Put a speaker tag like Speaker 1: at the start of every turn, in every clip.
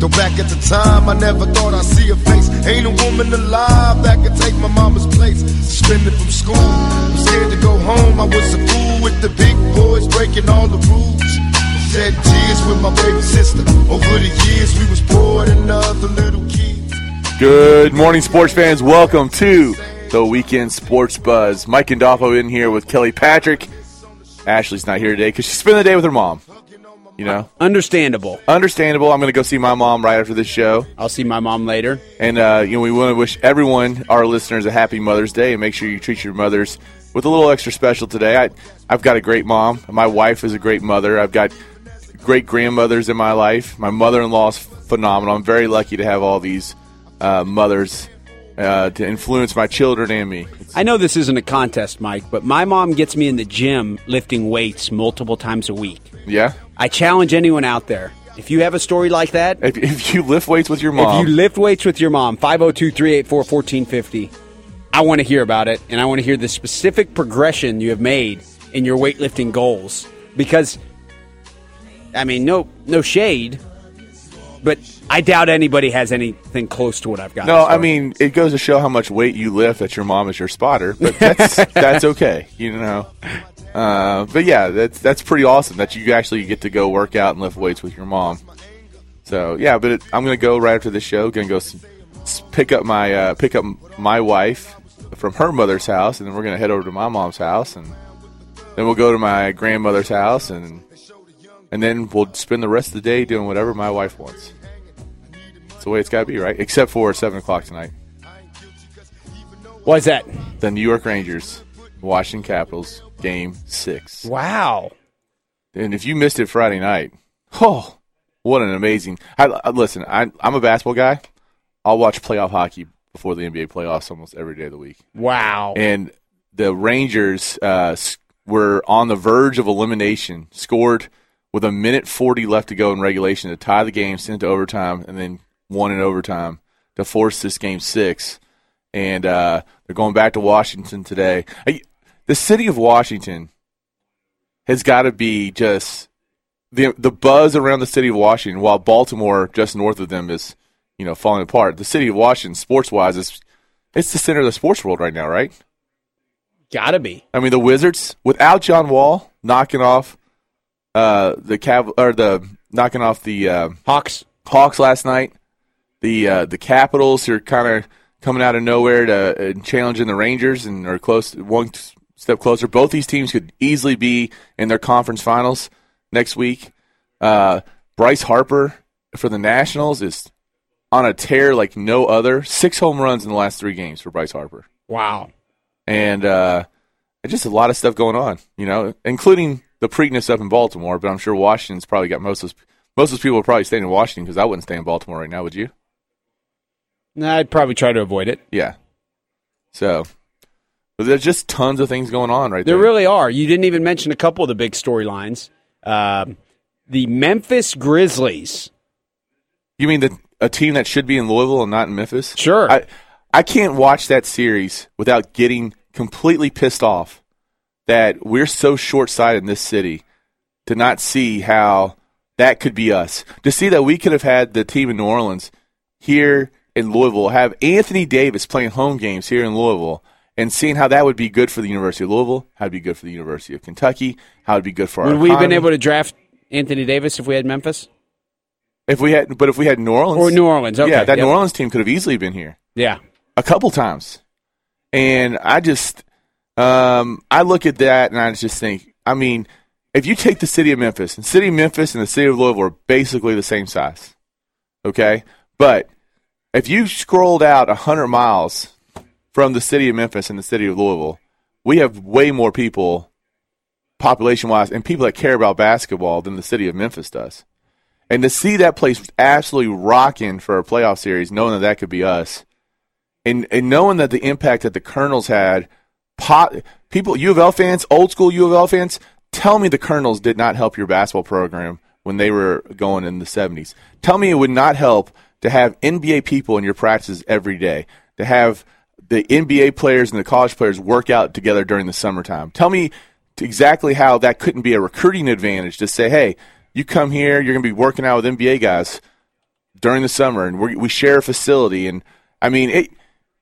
Speaker 1: Though back at the time, I never thought I'd see a face. Ain't a woman alive that could take my mama's place. Suspended from school, I'm scared to go home. I was a fool with the big boys, breaking all the rules. Shed tears with my baby sister. Over the years, we was poor than other little kids.
Speaker 2: Good morning, sports fans. Welcome to the Weekend Sports Buzz. Mike Gandolfo in here with Kelly Patrick. Ashley's not here today because she spent the day with her mom. You know,
Speaker 3: Understandable.
Speaker 2: understandable. I'm going to go see my mom right after this show.
Speaker 3: I'll see my mom later.
Speaker 2: And, uh, you know, we want to wish everyone, our listeners, a happy Mother's Day and make sure you treat your mothers with a little extra special today. I, I've got a great mom. My wife is a great mother. I've got great grandmothers in my life. My mother in law is phenomenal. I'm very lucky to have all these uh, mothers uh, to influence my children and me.
Speaker 3: I know this isn't a contest, Mike, but my mom gets me in the gym lifting weights multiple times a week.
Speaker 2: Yeah?
Speaker 3: I challenge anyone out there. If you have a story like that,
Speaker 2: If, if you lift weights with your mom,
Speaker 3: if you lift weights with your mom, 502 384 1450, I want to hear about it. And I want to hear the specific progression you have made in your weightlifting goals. Because, I mean, no, no shade, but I doubt anybody has anything close to what I've got.
Speaker 2: No,
Speaker 3: as far
Speaker 2: I
Speaker 3: as-
Speaker 2: mean it goes to show how much weight you lift that your mom is your spotter, but that's that's okay, you know. Uh, but yeah, that's that's pretty awesome that you actually get to go work out and lift weights with your mom. So yeah, but it, I'm gonna go right after the show. Gonna go s- s- pick up my uh, pick up my wife from her mother's house, and then we're gonna head over to my mom's house, and then we'll go to my grandmother's house, and and then we'll spend the rest of the day doing whatever my wife wants. It's the way it's gotta be, right? Except for seven o'clock tonight.
Speaker 3: Why is that?
Speaker 2: the New York Rangers, Washington Capitals, game six.
Speaker 3: Wow.
Speaker 2: And if you missed it Friday night, oh, what an amazing. I, I- listen, I, I'm a basketball guy. I'll watch playoff hockey before the NBA playoffs almost every day of the week.
Speaker 3: Wow.
Speaker 2: And the Rangers uh, s- were on the verge of elimination, scored with a minute 40 left to go in regulation to tie the game, send it to overtime, and then won in overtime to force this game six. And uh, they're going back to Washington today. I, the city of Washington has got to be just the the buzz around the city of Washington, while Baltimore just north of them is you know falling apart. The city of Washington, sports wise, is it's the center of the sports world right now, right?
Speaker 3: Gotta be.
Speaker 2: I mean, the Wizards without John Wall knocking off uh, the Cav or the knocking off the uh,
Speaker 3: Hawks.
Speaker 2: Hawks last night. The uh, the Capitals are kind of coming out of nowhere to uh, challenging the Rangers and are close one step closer. Both these teams could easily be in their conference finals next week. Uh, Bryce Harper for the Nationals is on a tear like no other. Six home runs in the last three games for Bryce Harper
Speaker 3: Wow.
Speaker 2: and uh, just a lot of stuff going on, you know, including the Preakness up in Baltimore. But I'm sure Washington's probably got most of those, most of those people are probably staying in Washington because I wouldn't stay in Baltimore right now, would you?
Speaker 3: Nah, I'd probably try to avoid it.
Speaker 2: Yeah. So, but there's just tons of things going on right there.
Speaker 3: There really are. You didn't even mention a couple of the big storylines. Um, the Memphis Grizzlies.
Speaker 2: you mean the a team that should be in Louisville and not in Memphis?
Speaker 3: Sure.
Speaker 2: I I can't watch that series without getting completely pissed off that we're so short sighted in this city to not see how that could be us. To see that we could have had the team in New Orleans here in Louisville, have Anthony Davis playing home games here in Louisville, and seeing how that would be good for the University of Louisville, how it'd be good for the University of Kentucky, how it'd be good for our
Speaker 3: Would we have been
Speaker 2: economy.
Speaker 3: able to draft Anthony Davis if we had Memphis?
Speaker 2: if we had but if we had New Orleans
Speaker 3: Or New Orleans, okay,
Speaker 2: yeah, that
Speaker 3: yep.
Speaker 2: New Orleans team could have easily been here.
Speaker 3: Yeah.
Speaker 2: a couple times, and I just um, I look at that and I just think, I mean, if you take the city of Memphis and city of Memphis and the city of Louisville are basically the same size, okay, but if you scrolled out hundred miles from the city of Memphis and the city of Louisville, we have way more people, population wise, and people that care about basketball than the city of Memphis does. And to see that place absolutely rocking for a playoff series, knowing that that could be us, and and knowing that the impact that the Colonels had, po- people U of L fans, old school U of L fans, tell me the Colonels did not help your basketball program when they were going in the seventies. Tell me it would not help to have NBA people in your practices every day, to have the NBA players and the college players work out together during the summertime. Tell me t- exactly how that couldn't be a recruiting advantage to say, hey, you come here, you're going to be working out with NBA guys during the summer, and we we share a facility. And I mean, it,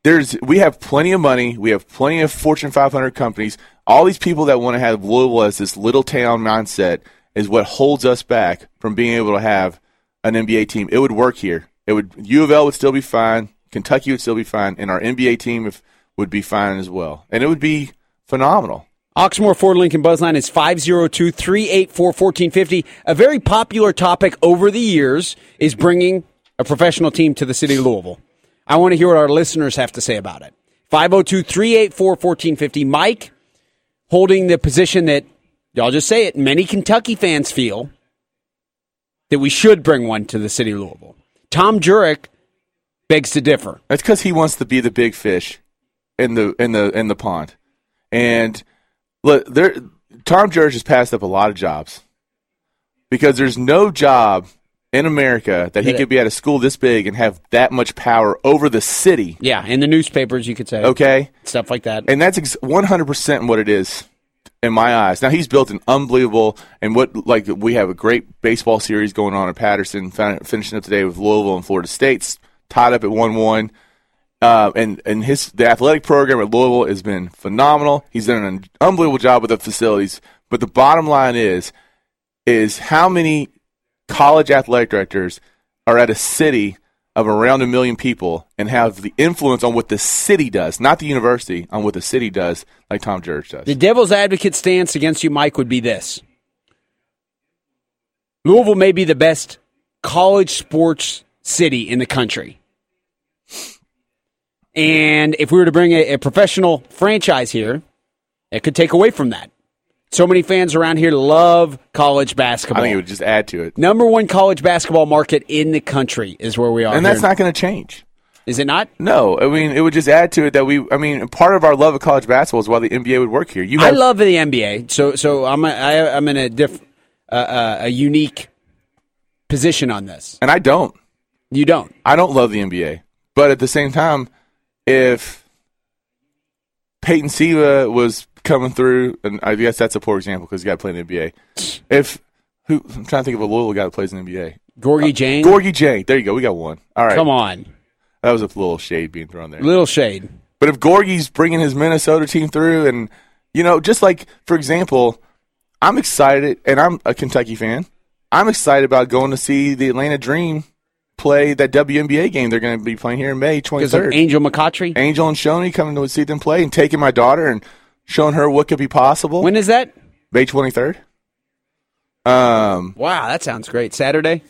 Speaker 2: there's we have plenty of money. We have plenty of Fortune 500 companies. All these people that want to have Louisville as this little town mindset is what holds us back from being able to have an NBA team. It would work here. It would U of L would still be fine. Kentucky would still be fine, and our NBA team if, would be fine as well. And it would be phenomenal.
Speaker 3: Oxmoor Ford Lincoln Buzzline is 502 384 1450. A very popular topic over the years is bringing a professional team to the city of Louisville. I want to hear what our listeners have to say about it. 502 384 1450. Mike holding the position that, y'all just say it, many Kentucky fans feel that we should bring one to the city of Louisville. Tom Jurek begs to differ.
Speaker 2: That's because he wants to be the big fish in the in the in the pond. And look, there, Tom Jurich has passed up a lot of jobs because there's no job in America that he
Speaker 3: Get it.
Speaker 2: could be at a school this big and have that much power over the city.
Speaker 3: Yeah, in the newspapers, you could say.
Speaker 2: Okay,
Speaker 3: Stuff like that.
Speaker 2: and that's ex- 100% what it is in my eyes. Now he's built an unbelievable and what like we have a great baseball series going on in Patterson, fin- finishing up today with Louisville and Florida State's tied up at one one. Uh, and and his the athletic program at Louisville has been phenomenal. He's done an unbelievable job with the facilities. But the bottom line is is how many college athletic directors are at a city of around a million people and have the influence on what the city does, not the university, on what the city does, like Tom Jurich does.
Speaker 3: The devil's advocate stance against you, Mike, would be this Louisville may be the best college sports city in the country. And if we were to bring a, a professional franchise here, it could take away from that. So many fans around here love college
Speaker 2: I
Speaker 3: basketball.
Speaker 2: think it would just add to it.
Speaker 3: Number one college basketball market in the country is where we are.
Speaker 2: And that's
Speaker 3: here.
Speaker 2: not going to change.
Speaker 3: Is it not?
Speaker 2: No, I mean it would just add to it that we. I mean, part of our love of college basketball is why the NBA would work here. You
Speaker 3: I
Speaker 2: have,
Speaker 3: love the NBA. So so I'm a, I, I'm in a diff uh, uh, a unique position on this.
Speaker 2: and I don't.
Speaker 3: You don't.
Speaker 2: I don't love the NBA, but at the same time, if Peyton Siva was coming through, and I guess that's a poor example because he got to play in the NBA. If who I'm trying to think of a loyal guy that plays in the NBA,
Speaker 3: Gorgie Jane.
Speaker 2: Uh, Gorgie Jang. There you go. We got one. All right,
Speaker 3: Come on.
Speaker 2: that was a little shade being thrown there.
Speaker 3: Little shade.
Speaker 2: But if Gorgie's bringing his Minnesota team through, and you know, just like for example, I'm excited, and I'm a Kentucky fan. I'm excited about going to see the Atlanta Dream play that WNBA game they're going to be playing here in May
Speaker 3: Because of
Speaker 2: 23rd.
Speaker 3: Angel McCautry.
Speaker 2: Angel and Shoney coming to see them play and taking my daughter and showing her what could be possible.
Speaker 3: When is that?
Speaker 2: May 23rd. Um.
Speaker 3: Wow, that sounds great. Saturday?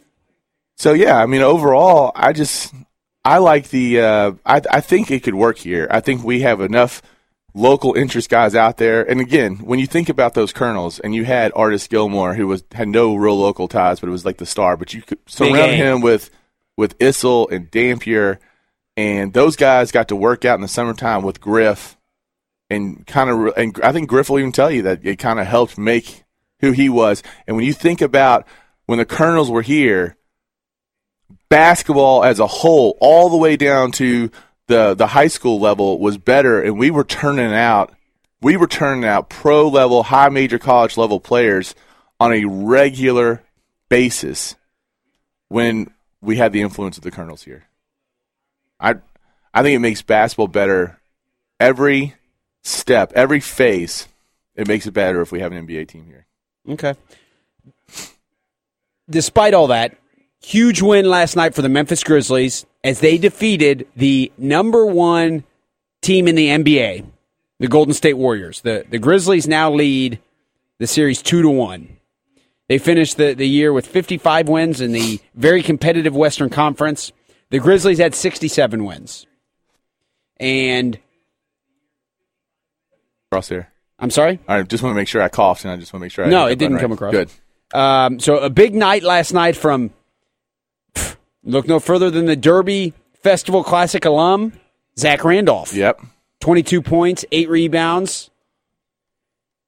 Speaker 2: So yeah, I mean, overall, I just I like the. Uh, I I think it could work here. I think we have enough local interest guys out there. And again, when you think about those colonels, and you had Artis Gilmore, who was had no real local ties, but it was like the star. But you could surround
Speaker 3: A.
Speaker 2: him with with Issel and Dampier, and those guys got to work out in the summertime with Griff, and kind of. And I think Griff will even tell you that it kind of helped make who he was. And when you think about when the colonels were here basketball as a whole, all the way down to the the high school level, was better, and we were turning out we were turning out pro level, high major college level players on a regular basis when we had the influence of the Colonels here. I I think it makes basketball better every step, every phase. It makes it better if we have an NBA team here.
Speaker 3: Okay. Despite all that, huge win last night for the Memphis Grizzlies as they defeated the number one team in the NBA, the Golden State Warriors. The the Grizzlies now lead the series two to one. They finished the, the year with 55 wins in the very competitive Western Conference. The Grizzlies had 67 wins. And
Speaker 2: Across here.
Speaker 3: I'm sorry?
Speaker 2: I just want to make sure I coughed, and I just want to make sure. I
Speaker 3: No,
Speaker 2: got
Speaker 3: it didn't
Speaker 2: right.
Speaker 3: come across.
Speaker 2: Good.
Speaker 3: Um, so a big night last night from pff, look no further than the Derby Festival Classic alum Zach Randolph.
Speaker 2: Yep.
Speaker 3: twenty-two points, eight rebounds,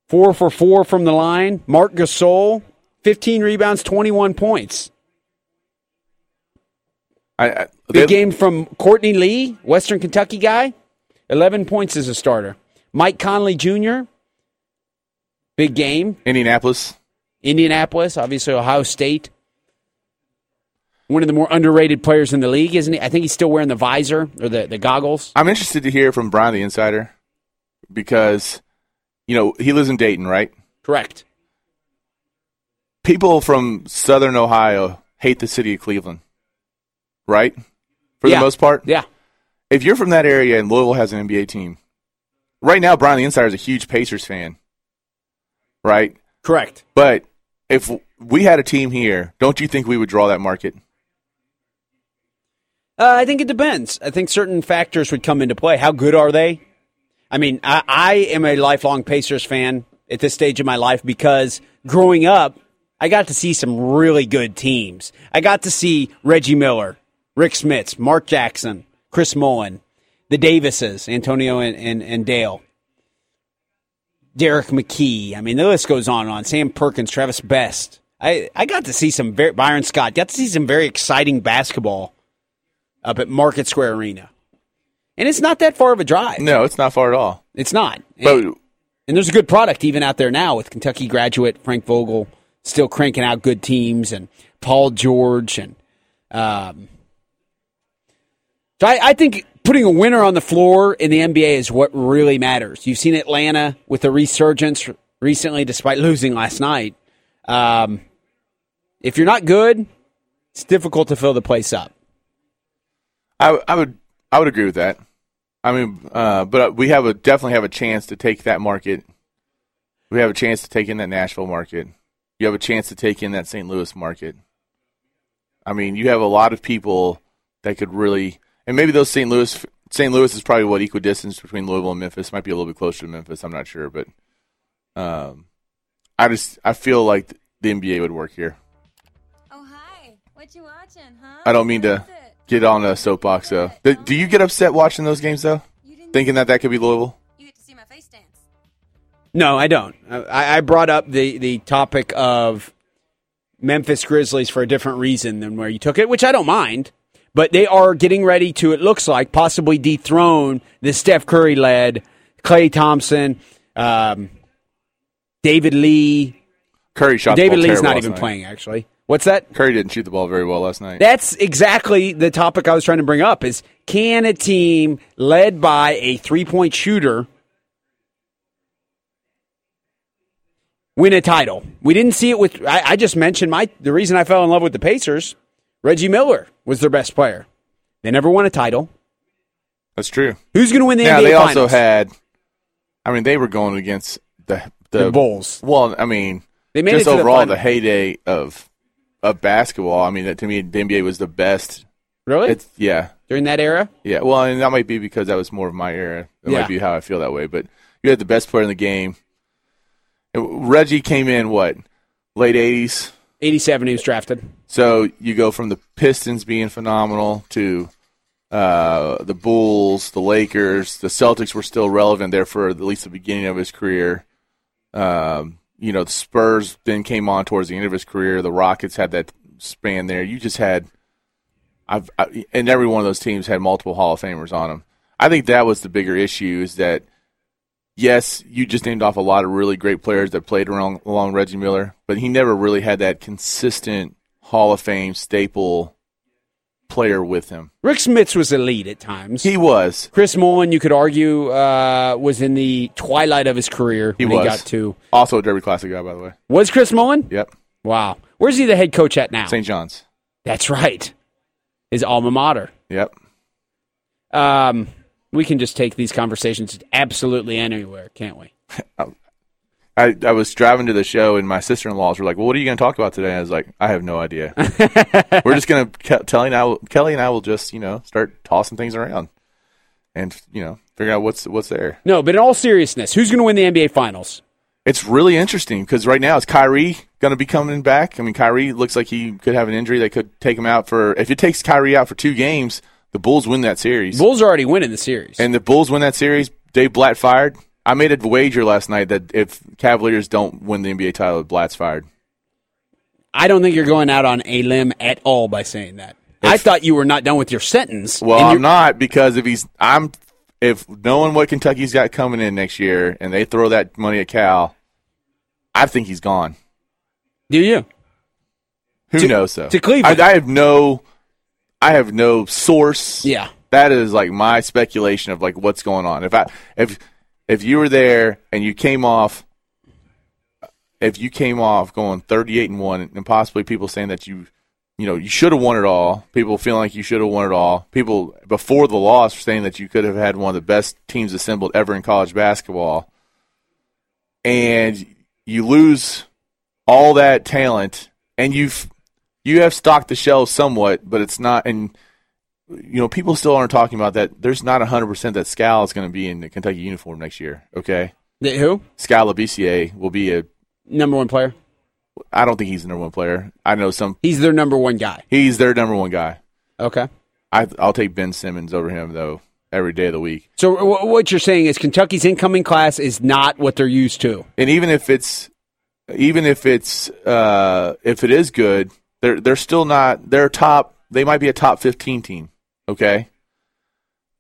Speaker 3: four for four from the line. Mark Gasol, fifteen rebounds, twenty-one points.
Speaker 2: I, I,
Speaker 3: Big
Speaker 2: they-
Speaker 3: game from Courtney Lee, Western Kentucky guy, eleven points as a starter. Mike Conley Jr. Big game,
Speaker 2: Indianapolis.
Speaker 3: Indianapolis, obviously Ohio State. one of the more underrated players in the league, isn't he? I think he's still wearing the visor or the, the goggles.
Speaker 2: I'm interested to hear from Brian the Insider because, you know, he lives in Dayton, right?
Speaker 3: Correct.
Speaker 2: People from Southern Ohio hate the city of Cleveland, right? For
Speaker 3: Yeah.
Speaker 2: the most part.
Speaker 3: Yeah.
Speaker 2: If you're from that area and Louisville has an NBA team, right now, Brian the Insider is a huge Pacers fan, right?
Speaker 3: Correct.
Speaker 2: But if we had a team here, don't you think we would draw that market?
Speaker 3: Uh, I think it depends. I think certain factors would come into play. How good are they? I mean, I, I am a lifelong Pacers fan at this stage of my life because growing up, I got to see some really good teams. I got to see Reggie Miller, Rick Smits, Mark Jackson, Chris Mullen, the Davises, Antonio and, and, and Dale, Derek McKee. I mean, the list goes on and on. Sam Perkins, Travis Best. I, I got to see some very, Byron Scott, got to see some very exciting basketball up at Market Square Arena. And it's not that far of a drive.
Speaker 2: No, it's not far at all.
Speaker 3: It's not.
Speaker 2: But
Speaker 3: and, and there's a good product even out there now with Kentucky graduate Frank Vogel still cranking out good teams and Paul George and um, so I, I think putting a winner on the floor in the NBA is what really matters. You've seen Atlanta with a resurgence recently, despite losing last night. Um, if you're not good, it's difficult to fill the place up.
Speaker 2: I, I would I would agree with that. I mean, uh, but we have a definitely have a chance to take that market. We have a chance to take in that Nashville market. You have a chance to take in that St. Louis market. I mean, you have a lot of people that could really, and maybe those St. Louis. St. Louis is probably what equidistance between Louisville and Memphis. Might be a little bit closer to Memphis. I'm not sure, but um, I just I feel like the NBA would work here.
Speaker 4: Oh hi, what you watching, huh?
Speaker 2: I don't mean to get on a soapbox though. Th- Do you get upset watching those games though? Thinking that that could be Louisville?
Speaker 4: You get to see my face dance.
Speaker 3: No, I don't. I, I brought up the, the topic of Memphis Grizzlies for a different reason than where you took it, which I don't mind. But they are getting ready to, it looks like, possibly dethrone the Steph Curry led Clay Thompson, um, David Lee.
Speaker 2: Curry shot.
Speaker 3: David
Speaker 2: the ball
Speaker 3: Lee's
Speaker 2: terrible
Speaker 3: not
Speaker 2: last
Speaker 3: even
Speaker 2: night.
Speaker 3: playing, actually. What's that?
Speaker 2: Curry didn't shoot the ball very well last night.
Speaker 3: That's exactly the topic I was trying to bring up is can a team led by a three-point shooter win a title? We didn't see it with I, I just mentioned my the reason I fell in love with the Pacers, Reggie Miller was their best player. They never won a title.
Speaker 2: That's true.
Speaker 3: Who's going to win the
Speaker 2: now
Speaker 3: NBA
Speaker 2: they
Speaker 3: finals?
Speaker 2: also had. I mean, they were going against the the,
Speaker 3: The Bulls.
Speaker 2: Well, I mean,
Speaker 3: They made
Speaker 2: just
Speaker 3: it to the
Speaker 2: overall
Speaker 3: final.
Speaker 2: the heyday of of basketball. I mean, that, to me, the NBA was the best.
Speaker 3: really?
Speaker 2: It's yeah,
Speaker 3: During that era?
Speaker 2: yeah. Well, and that might be because that was more of my era. That
Speaker 3: Yeah.
Speaker 2: might be how I feel that way. But you had the best player in the game. Reggie came in what late eighties.
Speaker 3: 87 he was drafted.
Speaker 2: So you go from the Pistons being phenomenal to uh, the Bulls, the Lakers, the Celtics were still relevant there for at least the beginning of his career. Um, you know, the Spurs then came on towards the end of his career. The Rockets had that span there. You just had, I've, I, and every one of those teams had multiple Hall of Famers on them. I think that was the bigger issue is that, yes, you just named off a lot of really great players that played around, along Reggie Miller, but he never really had that consistent Hall of Fame staple player with him.
Speaker 3: Rick Smits was elite at times.
Speaker 2: He was.
Speaker 3: Chris Mullen, you could argue, uh, was in the twilight of his career
Speaker 2: He
Speaker 3: when
Speaker 2: was.
Speaker 3: he got to.
Speaker 2: Also a Derby Classic guy, by the way.
Speaker 3: Was Chris Mullen?
Speaker 2: Yep.
Speaker 3: Wow. Where's he the head coach at now?
Speaker 2: St. John's.
Speaker 3: That's right. His alma mater.
Speaker 2: Yep.
Speaker 3: Um, we can just take these conversations absolutely anywhere, can't we?
Speaker 2: I, I was driving to the show and my sister in laws were like, "Well, what are you going to talk about today?" And I was like, "I have no idea. we're just going to Kelly and I will, Kelly and I will just you know start tossing things around and you know figure out what's what's there."
Speaker 3: No, but in all seriousness, who's going to win the NBA Finals?
Speaker 2: It's really interesting because right now it's Kyrie going to be coming back. I mean, Kyrie looks like he could have an injury that could take him out for. If it takes Kyrie out for two games, the Bulls win that series.
Speaker 3: Bulls are already winning the series.
Speaker 2: and the Bulls win that series, Dave Blatt fired. I made a wager last night that if Cavaliers don't win the NBA title, Blatt's fired.
Speaker 3: I don't think you're going out on a limb at all by saying that. I thought you were not done with your sentence.
Speaker 2: Well,
Speaker 3: and
Speaker 2: I'm
Speaker 3: you're-
Speaker 2: not because if he's I'm if knowing what Kentucky's got coming in next year and they throw that money at Cal, I think he's gone.
Speaker 3: Do you?
Speaker 2: Who
Speaker 3: To-
Speaker 2: knows though?
Speaker 3: to Cleveland.
Speaker 2: I, I have no, I have no source.
Speaker 3: Yeah.
Speaker 2: that is like my speculation of like what's going on. If I if if you were there and you came off, if you came off going thirty eight and one, and possibly people saying that you, you know, you should have won it all. People feeling like you should have won it all. People before the loss saying that you could have had one of the best teams assembled ever in college basketball, and you lose all that talent, and you've you have stocked the shelves somewhat, but it's not. And you know, people still aren't talking about that. There's not 100 percent that Scal is going to be in the Kentucky uniform next year. Okay,
Speaker 3: Th- Who?
Speaker 2: Scal BCA will be a.
Speaker 3: Number one player.
Speaker 2: I don't think he's the number one player. I know some.
Speaker 3: He's their number one guy.
Speaker 2: He's their number one guy.
Speaker 3: Okay.
Speaker 2: I, I'll take Ben Simmons over him though every day of the week.
Speaker 3: So w- what you're saying is Kentucky's incoming class is not what they're used to.
Speaker 2: and even if it's even if it's uh, if it is good, they're they're still not they're top. They might be a top fifteen team. Okay,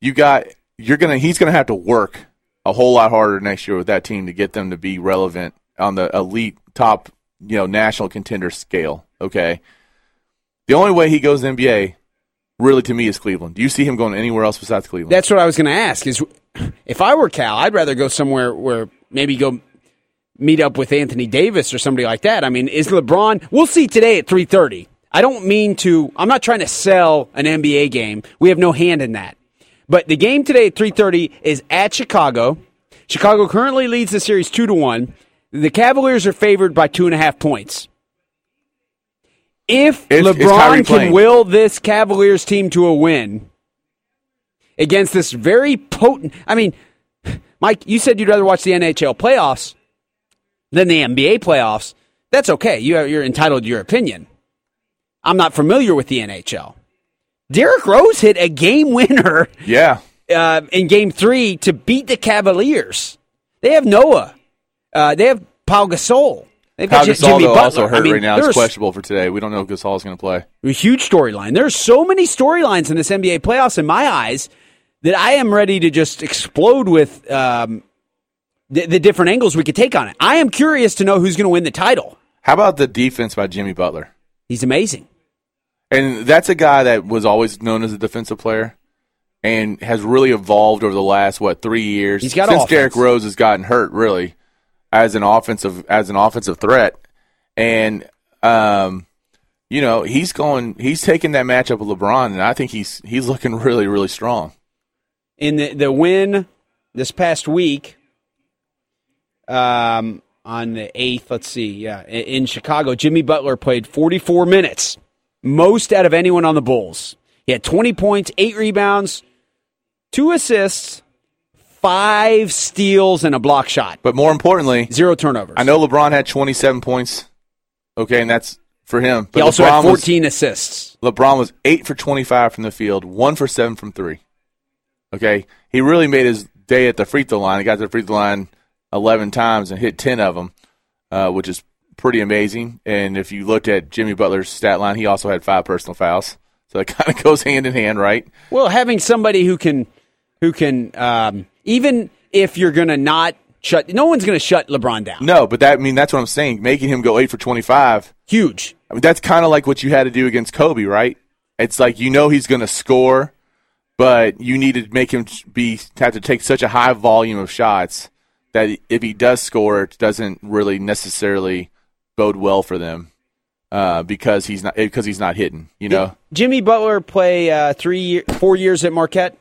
Speaker 2: you got you're gonna he's gonna have to work a whole lot harder next year with that team to get them to be relevant on the elite top you know national contender scale. Okay, the only way he goes to the NBA really to me is Cleveland. Do you see him going anywhere else besides Cleveland?
Speaker 3: That's what I was going to ask. Is if I were Cal, I'd rather go somewhere where maybe go meet up with Anthony Davis or somebody like that. I mean, is LeBron? We'll see today at three thirty. I don't mean to. I'm not trying to sell an NBA game. We have no hand in that. But the game today at three thirty is at Chicago. Chicago currently leads the series two to one. The Cavaliers are favored by two and a half points. If
Speaker 2: It's- it's
Speaker 3: LeBron
Speaker 2: Kyrie
Speaker 3: can
Speaker 2: playing.
Speaker 3: will this Cavaliers team to a win against this very potent, I mean, Mike, you said you'd rather watch the NHL playoffs than the NBA playoffs. That's okay. You are, you're entitled to your opinion. I'm not familiar with the NHL. Derrick Rose hit a game winner
Speaker 2: yeah.
Speaker 3: uh, in Game Three to beat the Cavaliers. They have Noah. Uh, they have Paul Gasol. They've
Speaker 2: Pau
Speaker 3: got J-
Speaker 2: Gasol
Speaker 3: Jimmy
Speaker 2: though,
Speaker 3: Butler.
Speaker 2: also hurt
Speaker 3: I mean,
Speaker 2: right now. It's
Speaker 3: there's-
Speaker 2: questionable for today. We don't know if Gasol's going to play.
Speaker 3: a huge storyline. There's so many storylines in this NBA playoffs in my eyes that I am ready to just explode with um, the, the different angles we could take on it. I am curious to know who's going to win the title.
Speaker 2: How about the defense by Jimmy Butler?
Speaker 3: He's amazing.
Speaker 2: And that's a guy that was always known as a defensive player and has really evolved over the last what three years.
Speaker 3: He's got
Speaker 2: since
Speaker 3: offense.
Speaker 2: Derrick Rose has gotten hurt, really, as an offensive as an offensive threat. And um, you know, he's going he's taking that matchup with LeBron and I think he's he's looking really, really strong.
Speaker 3: in the, the win this past week um, on the 8th, let's see, yeah, i- in Chicago, Jimmy Butler played 44 minutes, most out of anyone on the Bulls. He had 20 points, 8 rebounds, 2 assists, 5 steals, and a block shot.
Speaker 2: But more importantly,
Speaker 3: Zero turnovers.
Speaker 2: I know LeBron had twenty seven points. Okay, and that's for him. But
Speaker 3: He also had
Speaker 2: LeBron was-
Speaker 3: 14 assists.
Speaker 2: LeBron was eight for 25 from the field, one for seven from three. Okay. He really made his day at the free throw line. He got to the free throw line 11 times and hit 10 of them, uh, which is pretty amazing. And if you looked at Jimmy Butler's stat line, he also had five personal fouls. So it kind of goes hand in hand, right?
Speaker 3: Well, having somebody who can, who can, um, even if you're going to not shut, no one's going to shut LeBron down.
Speaker 2: No, but that, I mean, that's what I'm saying. Making him go eight for 25.
Speaker 3: Huge.
Speaker 2: I mean, that's kind of like what you had to do against Kobe, right? It's like you know he's going to score, but you need to make him be have to take such a high volume of shots that if he does score, it doesn't really necessarily bode well for them uh, because he's not because he's not hitting. You know,
Speaker 3: Jimmy Butler play uh, three, year, four years at Marquette.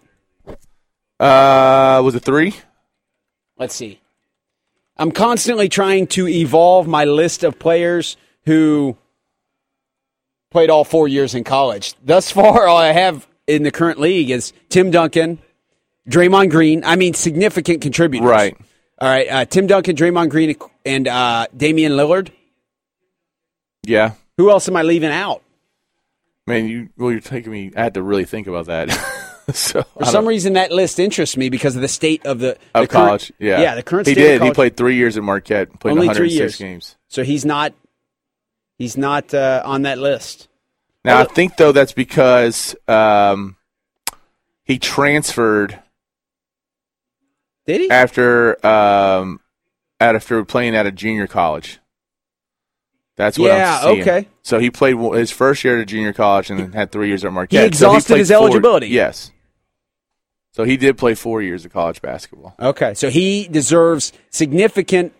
Speaker 2: uh, was it three?
Speaker 3: Let's see. I'm constantly trying to evolve my list of players who played all four years in college. Thus far, all I have in the current league is Tim Duncan, Draymond Green. I mean, significant contributors.
Speaker 2: Right.
Speaker 3: All right. Uh, Tim Duncan, Draymond Green, and uh, Damian Lillard.
Speaker 2: Yeah.
Speaker 3: Who else am I leaving out?
Speaker 2: Man, you well, you're taking me. I had to really think about that. so
Speaker 3: For some reason, that list interests me because of the state of the,
Speaker 2: of
Speaker 3: the current-
Speaker 2: college, yeah,
Speaker 3: yeah, the current
Speaker 2: He
Speaker 3: state of
Speaker 2: did. He
Speaker 3: college-
Speaker 2: played three years at Marquette, played
Speaker 3: Only three
Speaker 2: 106
Speaker 3: years.
Speaker 2: games.
Speaker 3: So he's not he's not uh, on that list.
Speaker 2: Now I think though that's because um, he transferred
Speaker 3: Did he?
Speaker 2: after um, after playing at a junior college. That's what
Speaker 3: Yeah,
Speaker 2: I'm seeing.
Speaker 3: okay.
Speaker 2: So he played one- his first year at junior college and then had three years at Marquette. So
Speaker 3: exhausted
Speaker 2: played
Speaker 3: his
Speaker 2: four-
Speaker 3: eligibility.
Speaker 2: Yes. So he did play four years of college basketball.
Speaker 3: Okay, so he deserves significant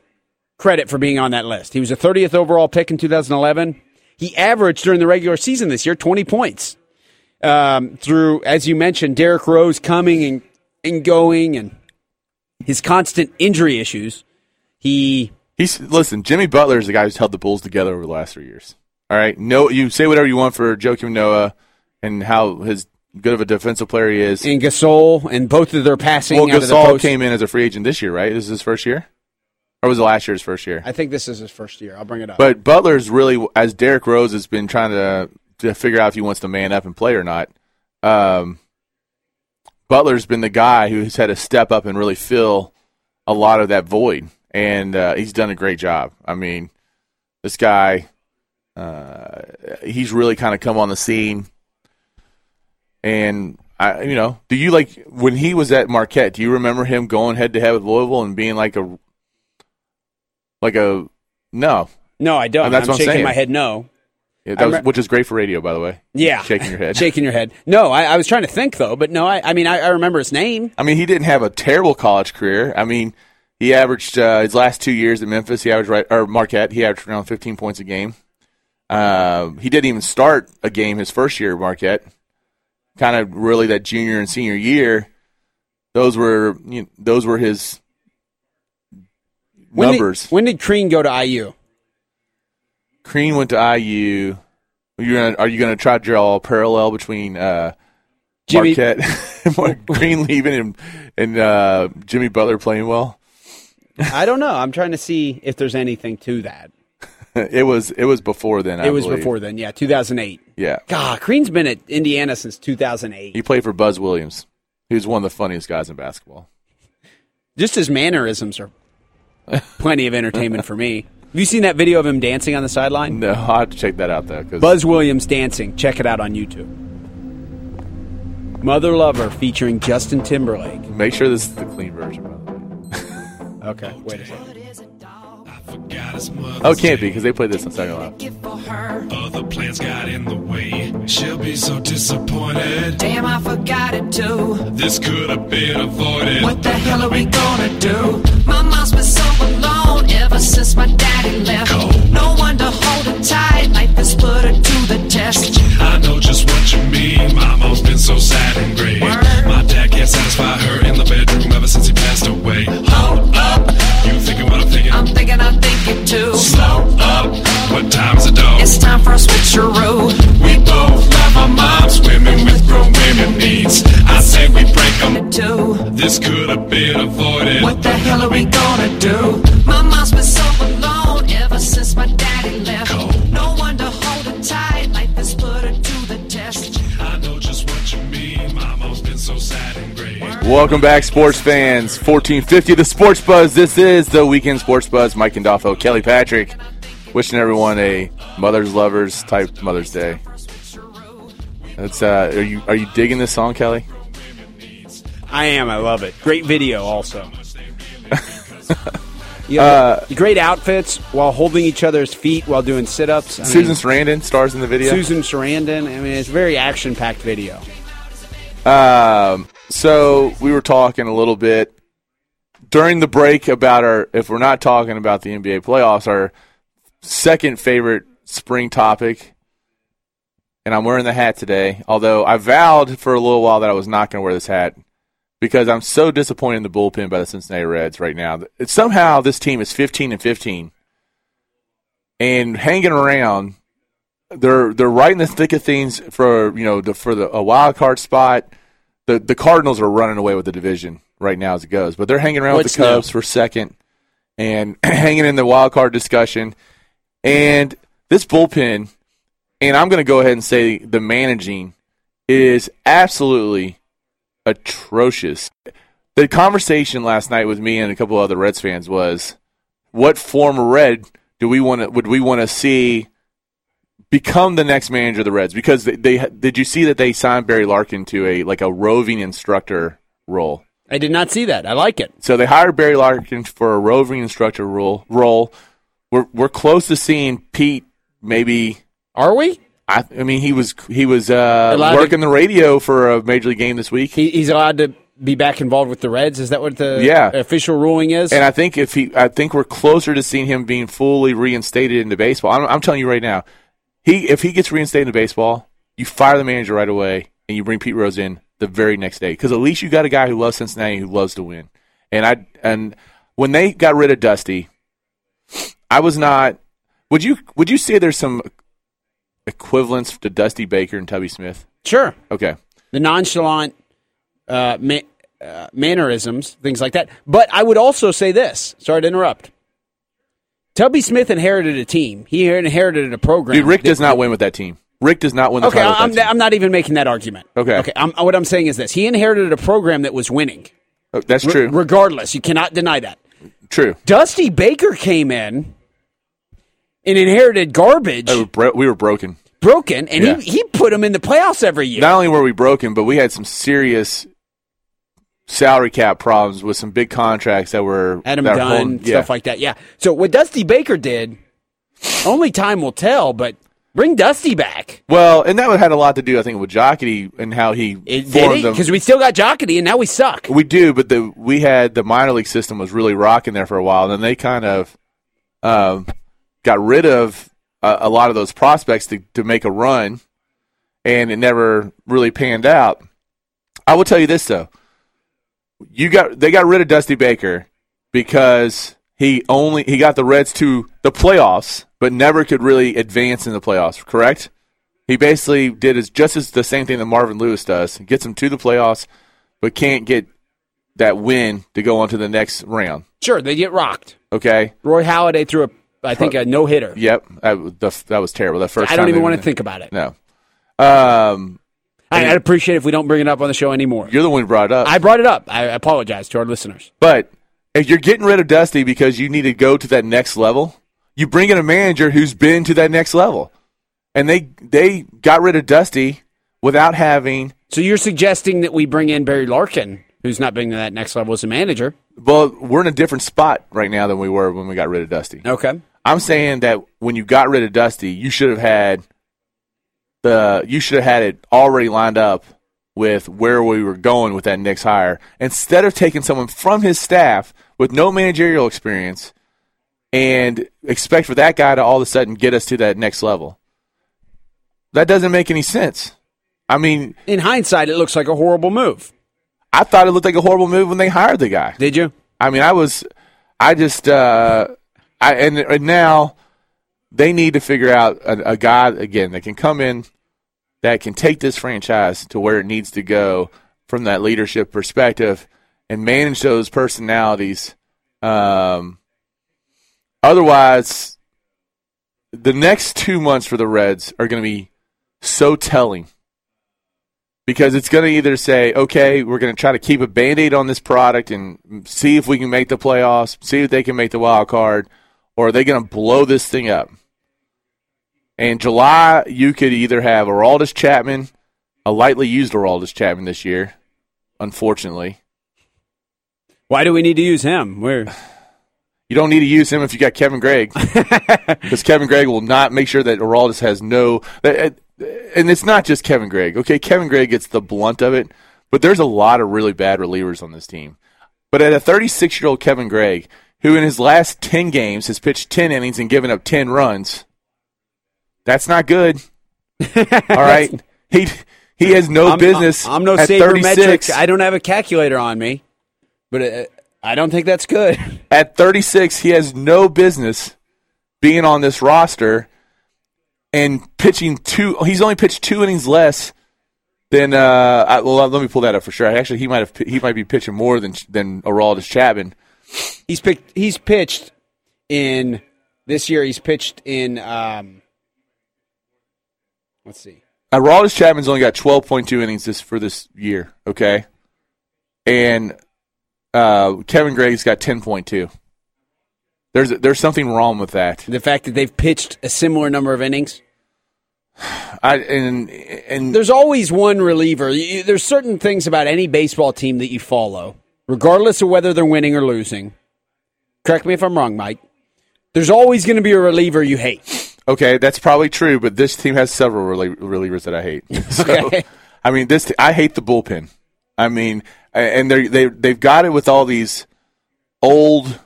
Speaker 3: credit for being on that list. He was a 30th overall pick in 2011. He averaged during the regular season this year 20 points. Um, through, as you mentioned, Derrick Rose coming and, and going and his constant injury issues, he
Speaker 2: He's listen. Jimmy Butler is the guy who's held the Bulls together over the last three years. All right, no, you say whatever you want for Joakim Noah and how his good of a defensive player he is.
Speaker 3: and Gasol and both of their passing
Speaker 2: Well,
Speaker 3: out of the
Speaker 2: Gasol
Speaker 3: post.
Speaker 2: came in as a free agent this year, right? This is his first year, or was it last year's first year?
Speaker 3: I think this is his first year. I'll bring it up.
Speaker 2: But Butler's really, as Derrick Rose has been trying to to figure out if he wants to man up and play or not. Um, Butler's been the guy who's had to step up and really fill a lot of that void, and uh, he's done a great job. I mean, this guy, uh, he's really kind of come on the scene, and. I, you know, do you like when he was at Marquette? Do you remember him going head to head with Louisville and being like a, like a, no,
Speaker 3: no, I don't.
Speaker 2: And that's
Speaker 3: I'm
Speaker 2: what I'm
Speaker 3: shaking
Speaker 2: saying.
Speaker 3: my head no.
Speaker 2: yeah, that
Speaker 3: I
Speaker 2: was,
Speaker 3: rem-
Speaker 2: which is great for radio, by the way.
Speaker 3: Yeah.
Speaker 2: Shaking your head.
Speaker 3: Shaking your head. No, I, I was trying to think, though, but no, I, I mean, I, I remember his name.
Speaker 2: I mean, he didn't have a terrible college career. I mean, he averaged uh, his last two years at Memphis. He averaged right or Marquette. He averaged around 15 points a game. Uh, he didn't even start a game his first year at Marquette. Kind of really that junior and senior year. Those were you know, those were his
Speaker 3: When did-
Speaker 2: numbers.
Speaker 3: when did Crean go to IU?
Speaker 2: Crean went to IU. You're gonna, are you going to try to draw a parallel between uh,
Speaker 3: Jimmy-
Speaker 2: Marquette, Mark Green leaving, and, and uh, Jimmy Butler playing well?
Speaker 3: I don't know. I'm trying to see if there's anything to that.
Speaker 2: It was it was before then. I
Speaker 3: it was
Speaker 2: believe.
Speaker 3: before then. Yeah, 2008.
Speaker 2: Yeah,
Speaker 3: God, Crean's been at Indiana since 2008.
Speaker 2: he played for Buzz Williams, who's one of the funniest guys in basketball.
Speaker 3: Just his mannerisms are plenty of entertainment for me. Have you seen that video of him dancing on the sideline?
Speaker 2: No, I will have to check that out though. 'cause-
Speaker 3: Buzz Williams dancing. Check it out on YouTube. Mother Lover featuring Justin Timberlake.
Speaker 2: make sure this is the clean version. By the way.
Speaker 3: Okay, wait a second.
Speaker 5: Forgot his mother's
Speaker 2: Oh, it can't be
Speaker 5: day.
Speaker 2: because they played this on second Live.
Speaker 5: Other plans got in the way. She'll be so disappointed.
Speaker 6: Damn, I forgot it too.
Speaker 5: This could have been avoided.
Speaker 6: What the hell are we gonna do? My mom's been so alone ever since my daddy left. No one to hold her tight. Life has put her to the test.
Speaker 5: I know just what you mean. Mama's been so sad and grave. My dad can't satisfy her in the bedroom ever since he passed away. Hold up. You thinking what I'm thinking?
Speaker 6: I'm thinking I think it too.
Speaker 5: Slow up. What time's it dog?
Speaker 6: It's time for a switcheroo.
Speaker 5: We both love our moms, women with grown women needs. I say we break 'em.
Speaker 6: Do.
Speaker 5: This could have been avoided.
Speaker 6: What the hell are we gonna do? My mom's been so alone ever since my daddy left. No one to hold her tight. Life has put her to the test.
Speaker 5: I know just what you mean. Mama's been so sad and grave.
Speaker 2: Welcome back, sports fans. 1450, the Sports Buzz. This is the Weekend Sports Buzz. Mike Condolfo, Kelly Patrick. Wishing everyone a Mother's Lovers type Mother's Day. That's uh, are you are you digging this song, Kelly?
Speaker 3: I am. I love it. Great video, also. Yeah, great outfits while holding each other's feet while doing sit-ups. I mean,
Speaker 2: Susan Sarandon stars in the video.
Speaker 3: Susan Sarandon. I mean, it's a very action-packed video.
Speaker 2: Um, so we were talking a little bit during the break about our if we're not talking about the NBA playoffs, our second favorite spring topic. And I'm wearing the hat today, although I vowed for a little while that I was not going to wear this hat because I'm so disappointed in the bullpen by the Cincinnati Reds right now. It, somehow this team is 15 and 15 and hanging around. They're they're right in the thick of things for you know the, for the a wild card spot the the Cardinals are running away with the division right now as it goes, but they're hanging around
Speaker 3: What's
Speaker 2: with the Cubs for second and hanging in the wild card discussion. And this bullpen, and I'm going to go ahead and say the managing is absolutely atrocious. The conversation last night with me and a couple other Reds fans was, what former Red do we want to would we want to see become the next manager of the Reds? Because they, they did you see that they signed Barry Larkin to a like a roving instructor role.
Speaker 3: I did not see that. I like it.
Speaker 2: So they hired Barry Larkin for a roving instructor role. role. we're we're close to seeing Pete. Maybe
Speaker 3: Are we?
Speaker 2: I, I mean he was he was uh,
Speaker 3: Allowed to-
Speaker 2: working the radio for a major league game this week.
Speaker 3: He, he's allowed to be back involved with the Reds. Is that what the
Speaker 2: Yeah.
Speaker 3: official ruling is?
Speaker 2: And I think if he, I think we're closer to seeing him being fully reinstated into baseball. I'm, I'm telling you right now, he if he gets reinstated into baseball, you fire the manager right away and you bring Pete Rose in the very next day because at least you got a guy who loves Cincinnati who loves to win. And I and when they got rid of Dusty, I was not. Would you would you say there's some equivalence to Dusty Baker and Tubby Smith?
Speaker 3: sure.
Speaker 2: Okay,
Speaker 3: the nonchalant uh, ma- uh, mannerisms, things like that. But I would also say this. Sorry to interrupt. Tubby Smith inherited a team. He inherited a program.
Speaker 2: dude, Rick does not win with that team. Rick does not win the
Speaker 3: Okay,
Speaker 2: title. with that
Speaker 3: I'm,
Speaker 2: team.
Speaker 3: I'm not even making that argument.
Speaker 2: Okay.
Speaker 3: Okay. I'm, what I'm saying is this: he inherited a program that was winning.
Speaker 2: Oh, That's
Speaker 3: Re-
Speaker 2: true.
Speaker 3: Regardless, you cannot deny that.
Speaker 2: true.
Speaker 3: Dusty Baker came in and inherited garbage,
Speaker 2: Oh, bro- we were broken.
Speaker 3: broken, and
Speaker 2: yeah.
Speaker 3: he, he put him in the playoffs every year.
Speaker 2: Not only were we broken, but we had some serious salary cap problems with some big contracts that were
Speaker 3: Adam
Speaker 2: that were
Speaker 3: Dunn,
Speaker 2: holding- yeah.
Speaker 3: stuff like that. Yeah. So what Dusty Baker did, only time will tell. But bring Dusty back.
Speaker 2: Well, and that had a lot to do, I think, with Jockety and how he
Speaker 3: It
Speaker 2: formed
Speaker 3: did
Speaker 2: them.
Speaker 3: because we still got Jockety, and now we suck.
Speaker 2: We do, but the we had the minor league system was really rocking there for a while, and then they kind of um, got rid of a, a lot of those prospects to, to make a run, and it never really panned out. I will tell you this though, you got they got rid of Dusty Baker because he only he got the Reds to the playoffs, but never could really advance in the playoffs. Correct? He basically did is just as the same thing that Marvin Lewis does, gets him to the playoffs, but can't get that win to go on to the next round.
Speaker 3: Sure, they get rocked.
Speaker 2: Okay.
Speaker 3: Roy Halladay threw a, I think, a no hitter.
Speaker 2: Yep. That, was- the, that was terrible. That first.
Speaker 3: I don't
Speaker 2: time
Speaker 3: even
Speaker 2: they-
Speaker 3: want to think about it.
Speaker 2: No. Um,
Speaker 3: I, I'd appreciate if we don't bring it up on the show anymore.
Speaker 2: you're the one who brought it up.
Speaker 3: I brought it up. I apologize to our listeners.
Speaker 2: But if you're getting rid of Dusty because you need to go to that next level, you bring in a manager who's been to that next level, and they they got rid of Dusty without having.
Speaker 3: So you're suggesting that we bring in Barry Larkin, who's not been to that next level as a manager?
Speaker 2: Well, we're in a different spot right now than we were when we got rid of Dusty.
Speaker 3: Okay.
Speaker 2: I'm saying that when you got rid of Dusty, you should have had the you should have had it already lined up with where we were going with that next hire. Instead of taking someone from his staff with no managerial experience and expect for that guy to all of a sudden get us to that next level. That doesn't make any sense. I mean,
Speaker 3: In hindsight, it looks like a horrible move.
Speaker 2: I thought it looked like a horrible move when they hired the guy.
Speaker 3: Did you?
Speaker 2: I mean, I was, I just, uh, I and, and now they need to figure out a, a guy again that can come in that can take this franchise to where it needs to go from that leadership perspective and manage those personalities. Um, otherwise, the next two months for the Reds are going to be so telling because it's going to either say, okay, we're going to try to keep a band aid on this product and see if we can make the playoffs, see if they can make the wild card, or are they going to blow this thing up? In July, you could either have Araldis Chapman, a lightly used Araldis Chapman this year, unfortunately.
Speaker 3: Why do we need to use him? We're
Speaker 2: You don't need to use him if you got Kevin Gregg, because Kevin Gregg will not make sure that Araldis has no. that- uh, And it's not just Kevin Gregg. Okay, Kevin Gregg gets the blunt of it, but there's a lot of really bad relievers on this team. But at a 36 year old Kevin Gregg, who in his last 10 games has pitched 10 innings and given up 10 runs, that's not good. All right, he he has no
Speaker 3: I'm-
Speaker 2: business.
Speaker 3: I'm, I'm no
Speaker 2: at
Speaker 3: sabermetrics.
Speaker 2: 36.
Speaker 3: I don't have a calculator on me, but uh, I don't think that's good.
Speaker 2: at 36, he has no business being on this roster and pitching two. He's only pitched two innings less than. Uh, I, well, let me pull that up for sure. Actually, he might have. He might be pitching more than than Araldis Chapman.
Speaker 3: He's picked. He's pitched in this year. He's pitched in. Um, let's see.
Speaker 2: Araldis Chapman's only got 12.2 innings this for this year. Okay, and uh, Kevin Gregg's got 10.2. There's there's something wrong with that.
Speaker 3: The fact that they've pitched a similar number of innings.
Speaker 2: I and and
Speaker 3: There's always one reliever. You- There's certain things about any baseball team that you follow, regardless of whether they're winning or losing. Correct me if I'm wrong, Mike. There's always going to be a reliever you hate.
Speaker 2: Okay, that's probably true, but this team has several relie- relievers that I hate. So,
Speaker 3: Okay.
Speaker 2: I mean, this t- I hate the bullpen. I mean, a- and they they they've got it with all these old.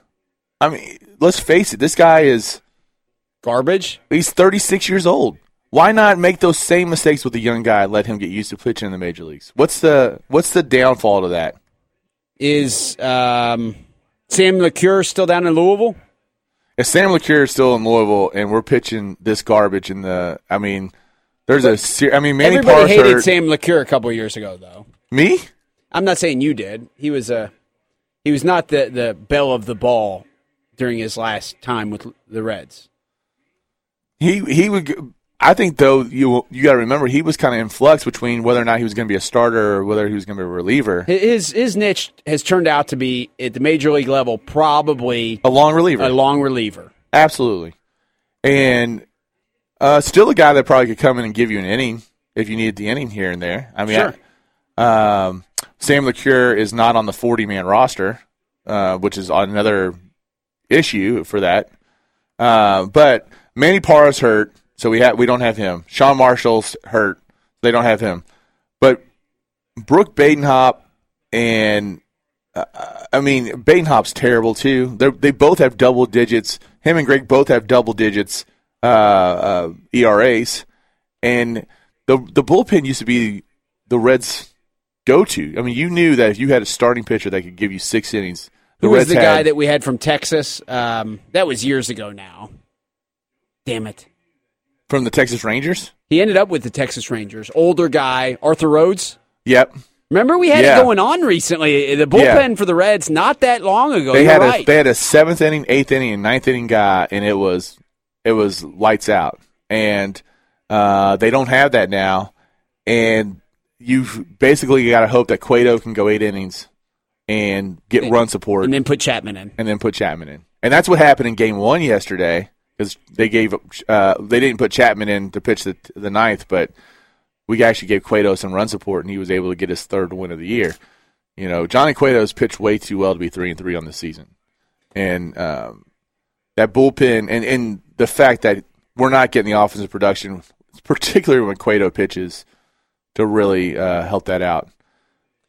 Speaker 2: I mean, let's face it. This guy is
Speaker 3: Garbage.
Speaker 2: he's 36 years old. Why not make those same mistakes with a young guy? And let him get used to pitching in the major leagues. What's the what's the downfall to that?
Speaker 3: Is um, Sam LaCure still down in Louisville?
Speaker 2: If Sam LaCure is still in Louisville and we're pitching this garbage in the, I mean, there's a. Ser- I mean, Manny
Speaker 3: Everybody
Speaker 2: Parker.
Speaker 3: hated Sam LaCure a couple years ago, though.
Speaker 2: Me?
Speaker 3: I'm not saying you did. He was a he was not the the bell of the ball during his last time with the Reds.
Speaker 2: He he would. g- I think though you you got to remember he was kind of in flux between whether or not he was going to be a starter or whether he was going to be a reliever,
Speaker 3: His his niche has turned out to be at the major league level probably
Speaker 2: a long reliever,
Speaker 3: a long reliever.
Speaker 2: absolutely, and uh, still a guy that probably could come in and give you an inning if you needed the inning here and there. I mean, I-
Speaker 3: Sure.
Speaker 2: um, Sam LaCure is not on the forty man roster, uh, which is another issue for that. Uh, but Manny Parra's hurt, so we have we don't have him. Sean Marshall's hurt, they don't have him. But Brooke Badenhop and uh, I mean Badenhop's terrible too. They they both have double digits. Him and Greg both have double digits uh, uh, ERAs, and the the bullpen used to be the Reds' go to. I mean, you knew that if you had a starting pitcher that could give you six innings.
Speaker 3: Who was
Speaker 2: Reds
Speaker 3: the
Speaker 2: had-
Speaker 3: guy that we had from Texas? Um, that was years ago now. Damn it.
Speaker 2: from the Texas Rangers?
Speaker 3: He ended up with the Texas Rangers. Older guy, Arthur Rhodes.
Speaker 2: Yep.
Speaker 3: Remember we had
Speaker 2: Yeah.
Speaker 3: it going on recently. The bullpen for the Reds not that long ago.
Speaker 2: They
Speaker 3: Oh, You're
Speaker 2: had
Speaker 3: right.
Speaker 2: a they had a seventh inning, eighth inning, and ninth inning guy, and it was it was lights out. And uh, they don't have that now. And you've basically got to hope that Cueto can go eight innings and get run support,
Speaker 3: and then put Chapman in.
Speaker 2: and then put Chapman in. And that's what happened in game one yesterday because they gave uh, they didn't put Chapman in to pitch the the ninth, but we actually gave Cueto some run support, and he was able to get his third win of the year. You know, Johnny Cueto's pitched way too well to be three and three on the season, and um, that bullpen and and the fact that we're not getting the offensive production, particularly when Cueto pitches, to really uh, help that out.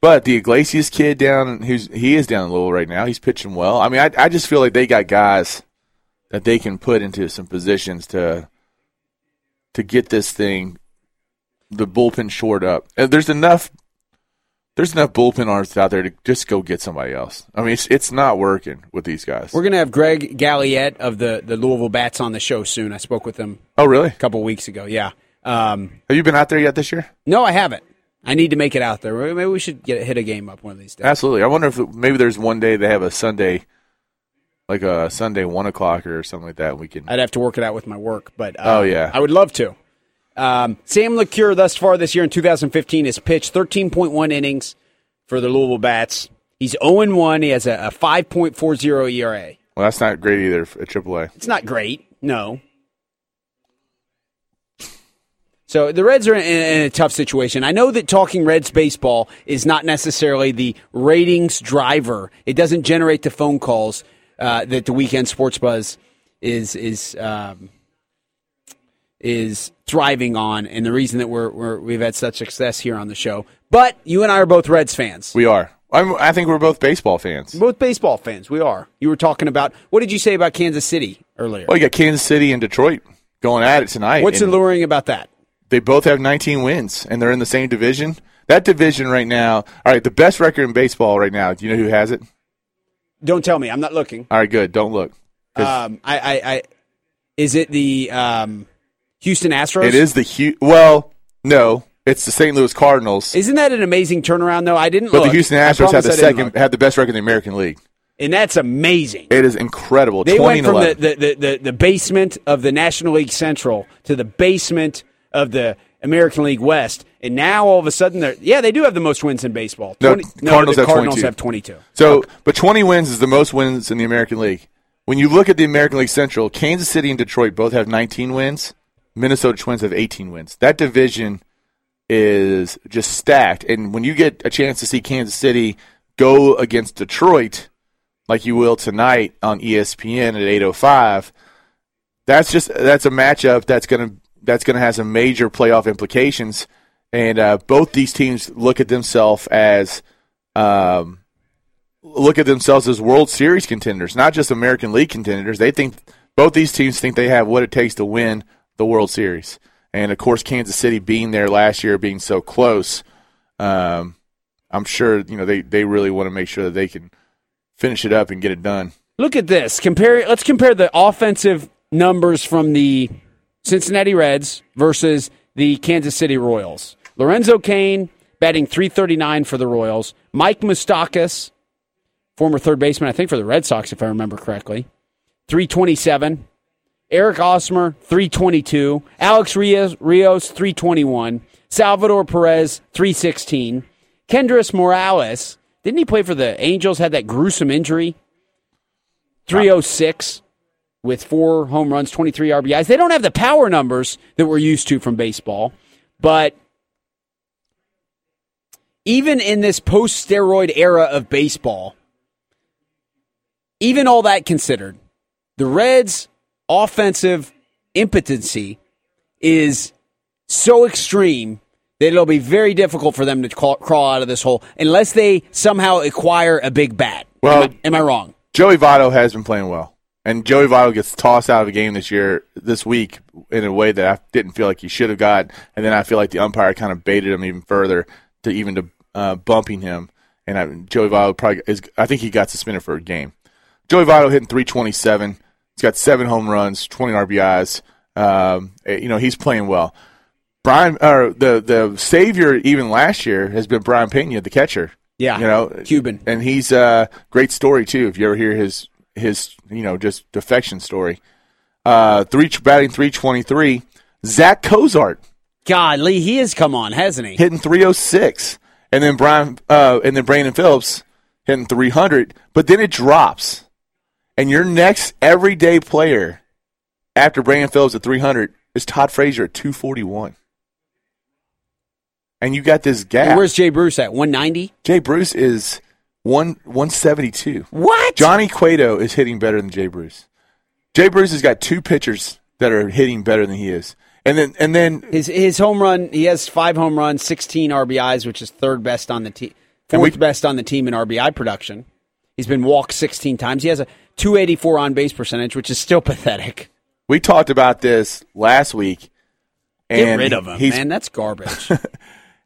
Speaker 2: But the Iglesias kid down, who's he is down in Louisville right now. He's pitching well. I mean, I I just feel like they got guys that they can put into some positions to to get this thing, the bullpen short up. And there's enough. There's enough bullpen arms out there to just go get somebody else. I mean, it's it's not working with these guys.
Speaker 3: We're gonna have Greg Galliette of the, the Louisville Bats on the show soon. I spoke with him
Speaker 2: oh, really?
Speaker 3: a couple weeks ago. Yeah. Um,
Speaker 2: Have you been out there yet this year?
Speaker 3: no, I haven't. I need to make it out there. Maybe we should get hit a game up one of these days.
Speaker 2: Absolutely. I wonder if maybe there's one day they have a Sunday, like a Sunday one o'clock or something like that. We can.
Speaker 3: I'd have to work it out with my work, but uh,
Speaker 2: Oh, yeah.
Speaker 3: I would love to. Um, Sam LaCure thus far this year in 2015 has pitched 13.1 innings for the Louisville Bats. He's 0 1. He has a, a 5.40 ERA.
Speaker 2: Well, that's not great either f- at AAA.
Speaker 3: It's not great, no. So the Reds are in, in a tough situation. I know that talking Reds baseball is not necessarily the ratings driver. It doesn't generate the phone calls uh, that the weekend sports buzz is is um, is thriving on, and the reason that we're, we're we've had such success here on the show. But you and I are both Reds fans.
Speaker 2: We are. I'm, I think we're both baseball fans.
Speaker 3: both baseball fans. We are. You were talking about what did you say about Kansas City earlier?
Speaker 2: Well, you got Kansas City and Detroit going at it tonight.
Speaker 3: What's
Speaker 2: and
Speaker 3: alluring about that?
Speaker 2: They both have 19 wins, and they're in the same division. That division right now, all right, the best record in baseball right now. Do you know who has it?
Speaker 3: Don't tell me. I'm not looking.
Speaker 2: All right, good. Don't look. 'Cause
Speaker 3: Um, I, I, I, is it the um, Houston Astros?
Speaker 2: it is the huge. Well, no, it's the St. Louis Cardinals.
Speaker 3: Isn't that an amazing turnaround, though? I didn't
Speaker 2: but
Speaker 3: look.
Speaker 2: the Houston
Speaker 3: I
Speaker 2: Astros have
Speaker 3: promise
Speaker 2: the
Speaker 3: I didn't
Speaker 2: second,
Speaker 3: look.
Speaker 2: have the best record in the American League.
Speaker 3: and that's amazing.
Speaker 2: It is incredible.
Speaker 3: They
Speaker 2: 20
Speaker 3: went
Speaker 2: and
Speaker 3: from the,
Speaker 2: 11.
Speaker 3: the, the, the, the basement of the National League Central to the basement of the American League West, and now all of a sudden they're yeah they do have the most wins in baseball.
Speaker 2: No, Cardinals
Speaker 3: the
Speaker 2: have
Speaker 3: Cardinals
Speaker 2: 22.
Speaker 3: have 22.
Speaker 2: So, but 20 wins is the most wins in the American League. When you look at the American League Central, Kansas City and Detroit both have 19 wins. Minnesota Twins have 18 wins. That division is just stacked. And when you get a chance to see Kansas City E go against Detroit, like you will tonight on ESPN at 8:05, that's just that's a matchup that's gonna that's gonna have some major playoff implications, and uh, both these teams look at themselves as um, look at themselves as World Series contenders, not just American League contenders. They think both these teams think they have what it takes to win the World Series, and of course, Kansas City being there last year, being so close, um, I'm sure you know they they really want to make sure that they can finish it up and get it done.
Speaker 3: Look at this. Compare. Let's compare the offensive numbers from the Cincinnati Reds versus the Kansas City Royals. Lorenzo Kane batting 339 for the Royals. Mike Moustakas, former third baseman, I think for the Red Sox, if I remember correctly, 327. Eric Osmer, 322. Alex Rios, Rios 321. Salvador Perez, 316. Kendris Morales, didn't he play for the Angels? Had that gruesome injury? 306 with four home runs, 23 RBIs. They don't have the power numbers that we're used to from baseball, but even in this post steroid era of baseball, even all that considered, the Reds' offensive impotency is so extreme that it'll be very difficult for them to crawl, crawl out of this hole unless they somehow acquire a big bat.
Speaker 2: Well-
Speaker 3: am I, am I wrong?
Speaker 2: Joey Votto has been playing well, and Joey Votto gets tossed out of a game this year, this week, in a way that I didn't feel like he should have got, and then I feel like the umpire kind of baited him even further to even to uh, bumping him, and I, Joey Votto probably is. I think he got suspended for a game. Joey Votto hitting 327. He's got seven home runs, 20 RBIs. Um, eh, you know he's playing well. Brian or the the savior even last year has been Brian Pena, the catcher.
Speaker 3: Yeah.
Speaker 2: you know
Speaker 3: Cuban.
Speaker 2: and he's a great story too. If you ever hear his his you know just defection story, uh, three batting three twenty three. Zach Cozart
Speaker 3: Golly, he has come on, hasn't he?
Speaker 2: hitting three oh six, and then Brian uh, and then Brandon Phillips hitting three hundred. But then it drops, and your next everyday player after Brandon Phillips at three hundred is Todd Frazier at two forty one. And you got this gap.
Speaker 3: And where's Jay Bruce at? 190?
Speaker 2: Jay Bruce is one one seventy two.
Speaker 3: What?
Speaker 2: Johnny Cueto is hitting better than Jay Bruce. Jay Bruce has got two pitchers that are hitting better than he is, and then and then
Speaker 3: His his home run, he has five home runs, sixteen RBIs, which is third best on the team,
Speaker 2: And we-
Speaker 3: fourth best on the team in RBI production. He's been walked sixteen times. He has a two eighty four on base percentage, which is still pathetic.
Speaker 2: we talked about this last week.
Speaker 3: Get
Speaker 2: And
Speaker 3: rid of him,
Speaker 2: he's-
Speaker 3: man. That's garbage.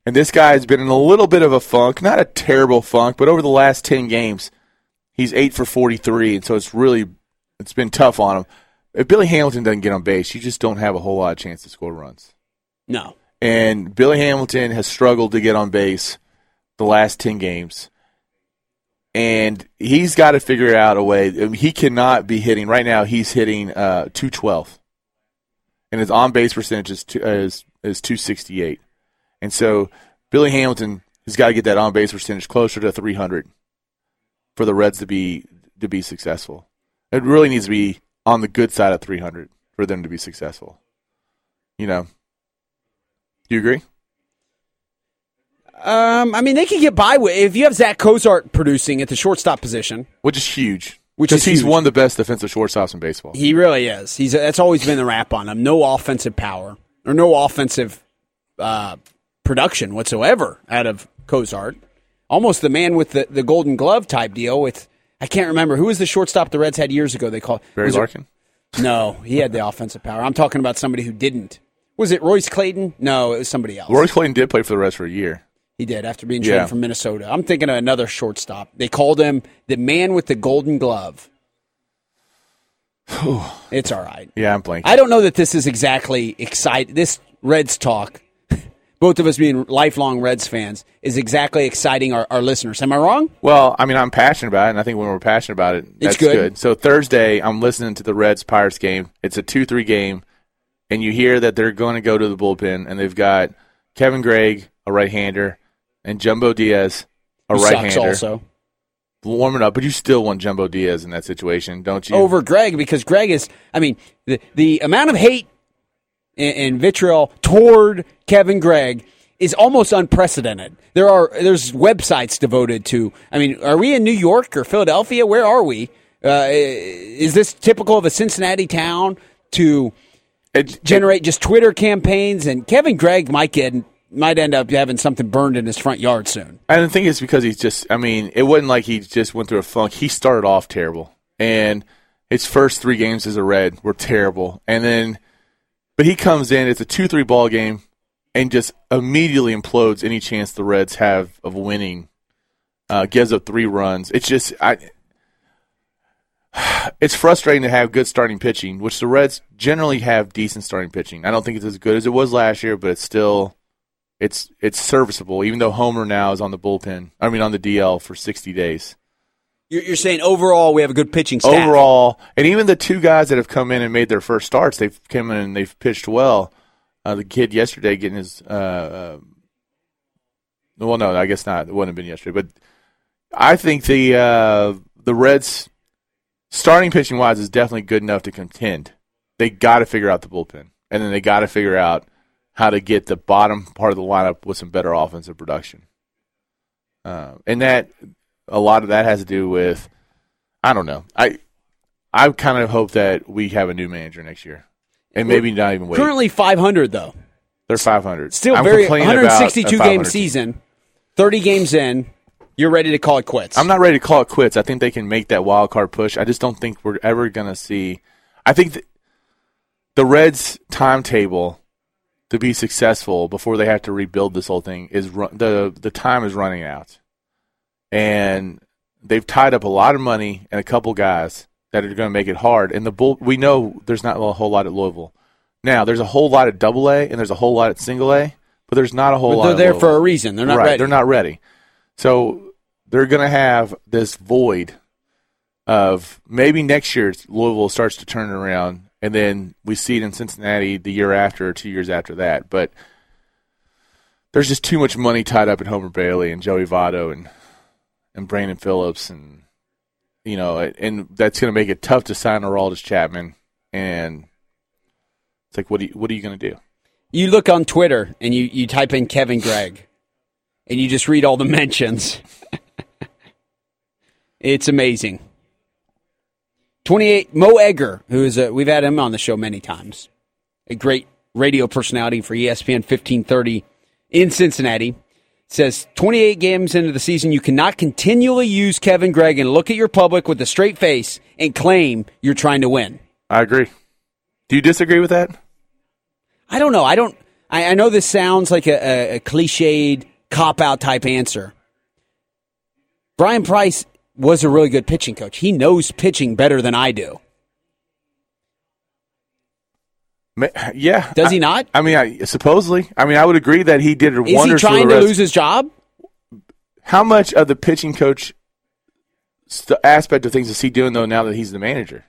Speaker 2: And this guy has been in a little bit of a funk, not a terrible funk, but over the last ten games, he's eight for forty three, and so it's really it's been tough on him. If Billy Hamilton doesn't get on base, you just don't have a whole lot of chance to score runs.
Speaker 3: no,
Speaker 2: and Billy Hamilton has struggled to get on base the last 10 games. And he's got to figure out a way. I mean, he cannot be hitting right now. He's hitting uh, 212, and his on base percentage is, two, uh, is is 268. And so Billy Hamilton has got to get that on base percentage closer to 300 for the Reds to be to be successful. It really needs to be on the good side of 300 for them to be successful. You know, do you agree?
Speaker 3: um, I mean they could get by with if you have Zach Cozart producing at the shortstop position.
Speaker 2: which is huge.
Speaker 3: Which
Speaker 2: 'Cause
Speaker 3: is
Speaker 2: he's
Speaker 3: huge.
Speaker 2: one of the best defensive shortstops in baseball.
Speaker 3: He really is. He's that's always been the rap on him. No offensive power or no offensive uh, production whatsoever out of Cozart. Almost the man with the, the Golden Glove type deal. With I can't remember who was the shortstop the Reds had years ago. They called
Speaker 2: Barry
Speaker 3: was it-
Speaker 2: Larkin.
Speaker 3: no, he had the offensive power. I'm talking about somebody who didn't. Was it Royce Clayton? No, it was somebody else.
Speaker 2: Roy Clayton did play for the Reds for a year.
Speaker 3: He did after being
Speaker 2: Yeah.
Speaker 3: traded from Minnesota. I'm thinking of another shortstop. They called him the man with the Golden Glove. it's all right.
Speaker 2: Yeah, I'm blanking.
Speaker 3: I don't know that this is exactly exciting. This Reds talk, both of us being lifelong Reds fans, is exactly exciting our, our listeners. Am I wrong?
Speaker 2: well, I mean, I'm passionate about it, and I think when we're passionate about it, that's
Speaker 3: good.
Speaker 2: So Thursday, I'm listening to the Reds Pirates game. It's a two-three game, and you hear that they're going to go to the bullpen, and they've got Kevin Gregg, a right-hander, and Jumbo Diaz, a
Speaker 3: Who sucks
Speaker 2: right-hander,
Speaker 3: also
Speaker 2: warming up. But you still want Jumbo Diaz in that situation, don't you?
Speaker 3: over Greg because Greg is. I mean, the the amount of hate and, and vitriol toward Kevin Gregg is almost unprecedented. There are there's websites devoted to. I mean, are we in New York or Philadelphia? Where are we? Uh, is this typical of a Cincinnati town? to
Speaker 2: It,
Speaker 3: generate just Twitter campaigns, and Kevin Gregg might get might end up having something burned in his front yard soon.
Speaker 2: I think it's because he's just. I mean, it wasn't like he just went through a funk. He started off terrible, and his first three games as a red were terrible, and then, but he comes in. It's a two-three ball game, and just immediately implodes any chance the Reds have of winning. Uh, gives up three runs. It's just I. It's frustrating to have good starting pitching, which the Reds generally have decent starting pitching. I don't think it's as good as it was last year, but it's still it's it's serviceable, even though Homer now is on the bullpen. I mean, on the DL for sixty days
Speaker 3: You're, you're saying overall we have a good pitching staff.
Speaker 2: overall, and even the two guys that have come in and made their first starts, they've come in and they've pitched well. Uh, the kid yesterday getting his, uh, uh, well, no, I guess not. It wouldn't have been yesterday, but I think the uh, the Reds starting pitching wise is definitely good enough to contend. They got to figure out the bullpen, and then they got to figure out how to get the bottom part of the lineup with some better offensive production. Uh, and that a lot of that has to do with I don't know. I I kind of hope that we have a new manager next year, and maybe not even wait.
Speaker 3: currently 500 though.
Speaker 2: They're five hundred.
Speaker 3: Still very 162 game season, 30 games in. You're ready to call it quits.
Speaker 2: I'm not ready to call it quits. I think they can make that wild card push. I just don't think we're ever gonna see. I think th- the Reds' timetable to be successful before they have to rebuild this whole thing is run, the the time is running out, and they've tied up a lot of money and a couple guys that are going to make it hard. And the bull, we know there's not a whole lot at Louisville. Now there's a whole lot at Double A and there's a whole lot at Single A, but there's not a whole
Speaker 3: But
Speaker 2: lot.
Speaker 3: they're
Speaker 2: at
Speaker 3: there
Speaker 2: Louisville.
Speaker 3: for a reason. They're not
Speaker 2: right,
Speaker 3: ready.
Speaker 2: They're not ready. So they're going to have this void of maybe next year Louisville starts to turn it around, and then we see it in Cincinnati the year after or two years after that. But there's just too much money tied up in Homer Bailey and Joey Votto and and Brandon Phillips and you know and that's going to make it tough to sign Araldis Chapman and it's like what do you, what are you going to do?
Speaker 3: you look on Twitter and you, you type in Kevin Gregg and you just read all the mentions. it's amazing. 28 Mo Egger, who is a, we've had him on the show many times. A great radio personality for E ESPN 1530 in Cincinnati. Says 28 games into the season, you cannot continually use Kevin Gregg and look at your public with a straight face and claim you're trying to win.
Speaker 2: I agree. Do you disagree with that?
Speaker 3: I don't know. I don't. I, I know this sounds like a, a, a cliched cop out type answer. Brian Price was a really good pitching coach. He knows pitching better than I do.
Speaker 2: Ma- Yeah.
Speaker 3: Does
Speaker 2: I-
Speaker 3: he not?
Speaker 2: I mean, I, supposedly. I mean, I would agree that he did
Speaker 3: Is he
Speaker 2: wonders for the
Speaker 3: trying to
Speaker 2: Reds.
Speaker 3: lose his job?
Speaker 2: How much of the pitching coach st- aspect of things is he doing though? Now that he's the manager,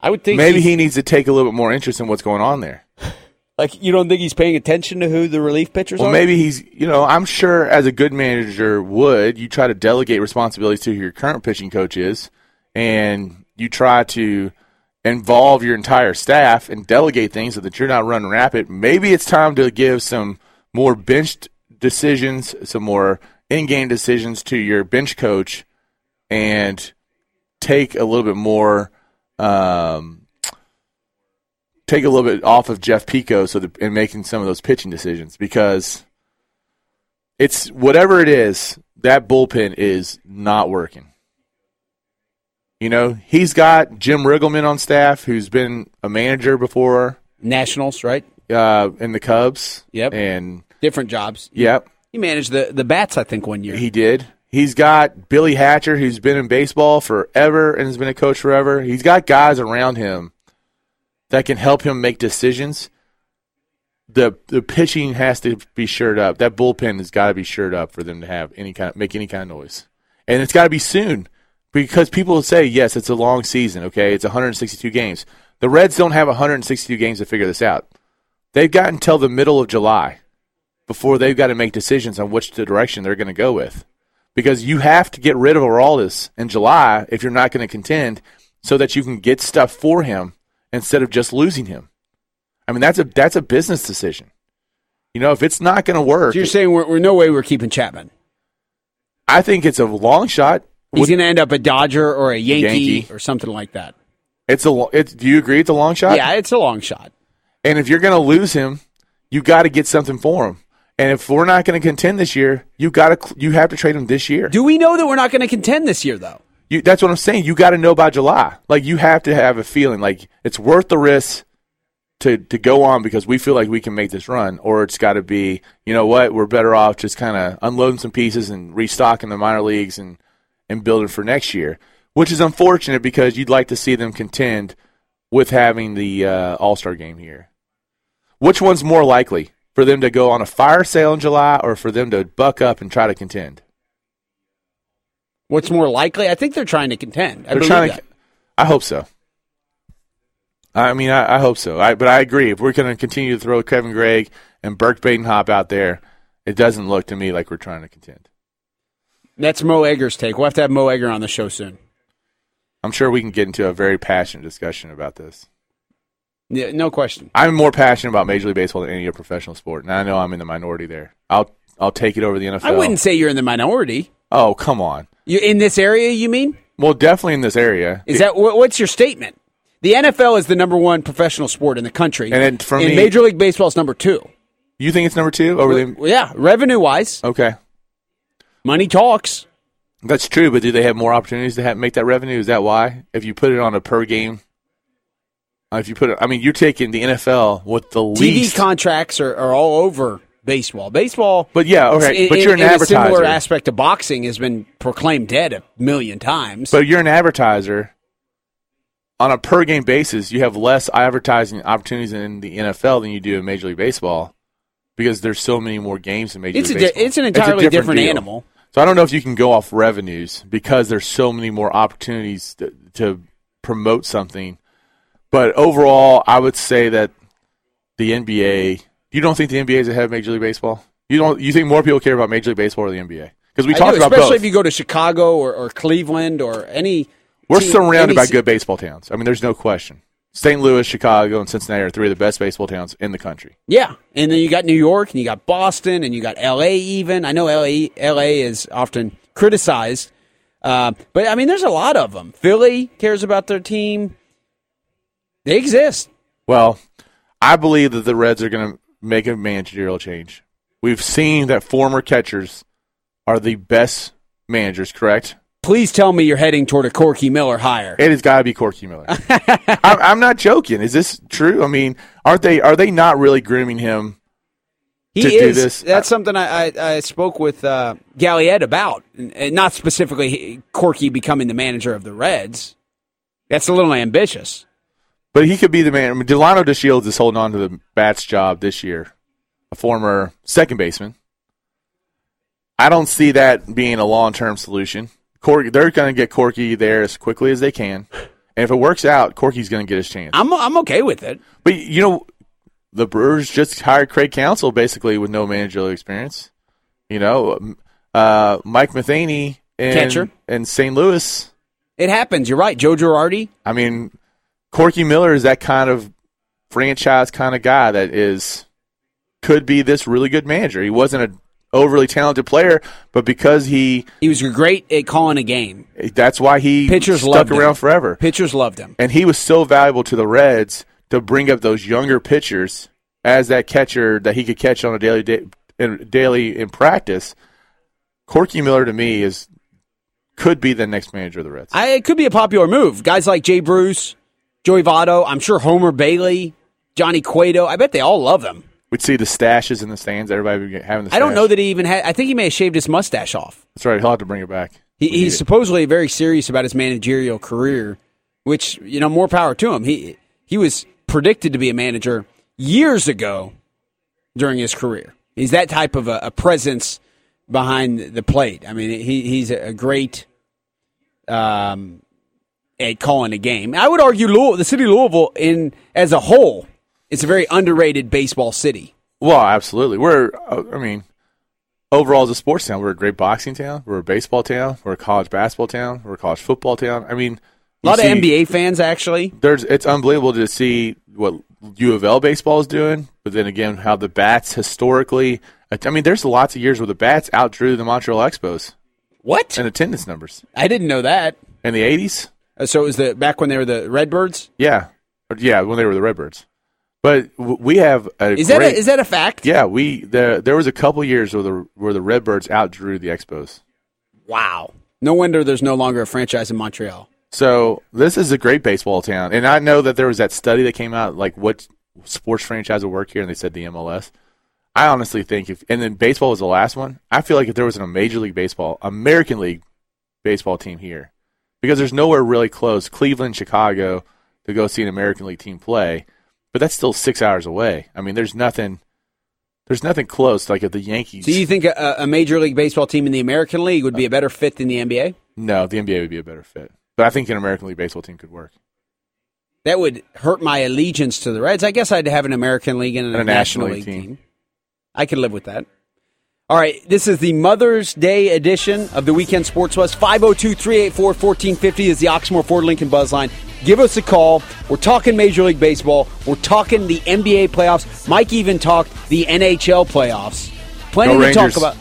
Speaker 3: I would think
Speaker 2: maybe he needs to take a little bit more interest in what's going on there.
Speaker 3: like you don't think he's paying attention to who the relief pitchers
Speaker 2: Well, maybe he's, you know, I'm sure as a good manager would, you try to delegate responsibilities to who your current pitching coach is, and you try to involve your entire staff and delegate things so that you're not running rapid. Maybe it's time to give some more benched decisions, some more in game decisions to your bench coach and take a little bit more. Um, take a little bit off of Jeff Pico so that, and making some of those pitching decisions because it's whatever it is that bullpen is not working. You know, he's got Jim Riggleman on staff who's been a manager before
Speaker 3: Nationals, right?
Speaker 2: uh, in the Cubs.
Speaker 3: Yep.
Speaker 2: and
Speaker 3: Different jobs.
Speaker 2: yep,
Speaker 3: He managed the the bats, I think, one year.
Speaker 2: he did. He's got Billy Hatcher, who's been in baseball forever and has been a coach forever. He's got guys around him that can help him make decisions. The the pitching has to be shored up. That bullpen has got to be shored up for them to have any kind of, make any kind of noise. And it's got to be soon because people say, yes, it's a long season, okay? It's 162 games. The Reds don't have 162 games to figure this out. They've got until the middle of July before they've got to make decisions on which direction they're going to go with. Because you have to get rid of Araldis in July if you're not going to contend so that you can get stuff for him instead of just losing him. I mean, that's a that's a business decision. You know, if it's not going to work,
Speaker 3: So you're saying we're, we're no way we're keeping Chapman.
Speaker 2: I think it's a long shot.
Speaker 3: He's
Speaker 2: Would-
Speaker 3: going to end up a Dodger or a Yankee,
Speaker 2: Yankee.
Speaker 3: or something like that.
Speaker 2: It's a. lo- It's, do you agree? It's a long shot.
Speaker 3: yeah, it's a long shot.
Speaker 2: And if you're going to lose him, you got to get something for him. And if we're not going to contend this year, you got to. You have to trade him this year.
Speaker 3: Do we know that we're not going to contend this year, though?
Speaker 2: You, that's what I'm saying. You got to know by July. Like you have to have a feeling. Like it's worth the risk to to go on because we feel like we can make this run, or it's got to be. You know what? We're better off just kind of unloading some pieces and restocking the minor leagues and and building for next year, which is unfortunate because you'd like to see them contend with having the uh, All Star game here. Which one's more likely for them to go on a fire sale in July, or for them to buck up and try to contend?
Speaker 3: What's more likely? I think they're trying to contend. I
Speaker 2: They're
Speaker 3: believe
Speaker 2: trying to.
Speaker 3: that.
Speaker 2: I hope so. I mean, I, I hope so. I, but I agree. If we're going to continue to throw Kevin Gregg and Burke Badenhop out there, it doesn't look to me like we're trying to contend.
Speaker 3: That's Mo Egger's take. We'll have to have Mo Egger on the show soon.
Speaker 2: I'm sure we can get into a very passionate discussion about this.
Speaker 3: Yeah, no question.
Speaker 2: I'm more passionate about Major League Baseball than any other professional sport, and I know I'm in the minority there. I'll I'll take it over the NFL.
Speaker 3: I wouldn't say you're in the minority.
Speaker 2: Oh, come on.
Speaker 3: You in this area? You mean?
Speaker 2: Well, definitely in this area.
Speaker 3: Is that wh- what's your statement? The NFL is the number one professional sport in the country,
Speaker 2: And then for me-
Speaker 3: Major League Baseball is number two.
Speaker 2: you think it's number two? Or were they-
Speaker 3: Well, yeah, revenue wise,
Speaker 2: okay,
Speaker 3: money talks.
Speaker 2: that's true. But do they have more opportunities to have, make that revenue? Is that why? If you put it on a per game, uh, if you put it, I mean, you're taking the NFL with the least.
Speaker 3: TV contracts are, are all over baseball. Baseball,
Speaker 2: But yeah, okay,
Speaker 3: in-
Speaker 2: but you're an
Speaker 3: in A
Speaker 2: advertiser.
Speaker 3: similar aspect of boxing has been proclaimed dead a million times.
Speaker 2: but you're an advertiser. On a per game basis, you have less advertising opportunities in the NFL than you do in Major League Baseball because there's so many more games in Major
Speaker 3: it's a
Speaker 2: League
Speaker 3: di-
Speaker 2: Baseball.
Speaker 3: it's an entirely different,
Speaker 2: deal.
Speaker 3: animal.
Speaker 2: So I don't know if you can go off revenues because there's so many more opportunities to, to promote something. But overall, I would say that the NBA. You don't think the NBA is ahead of Major League Baseball? You don't. You think more people care about Major League Baseball or the NBA? Because we
Speaker 3: I
Speaker 2: talked
Speaker 3: do,
Speaker 2: about
Speaker 3: especially
Speaker 2: both.
Speaker 3: if you go to Chicago or, or Cleveland or any.
Speaker 2: We're
Speaker 3: team-
Speaker 2: surrounded
Speaker 3: any
Speaker 2: by
Speaker 3: ci-
Speaker 2: good baseball towns. I mean, there's no question. St. Louis, Chicago, and Cincinnati are three of the best baseball towns in the country.
Speaker 3: Yeah, and then you got New York, and you got Boston, and you got L.A. Even I know L.A. L.A. is often criticized, uh, but I mean, there's a lot of them. Philly cares about their team; they exist.
Speaker 2: Well, I believe that the Reds are going to make a managerial change. We've seen that former catchers are the best managers, correct?
Speaker 3: Please tell me you're heading toward a Corky Miller hire.
Speaker 2: It has got to be Corky Miller. I'm, I'm not joking. Is this true? I mean, aren't they? Are they not really grooming him?
Speaker 3: He
Speaker 2: to
Speaker 3: is.
Speaker 2: do this.
Speaker 3: That's something I, I, I spoke with uh, Galliette about, and- and not specifically he- Corky becoming the manager of the Reds. That's a little ambitious.
Speaker 2: But he could be the man. I mean, Delano DeShields is holding on to the bats job this year, a former second baseman. I don't see that being a long term solution. Corky, they're going to get Corky there as quickly as they can. And if it works out, Corky's going to get his chance.
Speaker 3: I'm I'm okay with it.
Speaker 2: But you know, the Brewers just hired Craig Council basically with no managerial experience. You know, uh, Mike Matheny and
Speaker 3: Catcher.
Speaker 2: and St. Louis.
Speaker 3: It happens. You're right. Joe Girardi.
Speaker 2: I mean, Corky Miller is that kind of franchise kind of guy that is could be this really good manager. He wasn't a overly talented player, but because he
Speaker 3: He was great at calling a game.
Speaker 2: that's why he
Speaker 3: Pitchers
Speaker 2: stuck
Speaker 3: loved
Speaker 2: around
Speaker 3: him.
Speaker 2: forever.
Speaker 3: Pitchers loved him.
Speaker 2: And he was so valuable to the Reds to bring up those younger pitchers as that catcher that he could catch on a daily day, in, daily in practice. Corky Miller to me is could be the next manager of the Reds.
Speaker 3: I, it could be a popular move. Guys like Jay Bruce, Joey Votto. I'm sure Homer Bailey, Johnny Cueto. I bet they all love him.
Speaker 2: We'd see the stashes in the stands. Everybody would get- having the.
Speaker 3: I don't
Speaker 2: stash.
Speaker 3: know that he even had. I think he may have shaved his mustache off.
Speaker 2: That's right. He'll have to bring it back.
Speaker 3: He,
Speaker 2: We need
Speaker 3: he's
Speaker 2: it.
Speaker 3: supposedly very serious about his managerial career, which you know more power to him. He he was predicted to be a manager years ago during his career. He's that type of a, a presence behind the plate. I mean, he he's a great um, at calling a game. I would argue Louisville, the city of Louisville, in as a whole, it's a very underrated baseball city.
Speaker 2: well, absolutely. We're. uh, I mean, overall as a sports town, we're a great boxing town. We're a baseball town. We're a college basketball town. We're a college football town. I mean,
Speaker 3: A
Speaker 2: you
Speaker 3: lot
Speaker 2: see-
Speaker 3: of NBA fans actually.
Speaker 2: there's it's unbelievable to see what U of L baseball is doing, but then again, how the bats historically. I mean, there's lots of years where the bats outdrew the Montreal Expos
Speaker 3: What?
Speaker 2: in attendance numbers
Speaker 3: I didn't know that.
Speaker 2: in the '80s.
Speaker 3: Uh, So it was the back when they were the Redbirds.
Speaker 2: Yeah, yeah, when they were the Redbirds. But w- we have a
Speaker 3: Is
Speaker 2: great,
Speaker 3: that a, is that a fact?
Speaker 2: yeah we the, there was a couple years where the where the Redbirds outdrew the Expos.
Speaker 3: Wow. No wonder there's no longer a franchise in Montreal.
Speaker 2: So this is a great baseball town, and I know that there was that study that came out like what sports franchise will work here, and they said the MLS. I honestly think if and then baseball was the last one. I feel like if there was a Major League Baseball, American League baseball team here, because there's nowhere really close, Cleveland, Chicago, to go see an American League team play, but that's still six hours away. I mean, there's nothing, there's nothing close. Like if the Yankees,
Speaker 3: Do you think a, a major league baseball team in the American League would be a better fit than the NBA?
Speaker 2: no, the NBA would be a better fit, but I think an American League baseball team could work.
Speaker 3: That would hurt my allegiance to the Reds. I guess I'd have an American League and a, National, League team. I could live with that. All right, this is the Mother's Day edition of the Weekend Sports West. 502-384-1450 is the Oxmoor Ford Lincoln Buzz line. Give us a call. We're talking Major League Baseball. We're talking the NBA playoffs. Mike even talked the NHL playoffs. Plenty
Speaker 2: Go
Speaker 3: to
Speaker 2: Rangers.
Speaker 3: talk about.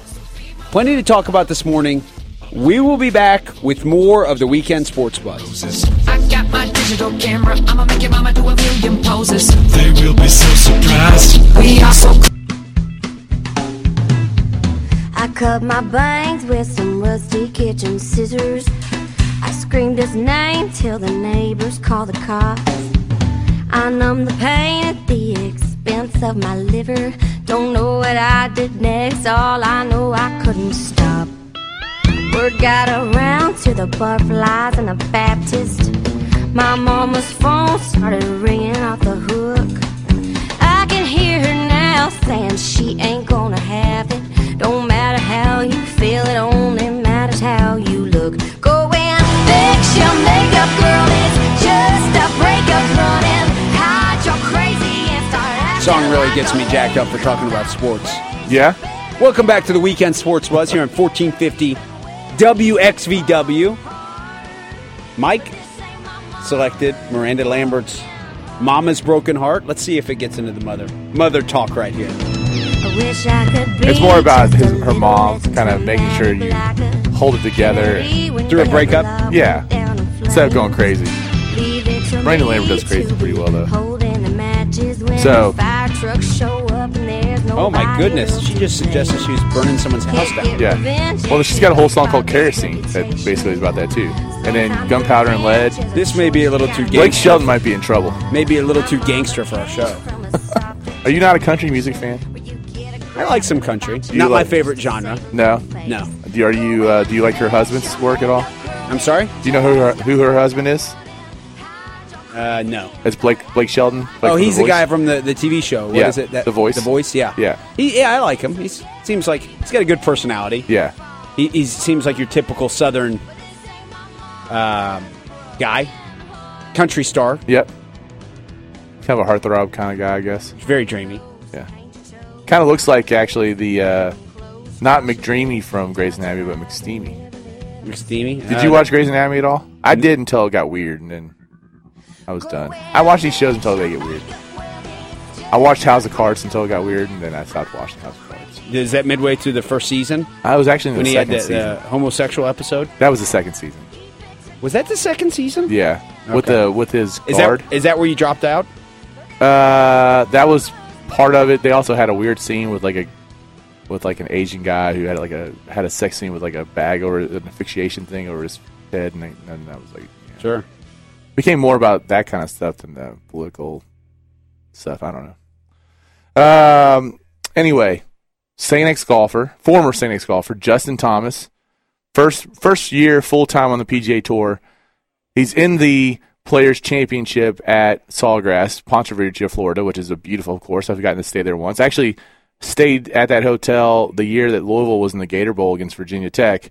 Speaker 3: Plenty to talk about this morning. We will be back with more of the Weekend Sports Buzz.
Speaker 6: I got my digital camera. I'ma make your mama do a million poses.
Speaker 5: They will be so surprised.
Speaker 6: We are so
Speaker 7: I cut my bangs with some rusty kitchen scissors. I screamed his name till the neighbors called the cops. I numbed the pain at the expense of my liver. Don't know what I did next, all I know I couldn't stop. Word got around to the butterflies and the Baptist. My mama's phone started ringing off the hook. I can hear her now saying she ain't gonna have it. Don't matter how you feel, it only matters how you look. Go and fix your makeup, girl. It's just a breakup running. Hide your crazy and start acting
Speaker 3: Song really
Speaker 7: like
Speaker 3: gets
Speaker 7: a
Speaker 3: me jacked up for talking about sports.
Speaker 2: Yeah,
Speaker 3: Welcome back to the Weekend Sports Buzz here on 1450 WXVW. Mike selected Miranda Lambert's Mama's Broken Heart. Let's see if it gets into the mother mother talk right here.
Speaker 7: I wish I could be
Speaker 2: It's more about
Speaker 7: just a
Speaker 2: his- her
Speaker 7: little
Speaker 2: mom
Speaker 7: less
Speaker 2: kind of making sure you hold it together.
Speaker 3: Through a breakup?
Speaker 2: Yeah. Instead of going crazy.
Speaker 7: Brandon
Speaker 2: Brandon Lambert does crazy pretty well, though. So-
Speaker 7: So. Oh
Speaker 3: Oh my goodness, she just suggested she was burning someone's house down.
Speaker 2: Yeah. Well, she's got a whole song called Kerosene that basically is about that, too. And then Gunpowder and Lead.
Speaker 3: This may be a little too
Speaker 2: Blake
Speaker 3: gangster.
Speaker 2: Sheldon might be in trouble.
Speaker 3: Maybe a little too gangster for our show.
Speaker 2: Are you not a country music fan?
Speaker 3: I like some country.
Speaker 2: you
Speaker 3: Not
Speaker 2: like-
Speaker 3: my favorite genre.
Speaker 2: No.
Speaker 3: No.
Speaker 2: Do are you uh, do you like her husband's work at all?
Speaker 3: I'm sorry?
Speaker 2: Do you know who her, who her husband is?
Speaker 3: Uh, no.
Speaker 2: It's Blake Blake Sheldon. Blake
Speaker 3: oh,
Speaker 2: from
Speaker 3: he's the,
Speaker 2: Voice?
Speaker 3: guy from the, the TV show. What is
Speaker 2: Yeah,
Speaker 3: it? That,
Speaker 2: The Voice.
Speaker 3: The Voice. Yeah.
Speaker 2: Yeah.
Speaker 3: He, yeah, I like him. He seems like he's got a good personality.
Speaker 2: Yeah.
Speaker 3: He, he seems like your typical Southern um, guy, country star.
Speaker 2: Yep. Kind of a heartthrob kind of guy, I guess.
Speaker 3: Very dreamy.
Speaker 2: Yeah. Kind of looks like actually the uh, not McDreamy from Grey's Anatomy, but McSteamy.
Speaker 3: McSteamy.
Speaker 2: Did
Speaker 3: Uh,
Speaker 2: you watch Grey's Anatomy at all? I did until it got weird, and then I was done. I watch these shows until they get weird. I watched House of Cards until it got weird, and then I stopped watching House of Cards.
Speaker 3: Is that midway through the first season
Speaker 2: I was actually in the
Speaker 3: when he had
Speaker 2: second
Speaker 3: that
Speaker 2: season.
Speaker 3: uh, homosexual episode?
Speaker 2: that was the second season.
Speaker 3: Was that the second season?
Speaker 2: Yeah, with
Speaker 3: Okay.
Speaker 2: the with his
Speaker 3: Is
Speaker 2: guard.
Speaker 3: that is that where you dropped out?
Speaker 2: uh, that was part of it. They also had a weird scene with like a with like an Asian guy who had like a had a sex scene with like a bag over an asphyxiation thing over his head, and, I- and that was like yeah.
Speaker 3: Sure.
Speaker 2: became more about that kind of stuff than the political stuff. I don't know. Um. Anyway, Saint X golfer, former Saint X golfer Justin Thomas, first first year full time on the PGA Tour. He's in the Players Championship at Sawgrass, Ponte Vedra, Florida, which is a beautiful course. I've gotten to stay there once. I actually stayed at that hotel the year that Louisville was in the Gator Bowl against Virginia Tech,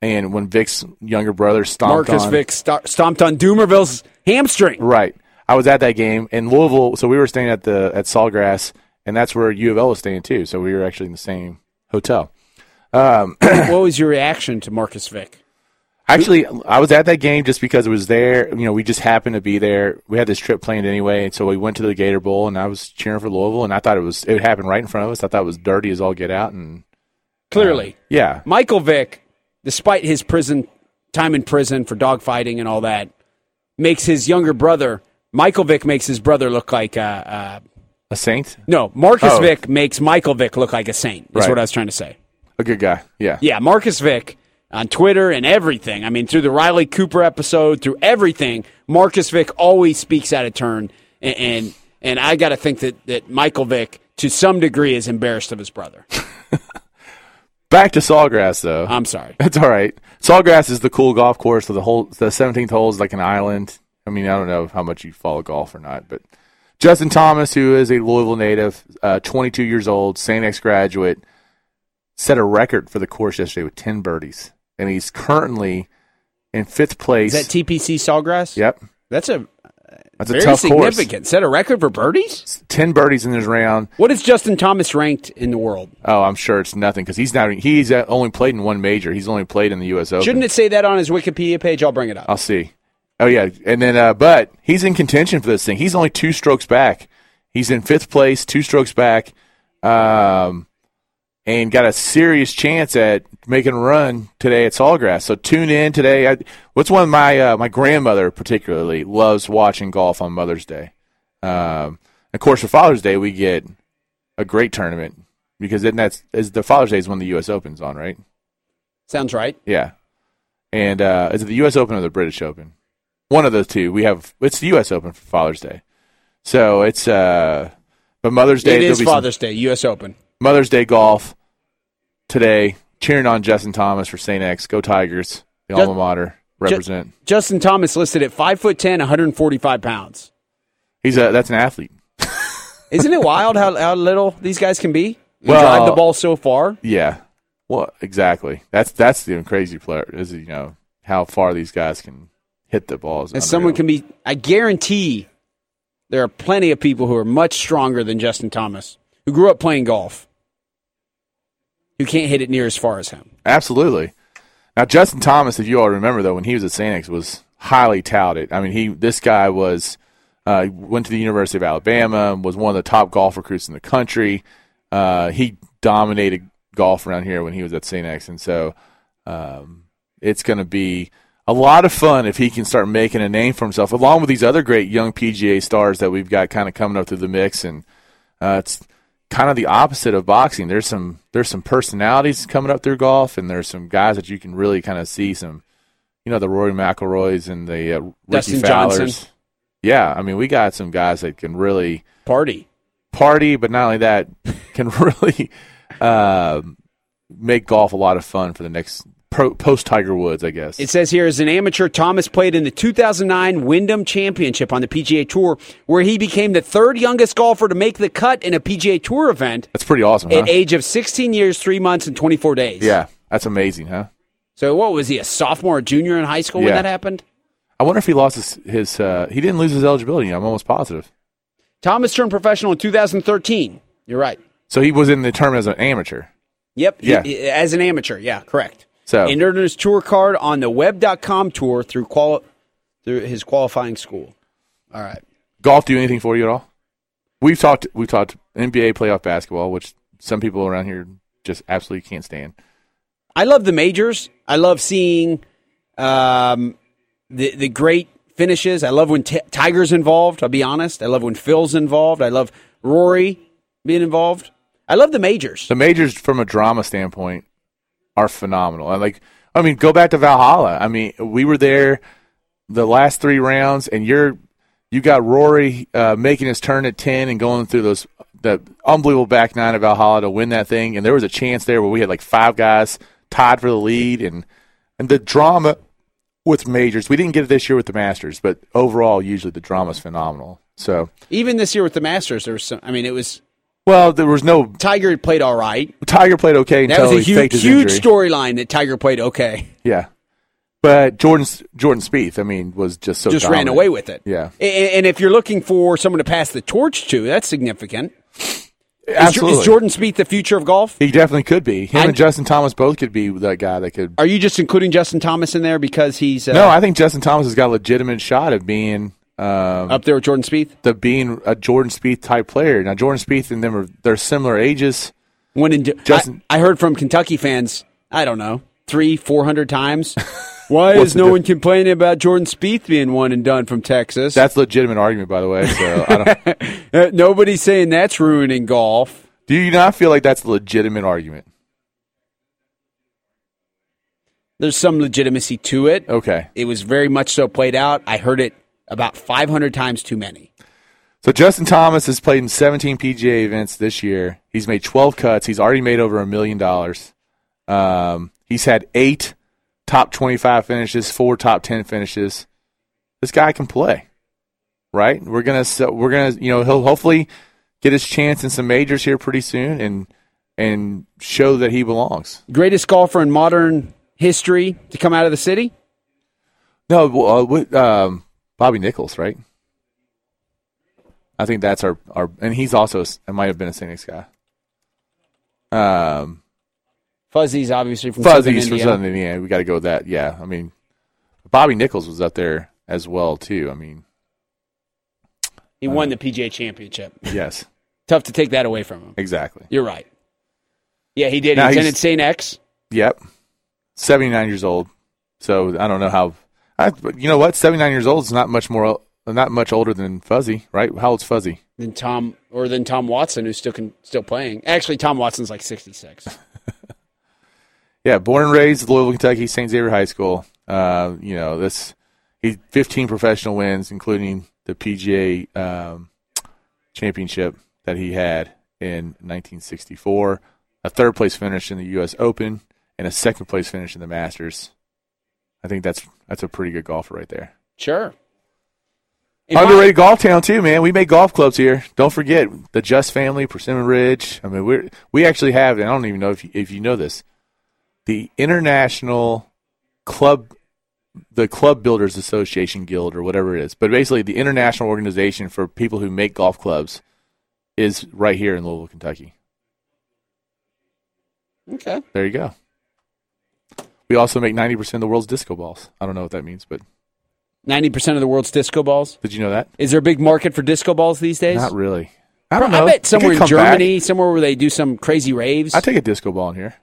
Speaker 2: and when Vic's younger brother stomped
Speaker 3: Marcus
Speaker 2: on
Speaker 3: Vick sto- stomped on Doomerville's hamstring.
Speaker 2: Right. I was at that game in Louisville, so we were staying at the at Sawgrass, and that's where U of L was staying too. So we were actually in the same hotel.
Speaker 3: what was your reaction to Marcus Vick?
Speaker 2: Uh, Actually, I was at that game just because it was there. You know, we just happened to be there. We had this trip planned anyway, and so we went to the Gator Bowl, and I was cheering for Louisville, and I thought it was it happened right in front of us. I thought it was dirty as all get out, and
Speaker 3: Clearly,
Speaker 2: yeah,
Speaker 3: Michael Vick, despite his prison time in prison for dogfighting and all that, makes his younger brother Michael Vick makes his brother look like a, uh
Speaker 2: A saint?
Speaker 3: no Marcus
Speaker 2: Oh.
Speaker 3: Vick makes Michael Vick look like a saint. Is
Speaker 2: Right.
Speaker 3: what I was trying to say.
Speaker 2: A good guy. Yeah.
Speaker 3: Yeah, Marcus Vick on Twitter and everything. I mean, through the Riley Cooper episode, through everything, Marcus Vick always speaks out of turn, and and, and I got to think that that Michael Vick to some degree is embarrassed of his brother.
Speaker 2: Back to Sawgrass though.
Speaker 3: I'm sorry.
Speaker 2: That's all right. Sawgrass is the cool golf course. So the whole the 17th hole is like an island. I mean, I don't know how much you follow golf or not, but Justin Thomas, who is a Louisville native, uh, 22 years old, St. X graduate, set a record for the course yesterday with 10 birdies, and he's currently in fifth place.
Speaker 3: Is that TPC Sawgrass?
Speaker 2: yep,
Speaker 3: That's a
Speaker 2: that's
Speaker 3: very
Speaker 2: a tough
Speaker 3: significant.
Speaker 2: course.
Speaker 3: Set a record for birdies.
Speaker 2: 10 birdies in this round.
Speaker 3: What is Justin Thomas ranked in the world?
Speaker 2: Oh, I'm sure it's nothing because he's not. He's uh, only played in one major. He's only played in the U.S. Open.
Speaker 3: Shouldn't it say that on his Wikipedia page? I'll bring it up.
Speaker 2: I'll see. Oh yeah, and then uh, but he's in contention for this thing. He's only two strokes back. He's in fifth place, two strokes back, um, and got a serious chance at making a run today at Sawgrass. So tune in today. I, what's one of my uh, my grandmother particularly loves watching golf on Mother's Day. Um, of course, for Father's Day we get a great tournament because then that's is the Father's Day is when the U.S. Open's on, right?
Speaker 3: Sounds right.
Speaker 2: Yeah. And uh, is it the U.S. Open or the British Open? One of the two. We have it's the U.S. Open for Father's Day, so it's uh, but Mother's Day
Speaker 3: it
Speaker 2: there'll
Speaker 3: is
Speaker 2: be some
Speaker 3: Father's Day, U.S. Open.
Speaker 2: Mother's Day golf today. Cheering on Justin Thomas for St. X. Go Tigers! The
Speaker 3: Ju-
Speaker 2: alma mater represent.
Speaker 3: Ju- Justin Thomas listed at five foot ten, 145 pounds.
Speaker 2: He's a that's an athlete.
Speaker 3: Isn't it wild how, how little these guys can be? You
Speaker 2: Well-
Speaker 3: drive the ball so far.
Speaker 2: Yeah. Well, exactly. That's that's the crazy player is you know how far these guys can hit the balls.
Speaker 3: And someone can be, I guarantee there are plenty of people who are much stronger than Justin Thomas, who grew up playing golf, who can't hit it near as far as him.
Speaker 2: Absolutely. Now Justin Thomas, if you all remember though, when he was at Sanex, was highly touted. I mean, he this guy was uh, went to the University of Alabama, was one of the top golf recruits in the country. Uh, he dominated golf around here when he was at Sanex, and so um, it's going to be a lot of fun if he can start making a name for himself, along with these other great young PGA stars that we've got kind of coming up through the mix. And uh, it's kind of the opposite of boxing. There's some there's some personalities coming up through golf, and there's some guys that you can really kind of see some, you know, the Rory McIlroys and the uh, Ricky
Speaker 3: Dustin
Speaker 2: Fowlers.
Speaker 3: Johnson.
Speaker 2: Yeah, I mean, we got some guys that can really
Speaker 3: Party.
Speaker 2: party, but not only that, can really uh, make golf a lot of fun for the next pro, post Tiger Woods, I guess.
Speaker 3: It says here as an amateur, Thomas played in the 2009 Wyndham Championship on the PGA Tour, where he became the third youngest golfer to make the cut in a PGA Tour event
Speaker 2: that's pretty awesome, huh?
Speaker 3: at age of 16 years, three months, and 24 days.
Speaker 2: Yeah, that's amazing, huh?
Speaker 3: So what was he, a sophomore or junior in high school when
Speaker 2: Yeah.
Speaker 3: that happened?
Speaker 2: I wonder if he lost his, his uh, he didn't lose his eligibility. I'm almost positive.
Speaker 3: Thomas turned professional in 2013. You're right.
Speaker 2: So he was in the tournament as an amateur.
Speaker 3: Yep. he-
Speaker 2: Yeah.
Speaker 3: he- as an amateur. Yeah, correct.
Speaker 2: So-
Speaker 3: and earned his tour card on the web.com tour through quali- through his qualifying school. All right.
Speaker 2: Golf do anything for you at all? We've talked we've talked NBA playoff basketball, which some people around here just absolutely can't stand.
Speaker 3: I love the majors. I love seeing um, the the great finishes. I love when t- Tiger's involved. I'll be honest. I love when Phil's involved. I love Rory being involved. I love the majors.
Speaker 2: The majors, from a drama standpoint, are phenomenal. I like. I mean, go back to Valhalla. I mean, we were there the last three rounds, and you're you got Rory uh, making his turn at ten and going through those the unbelievable back nine of Valhalla to win that thing. And there was a chance there where we had like five guys tied for the lead, and and the drama with majors. We didn't get it this year with the Masters, but overall, usually the drama's phenomenal. So,
Speaker 3: Even this year with the Masters, there was some. I mean, it was
Speaker 2: well, there was no
Speaker 3: Tiger played all right.
Speaker 2: Tiger played okay
Speaker 3: That
Speaker 2: until
Speaker 3: was a
Speaker 2: he faked
Speaker 3: huge,
Speaker 2: his
Speaker 3: huge
Speaker 2: injury.
Speaker 3: storyline that Tiger played okay.
Speaker 2: Yeah, but Jordan's Jordan Spieth, I mean, was just so
Speaker 3: Just ran
Speaker 2: dominant.
Speaker 3: away with it.
Speaker 2: Yeah.
Speaker 3: A- a- And, if you're looking for someone to pass the torch to, that's significant. Is, Jo-
Speaker 2: Absolutely,
Speaker 3: is Jordan Spieth the future of golf?
Speaker 2: he definitely could be. Him
Speaker 3: I-
Speaker 2: and Justin Thomas both could be that guy that could.
Speaker 3: Are you just including Justin Thomas in there because he's uh,
Speaker 2: No, I think Justin Thomas has got a legitimate shot of being um,
Speaker 3: up there with Jordan Spieth?
Speaker 2: the being a Jordan Spieth type player. Now, Jordan Spieth and them are they're similar ages.
Speaker 3: When in,
Speaker 2: Justin-
Speaker 3: I, I heard from Kentucky fans, I don't know, three, four hundred times. Why
Speaker 2: What's
Speaker 3: is
Speaker 2: the
Speaker 3: no
Speaker 2: diff-
Speaker 3: one complaining about Jordan Spieth being one and done from Texas?
Speaker 2: That's a legitimate argument, by the way. So I don't,
Speaker 3: Uh, nobody's saying that's ruining golf.
Speaker 2: do you not feel like that's a legitimate argument?
Speaker 3: There's some legitimacy to it.
Speaker 2: Okay.
Speaker 3: It was very much so played out. I heard it about 500 times too many.
Speaker 2: So Justin Thomas has played in 17 PGA events this year. He's made 12 cuts. He's already made over a million dollars. Um, he's had eight top 25 finishes, four top 10 finishes. This guy can play, right? We're gonna so we're gonna you know he'll hopefully get his chance in some majors here pretty soon and and show that he belongs.
Speaker 3: Greatest golfer in modern history to come out of the city?
Speaker 2: No, well, uh, with, um, Bobby Nichols, right? I think that's our, our and he's also a s- it might have been a Phoenix guy. Um,
Speaker 3: Fuzzies, obviously, from
Speaker 2: Fuzzies for
Speaker 3: Southern
Speaker 2: Southern Indiana. We got to go with that. Yeah, I mean, Bobby Nichols was up there as well too. I mean,
Speaker 3: He won the PGA Championship.
Speaker 2: yes,
Speaker 3: Tough to take that away from him.
Speaker 2: exactly.
Speaker 3: You're right. Yeah, he did.
Speaker 2: Now
Speaker 3: He's in
Speaker 2: he's-
Speaker 3: at St. X.
Speaker 2: Yep, seventy nine years old. So I don't know how. I, but you know what? Seventy nine years old is not much more. Not much older than Fuzzy, right? How old's Fuzzy?
Speaker 3: than Tom or than Tom Watson, who's still can, still playing. Actually, Tom Watson's like sixty six.
Speaker 2: Yeah, born and raised in Louisville, Kentucky, St. Xavier High School. Uh, you know, this he 15 professional wins, including the PGA um, championship that he had in 1964, a third place finish in the U.S. Open, and a second place finish in the Masters. I think that's that's a pretty good golfer right there.
Speaker 3: sure. And
Speaker 2: Underrated golf town too, man. We make golf clubs here. Don't forget the Just Family, Persimmon Ridge. I mean, we we actually have, and I don't even know if you, if you know this, the International Club, the Club Builders Association Guild or whatever it is, but basically the international organization for people who make golf clubs is right here in Louisville, Kentucky.
Speaker 3: my- okay.
Speaker 2: There you go. We also make ninety percent of the world's disco balls. I don't know what that means, but
Speaker 3: Ninety percent of the world's disco balls.
Speaker 2: did you know that?
Speaker 3: Is there a big market for disco balls these days?
Speaker 2: Not really. I don't know.
Speaker 3: I
Speaker 2: It
Speaker 3: bet
Speaker 2: could
Speaker 3: somewhere in
Speaker 2: come back.
Speaker 3: Germany, somewhere where they do some crazy raves.
Speaker 2: I take a disco ball in here.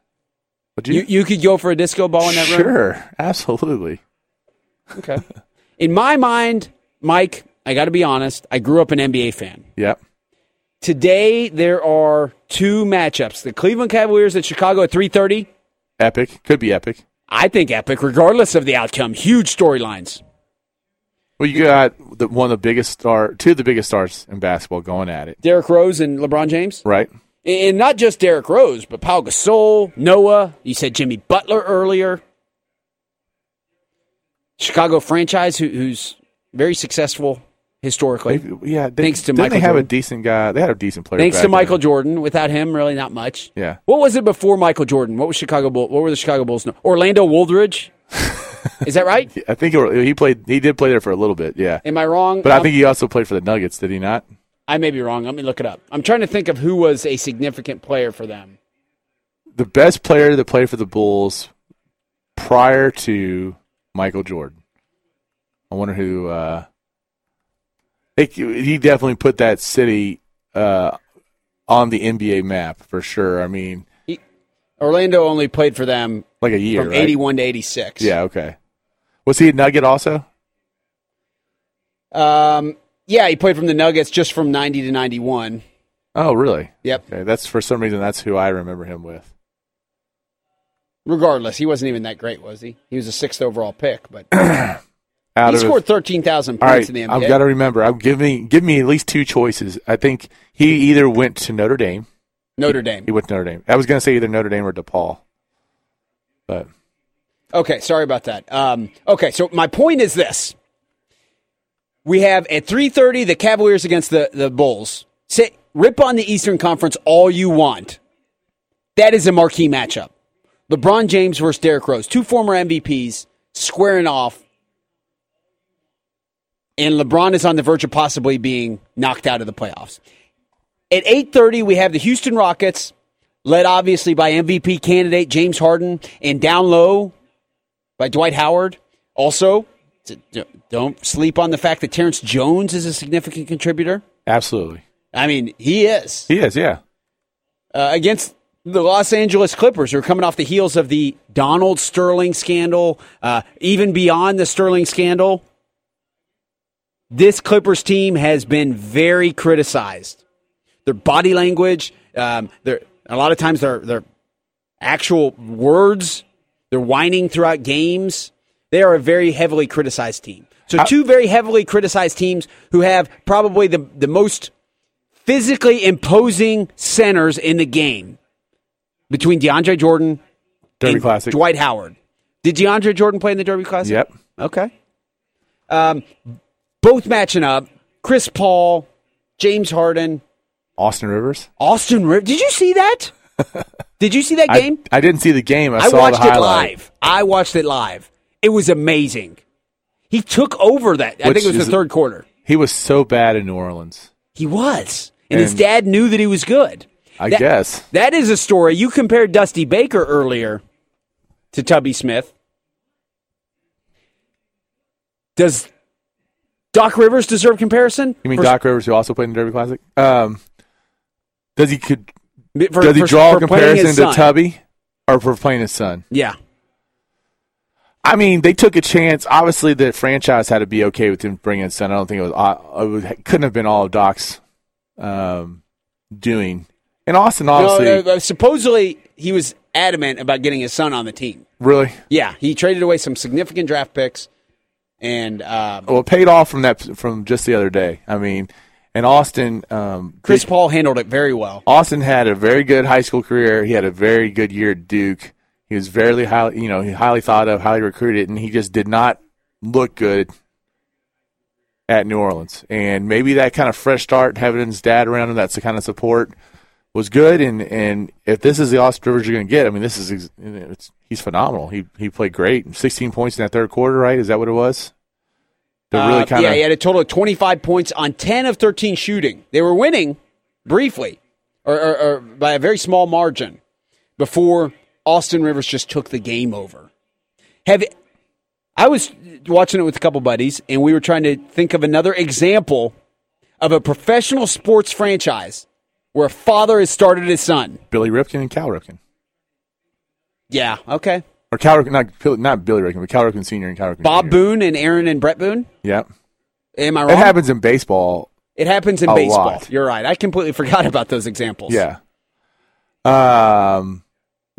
Speaker 2: Would
Speaker 3: you you could go for a disco ball in that
Speaker 2: sure,
Speaker 3: room.
Speaker 2: absolutely.
Speaker 3: Okay. In my mind, Mike, I got to be honest. I grew up an NBA fan.
Speaker 2: Yep.
Speaker 3: Today there are two matchups: the Cleveland Cavaliers at Chicago at three thirty.
Speaker 2: Epic. Could be epic.
Speaker 3: I think epic, regardless of the outcome. Huge storylines.
Speaker 2: Well, you got the, one of the biggest star, two of the biggest stars in basketball going at it,
Speaker 3: Derrick Rose and LeBron James.
Speaker 2: right?
Speaker 3: And not just Derrick Rose, but Paul Gasol, Noah. You said Jimmy Butler earlier. Chicago franchise who, who's very successful historically.
Speaker 2: They- yeah. They,
Speaker 3: Thanks to
Speaker 2: didn't
Speaker 3: Michael
Speaker 2: They have a
Speaker 3: Jordan.
Speaker 2: decent guy. They had a decent player.
Speaker 3: Thanks
Speaker 2: back
Speaker 3: to
Speaker 2: then.
Speaker 3: Michael Jordan. Without him, really not much.
Speaker 2: Yeah.
Speaker 3: What was it before Michael Jordan? What was Chicago Bull? What were the Chicago Bulls? No. Orlando Woldridge. Is that right?
Speaker 2: I think it- he played. He did play there for a little bit. Yeah.
Speaker 3: Am I wrong?
Speaker 2: But I
Speaker 3: Um,
Speaker 2: think he also played for the Nuggets. Did he not?
Speaker 3: I may be wrong. Let me look it up. I'm trying to think of who was a significant player for them.
Speaker 2: The best player that played for the Bulls prior to Michael Jordan. I wonder who. Uh, it, he definitely put that city uh, on the NBA map for sure. I mean,
Speaker 3: Orlando only played for them
Speaker 2: like a year,
Speaker 3: from
Speaker 2: right?
Speaker 3: 81 to 86.
Speaker 2: Yeah, okay. Was he a Nugget also?
Speaker 3: Um, yeah, he played from the Nuggets just from 90 to 91.
Speaker 2: Oh, really?
Speaker 3: Yep.
Speaker 2: Okay, that's for some reason that's who I remember him with.
Speaker 3: Regardless, he wasn't even that great, was he? He was a sixth overall pick, but
Speaker 2: Out
Speaker 3: he
Speaker 2: of a-
Speaker 3: scored 13,000 points
Speaker 2: All right,
Speaker 3: in the NBA.
Speaker 2: I've got to remember. I'm giving give me at least two choices. I think he either went to Notre Dame.
Speaker 3: Notre Dame.
Speaker 2: He went to Notre Dame. I was going to say either Notre Dame or DePaul, but
Speaker 3: Okay, sorry about that. Um, okay, so my point is this: we have at three thirty the Cavaliers against the the Bulls. Sit, rip on the Eastern Conference all you want. That is a marquee matchup. LeBron James versus Derrick Rose, two former MVPs squaring off, and LeBron is on the verge of possibly being knocked out of the playoffs. At eight thirty, we have the Houston Rockets. Led obviously by MVP candidate James Harden and down low by Dwight Howard. Also, d- d- don't sleep on the fact that Terrence Jones is a significant contributor.
Speaker 2: absolutely
Speaker 3: I mean, he is
Speaker 2: he is. Yeah,
Speaker 3: uh, against the Los Angeles Clippers are coming off the heels of the Donald Sterling scandal, uh, even beyond the Sterling scandal. This Clippers team has been very criticized. Their body language, um, their a lot of times their their actual words, they're whining throughout games. They are a very heavily criticized team. So two very heavily criticized teams who have probably the the most physically imposing centers in the game between DeAndre Jordan
Speaker 2: Derby
Speaker 3: and
Speaker 2: Classic.
Speaker 3: Dwight Howard. Did DeAndre Jordan play in the Derby Classic?
Speaker 2: Yep.
Speaker 3: Okay. Um, both matching up. Chris Paul, James Harden,
Speaker 2: Austin Rivers.
Speaker 3: Austin Rivers. Did you see that? Did you see that
Speaker 2: I-
Speaker 3: game?
Speaker 2: I, didn't see the game. I,
Speaker 3: I
Speaker 2: saw
Speaker 3: watched
Speaker 2: the
Speaker 3: it
Speaker 2: highlight.
Speaker 3: live. I watched it live. It was amazing. He took over that. I
Speaker 2: Which
Speaker 3: think it was
Speaker 2: is-
Speaker 3: the third quarter.
Speaker 2: He was so bad in New Orleans.
Speaker 3: He was. And, his
Speaker 2: And-
Speaker 3: dad knew that he was good.
Speaker 2: I
Speaker 3: That-
Speaker 2: guess.
Speaker 3: That is a story. You compared Dusty Baker earlier to Tubby Smith. Does Doc Rivers deserve comparison?
Speaker 2: You mean
Speaker 3: For-
Speaker 2: Doc Rivers, who also played in the Derby Classic? Um, does he could
Speaker 3: for-
Speaker 2: does he
Speaker 3: for-
Speaker 2: draw a
Speaker 3: for playing his
Speaker 2: comparison to
Speaker 3: son?
Speaker 2: Tubby or for playing his son?
Speaker 3: Yeah.
Speaker 2: I mean, they took a chance. Obviously, the franchise had to be okay with him bringing his son. I don't think it was. uh, It was- it couldn't have been all of Doc's um, doing. And Austin,
Speaker 3: No,
Speaker 2: obviously,
Speaker 3: no, no, supposedly, he was adamant about getting his son on the team.
Speaker 2: really
Speaker 3: Yeah, he traded away some significant draft picks, and um,
Speaker 2: well it paid off from that from just the other day. I mean, and Austin, um,
Speaker 3: Chris Paul handled it very well.
Speaker 2: Austin had a very good high school career. He had a very good year at Duke. He was very highly, you know, highly thought of, highly recruited, and he just did not look good at New Orleans. And maybe that kind of fresh start, having his dad around him, that's the kind of support was good. And and if this is the Austin Rivers you're going to get, I mean, this is ex- it's, he's phenomenal. He he played great. 16 points in that third quarter, right? Is that what it was? They're really
Speaker 3: Uh,
Speaker 2: kind
Speaker 3: yeah,
Speaker 2: of
Speaker 3: he had a total of 25 points on 10 of 13 shooting. They were winning briefly, or, or, or by a very small margin, before Austin Rivers just took the game over. Have I was watching it with a couple buddies, and we were trying to think of another example of a professional sports franchise where a father has started his son.
Speaker 2: Billy Ripken and Cal Ripken.
Speaker 3: Yeah, okay.
Speaker 2: Or Cal Ripken, not, not Billy Ripken, but Cal Ripken Sr. and Cal Ripken
Speaker 3: Bob
Speaker 2: Jr..
Speaker 3: Boone and Aaron and Brett Boone.
Speaker 2: Yep.
Speaker 3: Am I wrong?
Speaker 2: It happens in baseball.
Speaker 3: It happens in
Speaker 2: a
Speaker 3: baseball.
Speaker 2: lot.
Speaker 3: You're right. I completely forgot about those examples.
Speaker 2: Yeah. Um.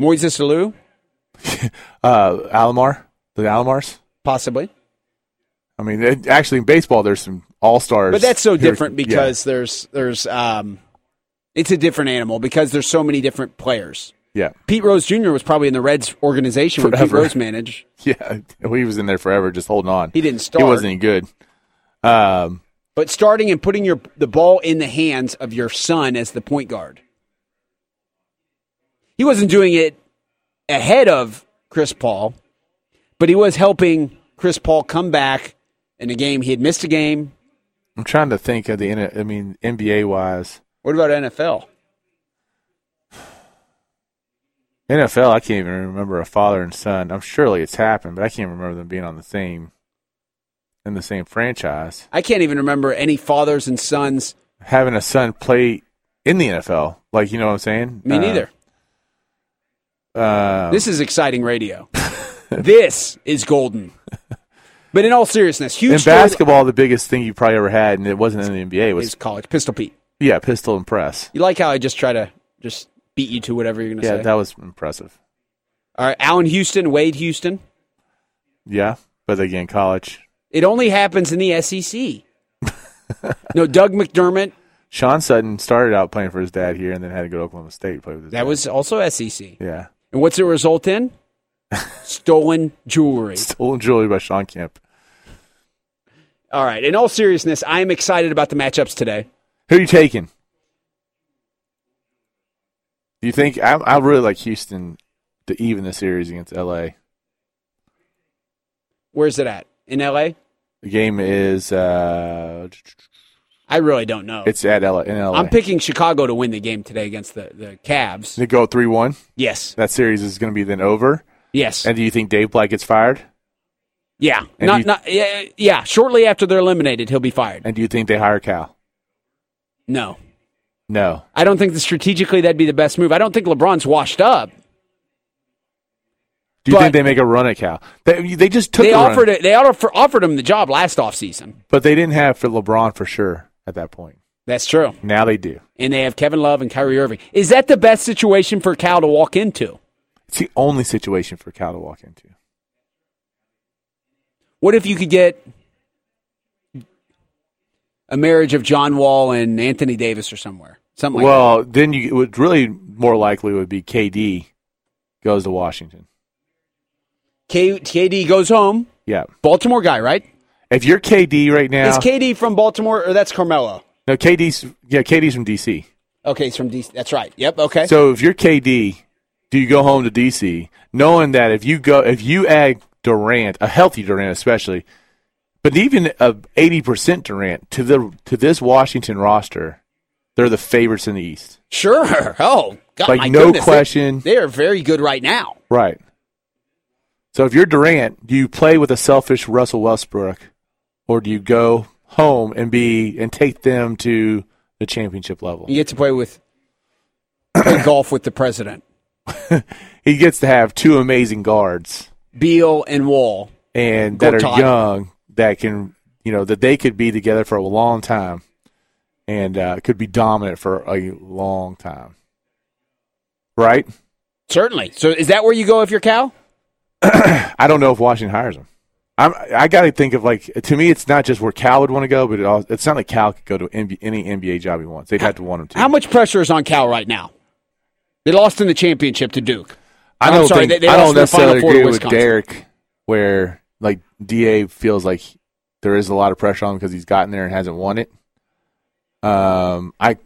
Speaker 3: Moises Alou,
Speaker 2: Uh. Alomar. The Alomars.
Speaker 3: possibly.
Speaker 2: I mean, it, actually, in baseball, there's some all stars.
Speaker 3: But that's so different because there's there's um it's a different animal because there's so many different players.
Speaker 2: Yeah.
Speaker 3: Pete Rose Jr. was probably in the Reds organization when Pete
Speaker 2: Forever.
Speaker 3: Rose managed.
Speaker 2: Yeah. yeah. Well, he was in there forever, just holding on.
Speaker 3: He didn't
Speaker 2: He
Speaker 3: start.
Speaker 2: wasn't any good. Um.
Speaker 3: But starting and putting your the ball in the hands of your son as the point guard. He wasn't doing it ahead of Chris Paul, but he was helping Chris Paul come back in a game. He had missed a game.
Speaker 2: I'm trying to think of the. N- I mean, NBA wise,
Speaker 3: What about NFL?
Speaker 2: NFL. I can't even remember a father and son. I'm surely it's happened, but I can't remember them being on the same. In the same franchise,
Speaker 3: I can't even remember any fathers and sons.
Speaker 2: having a son play in the NFL, like you know what I'm saying?
Speaker 3: Me
Speaker 2: Uh,
Speaker 3: neither.
Speaker 2: Uh,
Speaker 3: This is exciting radio. this is golden. But in all seriousness, huge
Speaker 2: in
Speaker 3: story
Speaker 2: basketball, the biggest thing you probably ever had, and it wasn't in the NBA, was
Speaker 3: is college pistol Pete.
Speaker 2: yeah, pistol and press.
Speaker 3: You like how I just try to just beat you to whatever you're going to
Speaker 2: Yeah,
Speaker 3: say.
Speaker 2: that was impressive.
Speaker 3: all right, Allen Houston, Wade Houston.
Speaker 2: Yeah, but again, college.
Speaker 3: It only happens in the SEC. no, Doug McDermott.
Speaker 2: Sean Sutton started out playing for his dad here, and then had to go to Oklahoma State to play with his.
Speaker 3: That
Speaker 2: dad.
Speaker 3: was also SEC.
Speaker 2: yeah,
Speaker 3: And what's the result in? Stolen jewelry.
Speaker 2: stolen jewelry by Sean Kemp.
Speaker 3: All right. In all seriousness, I am excited about the matchups today.
Speaker 2: Who are you taking? Do you think I, I really like Houston to even the series against LA?
Speaker 3: Where's it at? In LA?
Speaker 2: The game is uh,
Speaker 3: I really don't know.
Speaker 2: it's at LA in LA.
Speaker 3: I'm picking Chicago to win the game today against the, the Cavs.
Speaker 2: They go three one.
Speaker 3: Yes.
Speaker 2: That series is going to be then over.
Speaker 3: Yes.
Speaker 2: And do you think Dave Black gets fired?
Speaker 3: yeah.
Speaker 2: and
Speaker 3: Not
Speaker 2: you-
Speaker 3: not yeah, yeah, shortly after they're eliminated, he'll be fired.
Speaker 2: And do you think they hire Cal?
Speaker 3: No.
Speaker 2: No.
Speaker 3: I don't think that strategically that'd be the best move. I don't think LeBron's washed up.
Speaker 2: Do you
Speaker 3: But-
Speaker 2: think they make a run at Cal? They, they just took
Speaker 3: They
Speaker 2: a run,
Speaker 3: offered it. They offer- offered him the job last offseason.
Speaker 2: but they didn't have for LeBron for sure at that point.
Speaker 3: That's true.
Speaker 2: Now they do.
Speaker 3: And they have Kevin Love and Kyrie Irving. Is that the best situation for Cal to walk into?
Speaker 2: It's the only situation for Cal to walk into.
Speaker 3: What if you could get a marriage of John Wall and Anthony Davis or somewhere? Something like
Speaker 2: well, then you it would really more likely would be KD goes to Washington.
Speaker 3: that. K- KD goes home.
Speaker 2: Yeah.
Speaker 3: Baltimore guy, right?
Speaker 2: If you're KD right now,
Speaker 3: Is KD from Baltimore or that's Carmelo?
Speaker 2: no KD's yeah KD's from DC.
Speaker 3: Okay, he's from DC. That's right. Yep. Okay.
Speaker 2: So if you're KD, do you go home to DC knowing that if you go if you add Durant, a healthy Durant especially, but even a 80% Durant to the to this Washington roster, they're the favorites in the East.
Speaker 3: sure. Oh, God,
Speaker 2: Like,
Speaker 3: my
Speaker 2: no
Speaker 3: goodness. They-
Speaker 2: question.
Speaker 3: They, are very good right now.
Speaker 2: Right. So if you're Durant, do you play with a selfish Russell Westbrook, or do you go home and be and take them to the championship level?
Speaker 3: You get to play with play golf with the president,
Speaker 2: He gets to have two amazing guards
Speaker 3: Beal and Wall.
Speaker 2: and
Speaker 3: Go
Speaker 2: that are
Speaker 3: Todd.
Speaker 2: young that can you know that they could be together for a long time and uh, could be dominant for a long time. Right?
Speaker 3: Certainly. So is that where you go if you're Cal?
Speaker 2: I don't know if Washington hires him. I'm, I got to think of like to me, it's not just where Cal would want to go, but it all, it's not like Cal could go to NB any NBA job he wants. They'd have to want him to.
Speaker 3: How much pressure is on Cal right now? They lost in the championship to Duke.
Speaker 2: I
Speaker 3: I'm
Speaker 2: don't
Speaker 3: sorry,
Speaker 2: think
Speaker 3: they- they
Speaker 2: I
Speaker 3: lost
Speaker 2: don't
Speaker 3: in the Final
Speaker 2: necessarily
Speaker 3: Four to
Speaker 2: agree with
Speaker 3: Wisconsin.
Speaker 2: Derek, where like Da feels like there is a lot of pressure on him because he's gotten there and hasn't won it. Um, I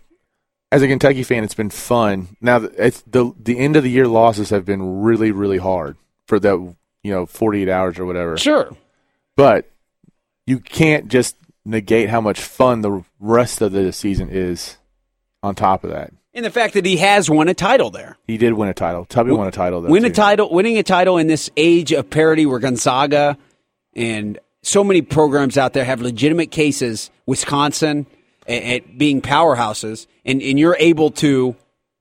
Speaker 2: as a Kentucky fan, it's been fun. Now th- it's the the end of the year losses have been really really hard for that you know 48 hours or whatever.
Speaker 3: Sure.
Speaker 2: but you can't just negate how much fun the rest of the season is. On top of that,
Speaker 3: And the fact that he has won a title there.
Speaker 2: he did win a title. Tubby won a title. Though,
Speaker 3: Win a
Speaker 2: too.
Speaker 3: title, winning a title in this age of parity where Gonzaga and so many programs out there have legitimate cases, Wisconsin a- at being powerhouses, and, and you're able to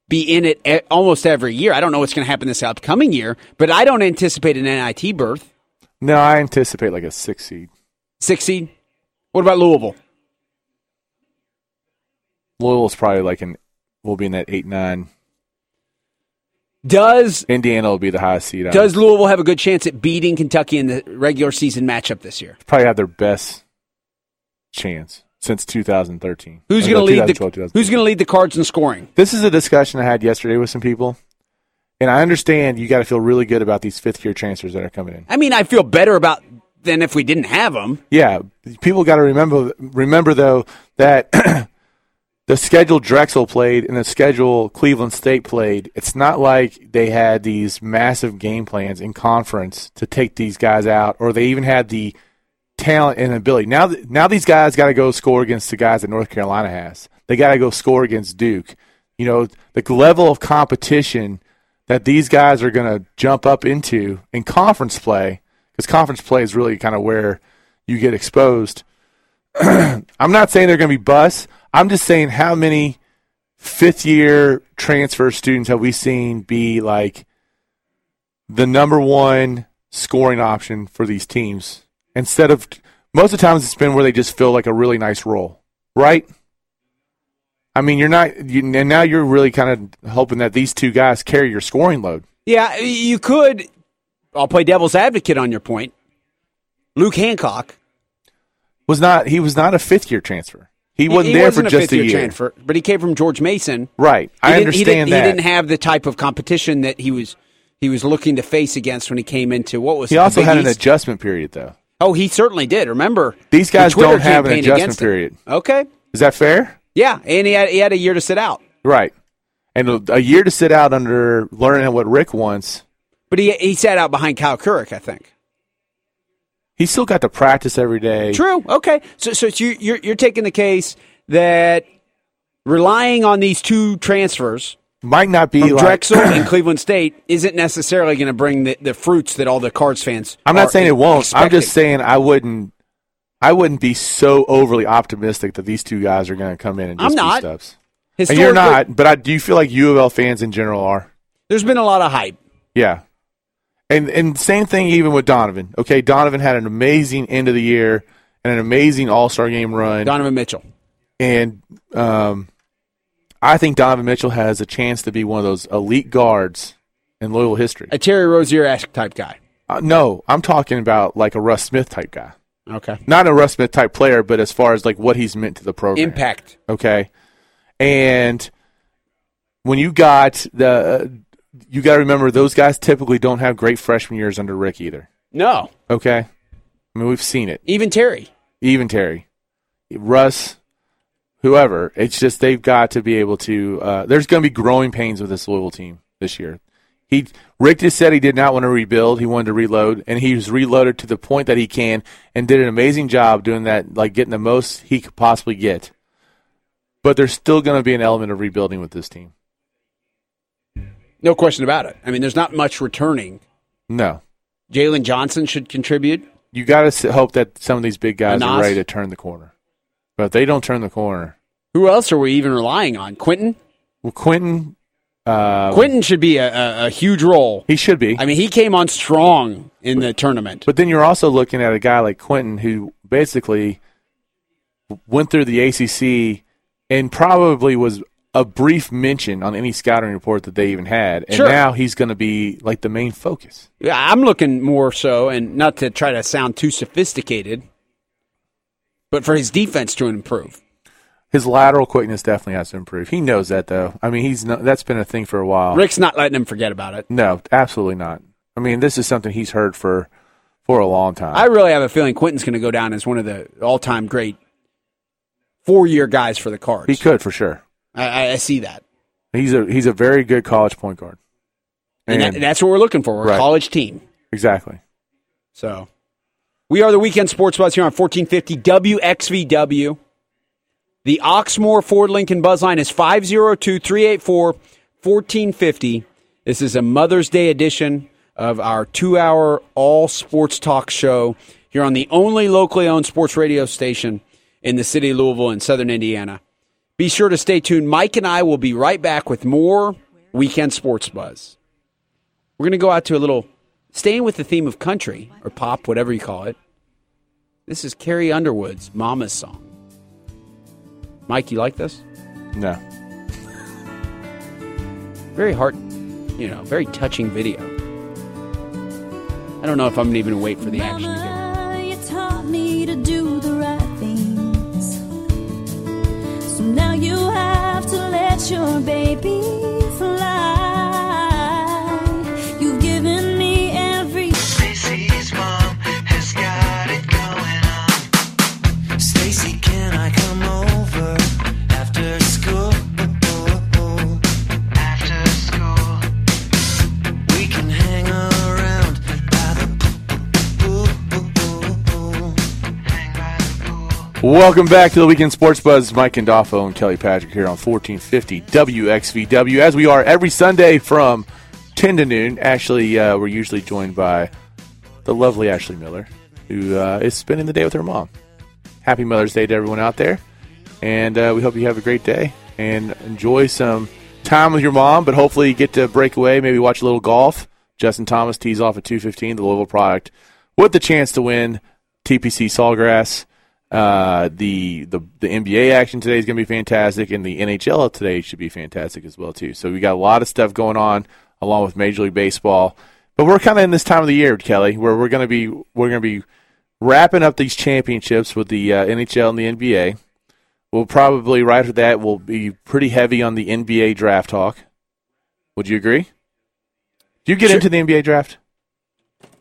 Speaker 3: be in it e- almost every year. I don't know what's going to happen this upcoming year, but I don't anticipate an NIT berth.
Speaker 2: No, I anticipate like a six seed.
Speaker 3: Six seed. What about Louisville?
Speaker 2: Louisville's probably like an will be in that eight nine.
Speaker 3: Does
Speaker 2: Indiana will be the highest seed. I
Speaker 3: Does Louisville have a good chance at beating Kentucky in the regular season matchup this year?
Speaker 2: probably have their best chance since 2013.
Speaker 3: Who's
Speaker 2: Or
Speaker 3: going to
Speaker 2: no,
Speaker 3: lead
Speaker 2: 2012,
Speaker 3: the Who's going to lead the Cards in scoring?
Speaker 2: This is a discussion I had yesterday with some people, and I understand you got to feel really good about these fifth year transfers that are coming in.
Speaker 3: I mean, I feel better about than if we didn't have them.
Speaker 2: Yeah, people got to remember remember though that the schedule Drexel played and the schedule Cleveland State played. It's not like they had these massive game plans in conference to take these guys out, or they even had the talent and ability. Now, th- now these guys got to go score against the guys that North Carolina has. They got to go score against Duke. You know, the level of competition that these guys are going to jump up into in conference play, because conference play is really kind of where you get exposed. I'm not saying they're going to be busts. I'm just saying how many fifth year transfer students have we seen be like the number one scoring option for these teams instead of most of the times it's been where they just fill like a really nice role, right? I mean, you're not, you, and now you're really kind of hoping that these two guys carry your scoring load.
Speaker 3: Yeah, you could. I'll play devil's advocate on your point. Luke Hancock.
Speaker 2: Was not he was not a fifth year transfer. He wasn't there for
Speaker 3: wasn't a
Speaker 2: just a
Speaker 3: fifth-year
Speaker 2: year,
Speaker 3: transfer, but he came from George Mason.
Speaker 2: right?
Speaker 3: He
Speaker 2: I
Speaker 3: didn't- he
Speaker 2: understand
Speaker 3: didn't-
Speaker 2: that.
Speaker 3: he didn't have the type of competition that he was he was looking to face against when he came into what was
Speaker 2: He
Speaker 3: it, the
Speaker 2: also
Speaker 3: Big
Speaker 2: had an
Speaker 3: East?
Speaker 2: adjustment period, though.
Speaker 3: Oh, he certainly did. Remember,
Speaker 2: These
Speaker 3: the
Speaker 2: guys
Speaker 3: Twitter
Speaker 2: don't have an
Speaker 3: campaign
Speaker 2: adjustment
Speaker 3: against him.
Speaker 2: period.
Speaker 3: Okay,
Speaker 2: Is that fair?
Speaker 3: yeah, and he had he had a year to sit out,
Speaker 2: Right. And a- a year to sit out under learning what Rick wants.
Speaker 3: but he he sat out behind Kyle Couric, I think.
Speaker 2: He still got to practice every day.
Speaker 3: True. Okay, so so it's you you're you're taking the case that relying on these two transfers
Speaker 2: Might not be
Speaker 3: from
Speaker 2: like
Speaker 3: Drexel and Cleveland State isn't necessarily going to bring the, the fruits that all the Cards fans.
Speaker 2: I'm not
Speaker 3: are
Speaker 2: saying it won't. I'm
Speaker 3: expecting.
Speaker 2: just saying I wouldn't. I wouldn't be so overly optimistic that these two guys are going to come in and just
Speaker 3: I'm not.
Speaker 2: be stuffs. and you're
Speaker 3: Historically-
Speaker 2: not, but I do you feel like U of L fans in general are.
Speaker 3: There's been a lot of hype.
Speaker 2: Yeah. And and same thing even with Donovan. Okay, Donovan had an amazing end of the year and an amazing All Star game run.
Speaker 3: Donovan Mitchell.
Speaker 2: and um, I think Donovan Mitchell has a chance to be one of those elite guards in Louisville history.
Speaker 3: A Terry Rozier-esque type guy.
Speaker 2: Uh, no, I'm talking about like a Russ Smith type guy,
Speaker 3: Okay.
Speaker 2: not a Russ Smith type player, but as far as like what he's meant to the program.
Speaker 3: Impact.
Speaker 2: okay and when you got the you got to remember those guys typically don't have great freshman years under rick either
Speaker 3: No.
Speaker 2: okay i mean we've seen it
Speaker 3: Even Terry.
Speaker 2: even terry russ whoever it's just they've got to be able to uh, there's going to be growing pains with this louisville team this year he rick just said he did not want to rebuild he wanted to reload and he was reloaded to the point that he can and did an amazing job doing that like getting the most he could possibly get but there's still going to be an element of rebuilding with this team.
Speaker 3: No question about it. I mean, there's not much returning.
Speaker 2: No,
Speaker 3: Jalen Johnson should contribute.
Speaker 2: you got to hope that some of these big guys are
Speaker 3: Anas?
Speaker 2: ready to turn the corner. But if they don't turn the corner,
Speaker 3: Who else are we even relying on? Quentin?
Speaker 2: well, Quentin, uh,
Speaker 3: Quentin should be a, a, a huge role.
Speaker 2: he should be.
Speaker 3: I mean, he came on strong in the tournament.
Speaker 2: but then you're also looking at a guy like Quentin who basically went through the ACC and probably was a brief mention on any scouting report that they even had, and
Speaker 3: Sure.
Speaker 2: now he's going to be like the main focus.
Speaker 3: Yeah, I'm looking more so, and not to try to sound too sophisticated, but for his defense to improve.
Speaker 2: His lateral quickness definitely has to improve. He knows that though. I mean, he's no, that's been a thing for a while.
Speaker 3: Rick's not letting him forget about it.
Speaker 2: No, absolutely not. I mean, this is something he's heard for for a long time.
Speaker 3: I really have a feeling Quentin's going to go down as one of the all time great four year guys for the Cards.
Speaker 2: he could for sure.
Speaker 3: I, I- I see that.
Speaker 2: He's a he's a very good college point guard.
Speaker 3: And, that, that's what we're looking for. We're
Speaker 2: Right.
Speaker 3: a college team.
Speaker 2: exactly.
Speaker 3: So we are the weekend sports buzz here on 1450 WXVW. The Oxmoor Ford Lincoln buzz line is 502 384 1450. This is a Mother's Day edition of our two hour all sports talk show here on the only locally owned sports radio station in the city of Louisville in southern Indiana. Be sure to stay tuned. Mike and I will be right back with more weekend sports buzz. We're going to go out to a little staying with the theme of country or pop, whatever you call it. This is Carrie Underwood's Mama's Song. Mike, you like this?
Speaker 2: No,
Speaker 3: Very heart, you know, very touching video. I don't know if I'm even gonna wait for the action to get.
Speaker 8: Mama, you taught me to do the right things. So now you have to let your baby fly. You've given me every.
Speaker 9: Stacy's mom has got it going on. Stacy, can I come over after school? After school, we can hang around by the pool. Hang by the pool.
Speaker 2: Welcome back to the Weekend Sports Buzz. Mike Andolfo and Kelly Patrick here on 1450 WXVW, as we are every Sunday from 10 to noon. Actually, uh, we're usually joined by the lovely Ashley Miller, who uh, is spending the day with her mom. Happy Mother's Day to everyone out there, and uh, we hope you have a great day and enjoy some time with your mom. But hopefully, you get to break away, maybe watch a little golf. Justin Thomas tees off at 2:15, the Louisville product, with the chance to win TPC Sawgrass. Uh, the, the the NBA action today is going to be fantastic, and the NHL today should be fantastic as well too. So we got a lot of stuff going on along with Major League Baseball, but we're kind of in this time of the year, Kelly, where we're going to be we're going to be wrapping up these championships with the uh, NHL and the NBA. We'll probably right after that we'll be pretty heavy on the NBA draft talk. Would you agree? Do you get
Speaker 3: Sure.
Speaker 2: into the NBA draft?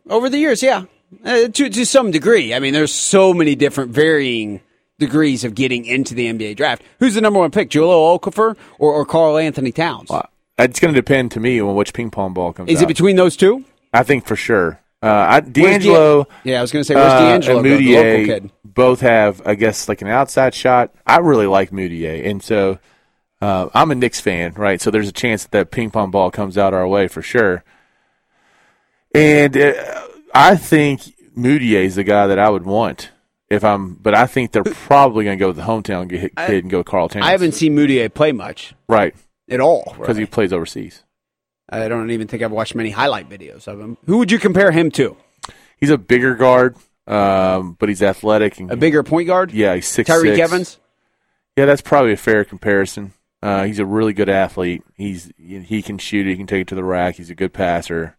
Speaker 3: Over the years, yeah, uh, to to some degree. I mean, there's so many different varying degrees of getting into the NBA draft. Who's the number one pick, Julio Okafor or or Carl Anthony Towns?
Speaker 2: Uh, It's going to depend to me on which ping pong ball comes.
Speaker 3: Is it
Speaker 2: out.
Speaker 3: between those two?
Speaker 2: I think for sure. Uh, I,
Speaker 3: Where's
Speaker 2: D'Angelo.
Speaker 3: D'An- yeah, I was going to say, where's
Speaker 2: uh,
Speaker 3: D'Angelo?
Speaker 2: and
Speaker 3: go, the
Speaker 2: Moutier
Speaker 3: local kid.
Speaker 2: both have, I guess, like an outside shot. I really like Moutier, and so uh, I'm a Knicks fan, right? So there's a chance that that ping pong ball comes out our way for sure. And uh, I think Moutier is the guy that I would want If I'm, but I think they're probably going to go with the hometown g- kid and go with Carl Towns.
Speaker 3: I haven't seen Moutier play much
Speaker 2: right
Speaker 3: at all.
Speaker 2: because he plays overseas.
Speaker 3: I don't even think I've watched many highlight videos of him. Who would you compare him to?
Speaker 2: He's a bigger guard, um, but he's athletic and
Speaker 3: A bigger point guard?
Speaker 2: yeah, he's six.
Speaker 3: Tyreek Evans?
Speaker 2: Yeah, that's probably a fair comparison. Uh, he's a really good athlete. He's he can shoot. He can take it to the rack. He's a good passer.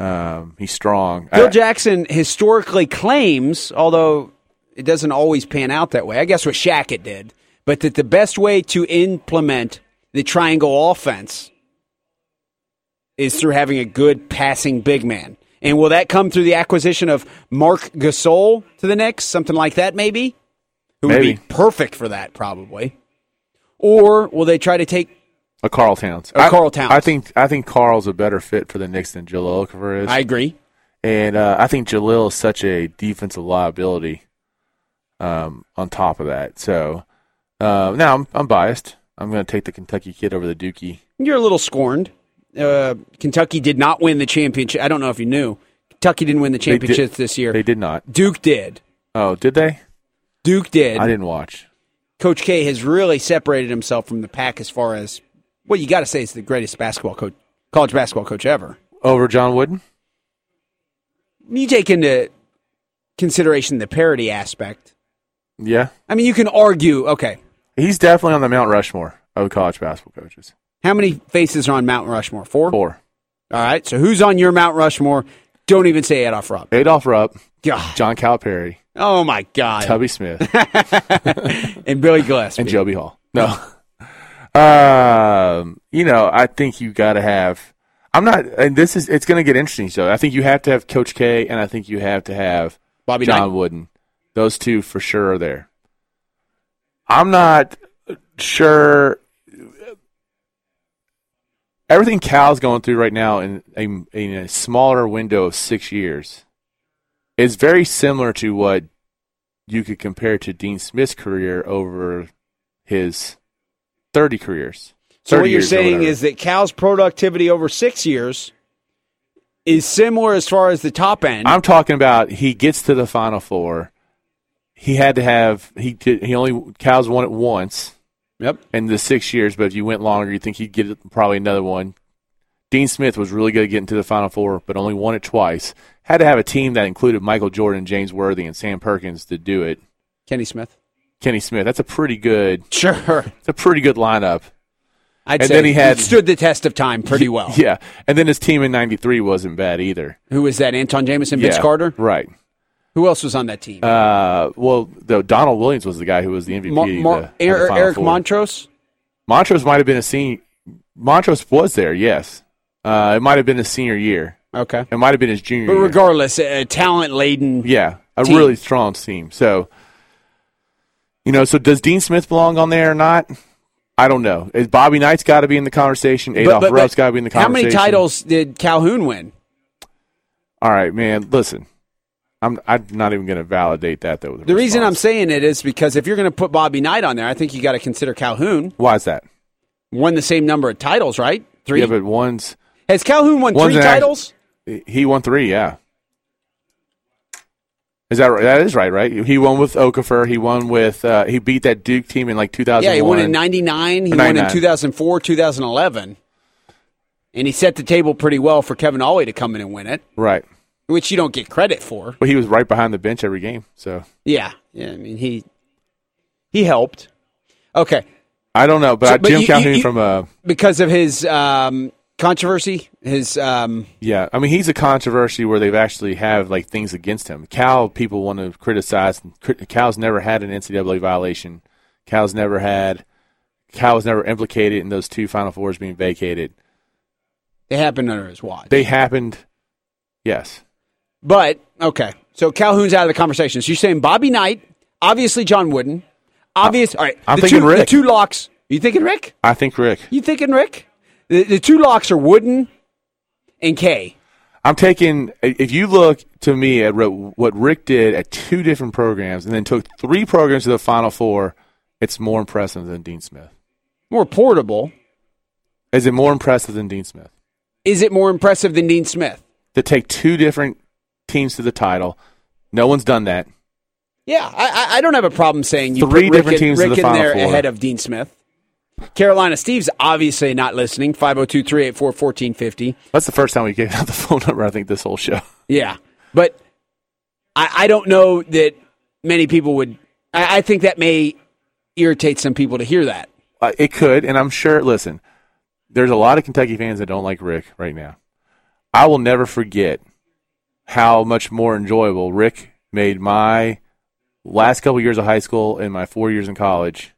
Speaker 2: Um, he's strong.
Speaker 3: Phil
Speaker 2: I-
Speaker 3: Jackson historically claims, although it doesn't always pan out that way. I guess with Shaq it did, but that the best way to implement the triangle offense is through having a good passing big man. And will that come through the acquisition of Mark Gasol to the Knicks, something like that, maybe? Who
Speaker 2: Maybe.
Speaker 3: would be perfect for that, probably? Or will they try to take?
Speaker 2: A Carl Towns.
Speaker 3: A
Speaker 2: I-
Speaker 3: Carl Towns.
Speaker 2: I think I think Carl's a better fit for the Knicks than Jalil Okafor is.
Speaker 3: I agree.
Speaker 2: and uh, I think Jalil is such a defensive liability. Um, on top of that, so uh, now I'm I'm biased. I'm going to take the Kentucky kid over the Dookie.
Speaker 3: You're a little scorned. Uh, Kentucky did not win the championship. I don't know if you knew. Kentucky didn't win the
Speaker 2: They did-
Speaker 3: championships this year.
Speaker 2: They did not.
Speaker 3: Duke did.
Speaker 2: Oh, did they?
Speaker 3: Duke did.
Speaker 2: I didn't watch.
Speaker 3: Coach K has really separated himself from the pack as far as well. You got to say is the greatest basketball coach, college basketball coach ever.
Speaker 2: Over John Wooden.
Speaker 3: You take into consideration the parity aspect.
Speaker 2: Yeah,
Speaker 3: I mean, you can argue. Okay,
Speaker 2: he's definitely on the Mount Rushmore of college basketball coaches.
Speaker 3: how many faces are on Mount Rushmore? Four.
Speaker 2: Four.
Speaker 3: All right. So who's on your Mount Rushmore? Don't even say Adolph Rupp.
Speaker 2: Adolph Rupp,
Speaker 3: God.
Speaker 2: John Calipari,
Speaker 3: Oh my God.
Speaker 2: Tubby Smith,
Speaker 3: and Billy Gillespie.
Speaker 2: and Joby Hall. No. um, you know, I think you got to have. I'm not, and this is it's going to get interesting. So I think you have to have Coach K, and I think you have to have
Speaker 3: Bobby
Speaker 2: John
Speaker 3: Knight.
Speaker 2: Wooden. Those two for sure are there. I'm not sure. Everything Cal's going through right now in a, in a smaller window of six years is very similar to what you could compare to Dean Smith's career over his 30 careers.
Speaker 3: So
Speaker 2: 30
Speaker 3: what you're
Speaker 2: years or
Speaker 3: saying
Speaker 2: whatever.
Speaker 3: is that Cal's productivity over six years is similar as far as the top end.
Speaker 2: I'm talking about he gets to the final four. He had to have he did, he only Cal's won it once
Speaker 3: yep.
Speaker 2: in the six years, but if you went longer, you think he'd get it- probably another one. Dean Smith was really good at getting to the final four, but only won it twice. Had to have a team that included Michael Jordan, James Worthy, and Sam Perkins to do it.
Speaker 3: Kenny Smith.
Speaker 2: Kenny Smith, that's a pretty good,
Speaker 3: Sure.
Speaker 2: it's a pretty good lineup.
Speaker 3: I'd
Speaker 2: And
Speaker 3: say
Speaker 2: then he
Speaker 3: it
Speaker 2: had-
Speaker 3: stood the test of time pretty well.
Speaker 2: Yeah, and then his team in '93 wasn't bad either.
Speaker 3: Who was that? Anton Jameson, Vince
Speaker 2: yeah,
Speaker 3: Carter?
Speaker 2: right?
Speaker 3: Who else was on that team?
Speaker 2: Uh, well, though Donald Williams was the guy who was the MVP.
Speaker 3: Mar- Mar-
Speaker 2: of the- of the
Speaker 3: Er-
Speaker 2: Final
Speaker 3: Eric
Speaker 2: Four.
Speaker 3: Montrose?
Speaker 2: Montrose might have been a senior. Montrose was there, yes. Uh, it might have been his senior year.
Speaker 3: Okay.
Speaker 2: It might have been his junior
Speaker 3: But
Speaker 2: year.
Speaker 3: regardless, a talent laden.
Speaker 2: yeah, a
Speaker 3: Team.
Speaker 2: really strong team. So, you know, so does Dean Smith belong on there or not? I don't know. Is Bobby Knight's got to be in the conversation? Adolph Rupp's got to be in the
Speaker 3: how
Speaker 2: conversation.
Speaker 3: many titles did Calhoun win?
Speaker 2: All right, man. Listen, I'm I'm not even going to validate that though. with a
Speaker 3: The reason I'm
Speaker 2: response.
Speaker 3: saying it is because if you're going to put Bobby Knight on there, I think you got to consider Calhoun
Speaker 2: why is that?
Speaker 3: won the same number of titles, right? Three.
Speaker 2: Yeah, but one's
Speaker 3: Has Calhoun won
Speaker 2: One's
Speaker 3: three
Speaker 2: an act-
Speaker 3: titles?
Speaker 2: He won three, yeah. Is that right? That is right, right? He won with Okafor. He won with uh, he beat that Duke team in like 2001.
Speaker 3: Yeah, he won in 99. He won in
Speaker 2: 99.
Speaker 3: 2004, 2011. And he set the table pretty well for Kevin Ollie to come in and win it,
Speaker 2: Right,
Speaker 3: which you don't get credit for.
Speaker 2: but he was right behind the bench every game. So
Speaker 3: Yeah. Yeah, I mean, he he helped. Okay.
Speaker 2: I don't know, but,
Speaker 3: So-
Speaker 2: I,
Speaker 3: but
Speaker 2: Jim
Speaker 3: you-
Speaker 2: Calhoun
Speaker 3: you- you-
Speaker 2: from uh,
Speaker 3: Because of his um, controversy, his um,
Speaker 2: yeah, I mean he's a controversy where they've actually have like things against him. Cal people want to criticize. Cri- Cal's never had an NCAA violation. Cal's never had. Cal was never implicated in those two Final Fours being vacated.
Speaker 3: they happened under his watch.
Speaker 2: They happened. Yes.
Speaker 3: But okay, so Calhoun's out of the conversation. So you're saying Bobby Knight, obviously John Wooden, obvious. all right,
Speaker 2: I'm
Speaker 3: the
Speaker 2: thinking
Speaker 3: two, The
Speaker 2: Rick.
Speaker 3: two locks. You thinking Rick?
Speaker 2: I think Rick.
Speaker 3: You thinking Rick? The, the two locks are Wooden and Kay.
Speaker 2: I'm taking. If you look to me at ri- what Rick did at two different programs, and then took three programs to the Final Four, it's more impressive than Dean Smith.
Speaker 3: More portable.
Speaker 2: Is it more impressive than Dean Smith
Speaker 3: Is it more impressive than Dean Smith?
Speaker 2: to take two different teams to the title? No one's done that.
Speaker 3: Yeah, I, I- I don't have a problem saying you
Speaker 2: Three
Speaker 3: put Rick
Speaker 2: different
Speaker 3: in-
Speaker 2: teams to
Speaker 3: Rick
Speaker 2: the
Speaker 3: in
Speaker 2: Final
Speaker 3: there
Speaker 2: Four.
Speaker 3: ahead of Dean Smith. Carolina Steve's obviously not listening. 502 384 1450.
Speaker 2: That's the first time we gave out the phone number, I think, this whole show.
Speaker 3: Yeah. But I, I don't know that many people would. I, I think that may irritate some people to hear that.
Speaker 2: Uh, it could, and I'm sure, listen, there's a lot of Kentucky fans that don't like Rick right now. I will never forget how much more enjoyable Rick made my last couple years of high school and my four years in college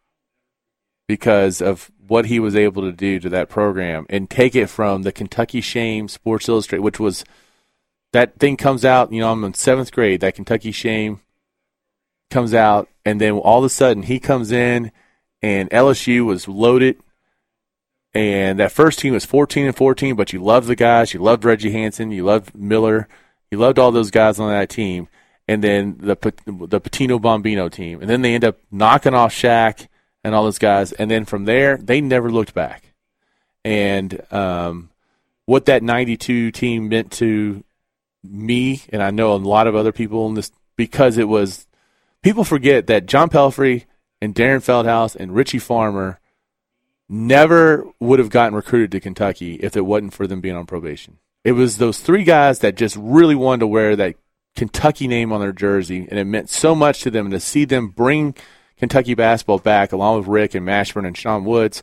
Speaker 2: because of what he was able to do to that program and take it from the Kentucky Shame Sports Illustrated, which was that thing comes out, you know, I'm in seventh grade, that Kentucky Shame comes out, and then all of a sudden he comes in and LSU was loaded. And that first team was 14 and 14, but you loved the guys. You loved Reggie Hansen. You loved Miller. You loved all those guys on that team. And then the Pat- the Patino Bombino team. And then they end up knocking off Shaq and all those guys. And then from there, they never looked back. And um, what that 92 team meant to me, and I know a lot of other people in this, because it was people forget that John Pelfrey and Darren Feldhouse and Richie Farmer never would have gotten recruited to Kentucky if it wasn't for them being on probation. It was those three guys that just really wanted to wear that Kentucky name on their jersey, and it meant so much to them. And to see them bring Kentucky basketball back, along with Rick and Mashburn and Sean Woods,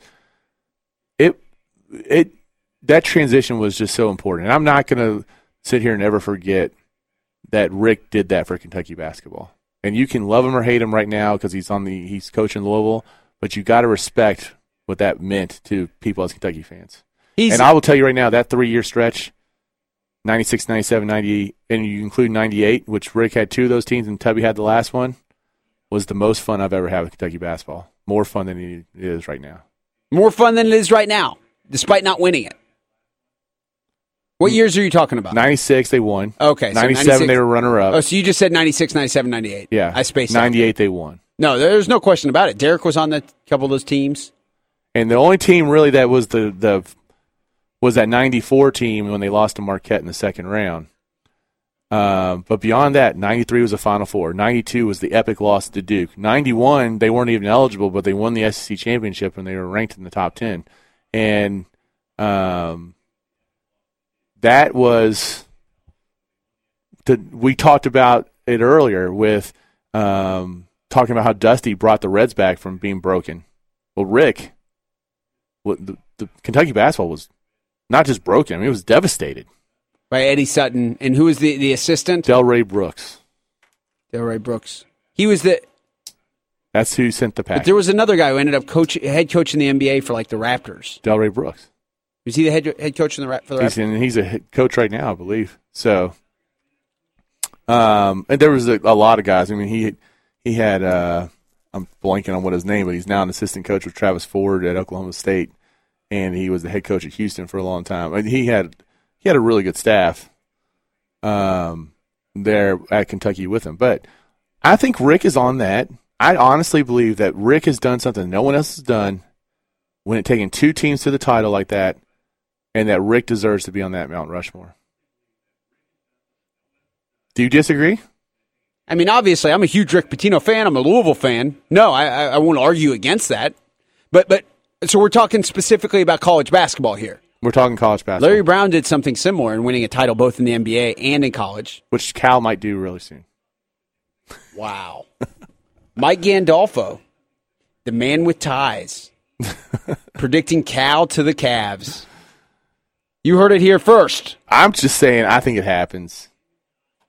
Speaker 2: it it that transition was just so important. And I'm not going to sit here and ever forget that Rick did that for Kentucky basketball. And you can love him or hate him right now because he's on the he's coaching Louisville, but you got to respect what that meant to people as Kentucky fans.
Speaker 3: He's,
Speaker 2: and I will tell you right now that three year stretch, 96, 97, 98, and you include 98, which Rick had two of those teams and Tubby had the last one, was the most fun I've ever had with Kentucky basketball. More fun than it is right now.
Speaker 3: more fun than it is right now, despite not winning it. What years are you talking about?
Speaker 2: 96, they won.
Speaker 3: Okay, so
Speaker 2: 97,
Speaker 3: 96
Speaker 2: they were runner up.
Speaker 3: Oh, so you just said 96, 97, 98.
Speaker 2: yeah.
Speaker 3: I spaced out.
Speaker 2: 98, they won.
Speaker 3: No, there's no question about it. Derek was on the couple of those teams.
Speaker 2: And the only team really that was the the was that '94 team when they lost to Marquette in the second round. Um, but beyond that, '93 was the Final Four. '92 was the epic loss to Duke. '91 they weren't even eligible, but they won the SEC championship and they were ranked in the top ten. And um, that was the we talked about it earlier with um, talking about how Dusty brought the Reds back from being broken. Well, Rick, what the, the Kentucky basketball was not just broken; I mean, it was devastated.
Speaker 3: By Eddie Sutton. And who was the, the assistant?
Speaker 2: Delray Brooks,
Speaker 3: Delroy Brooks. He was the.
Speaker 2: that's who sent the
Speaker 3: But
Speaker 2: pack.
Speaker 3: there was another guy who ended up coach, head coach in the NBA for like the Raptors.
Speaker 2: Delray Brooks.
Speaker 3: Was he the head, head coach in the, Ra- for the
Speaker 2: He's
Speaker 3: Raptors?
Speaker 2: in, he's a head coach right now, I believe. So, um, and there was a, a lot of guys. I mean, he he had uh, I'm blanking on what his name, but he's now an assistant coach with Travis Ford at Oklahoma State, and he was the head coach at Houston for a long time. And he had he had a really good staff, um, there at Kentucky with him. But I think Rick is on that. I honestly believe that Rick has done something no one else has done when it taking two teams to the title like that and that Rick deserves to be on that Mount Rushmore. Do you disagree?
Speaker 3: I mean, obviously, I'm a huge Rick Pitino fan. I'm a Louisville fan. No, I, I, I won't argue against that. But, but, so we're talking specifically about college basketball here.
Speaker 2: We're talking college basketball,
Speaker 3: Larry Brown did something similar in winning a title both in the NBA and in college.
Speaker 2: which Cal might do really soon.
Speaker 3: Wow. Mike Gandolfo, the man with ties, predicting Cal to the Cavs. You heard it here first.
Speaker 2: I'm just saying, I think it happens,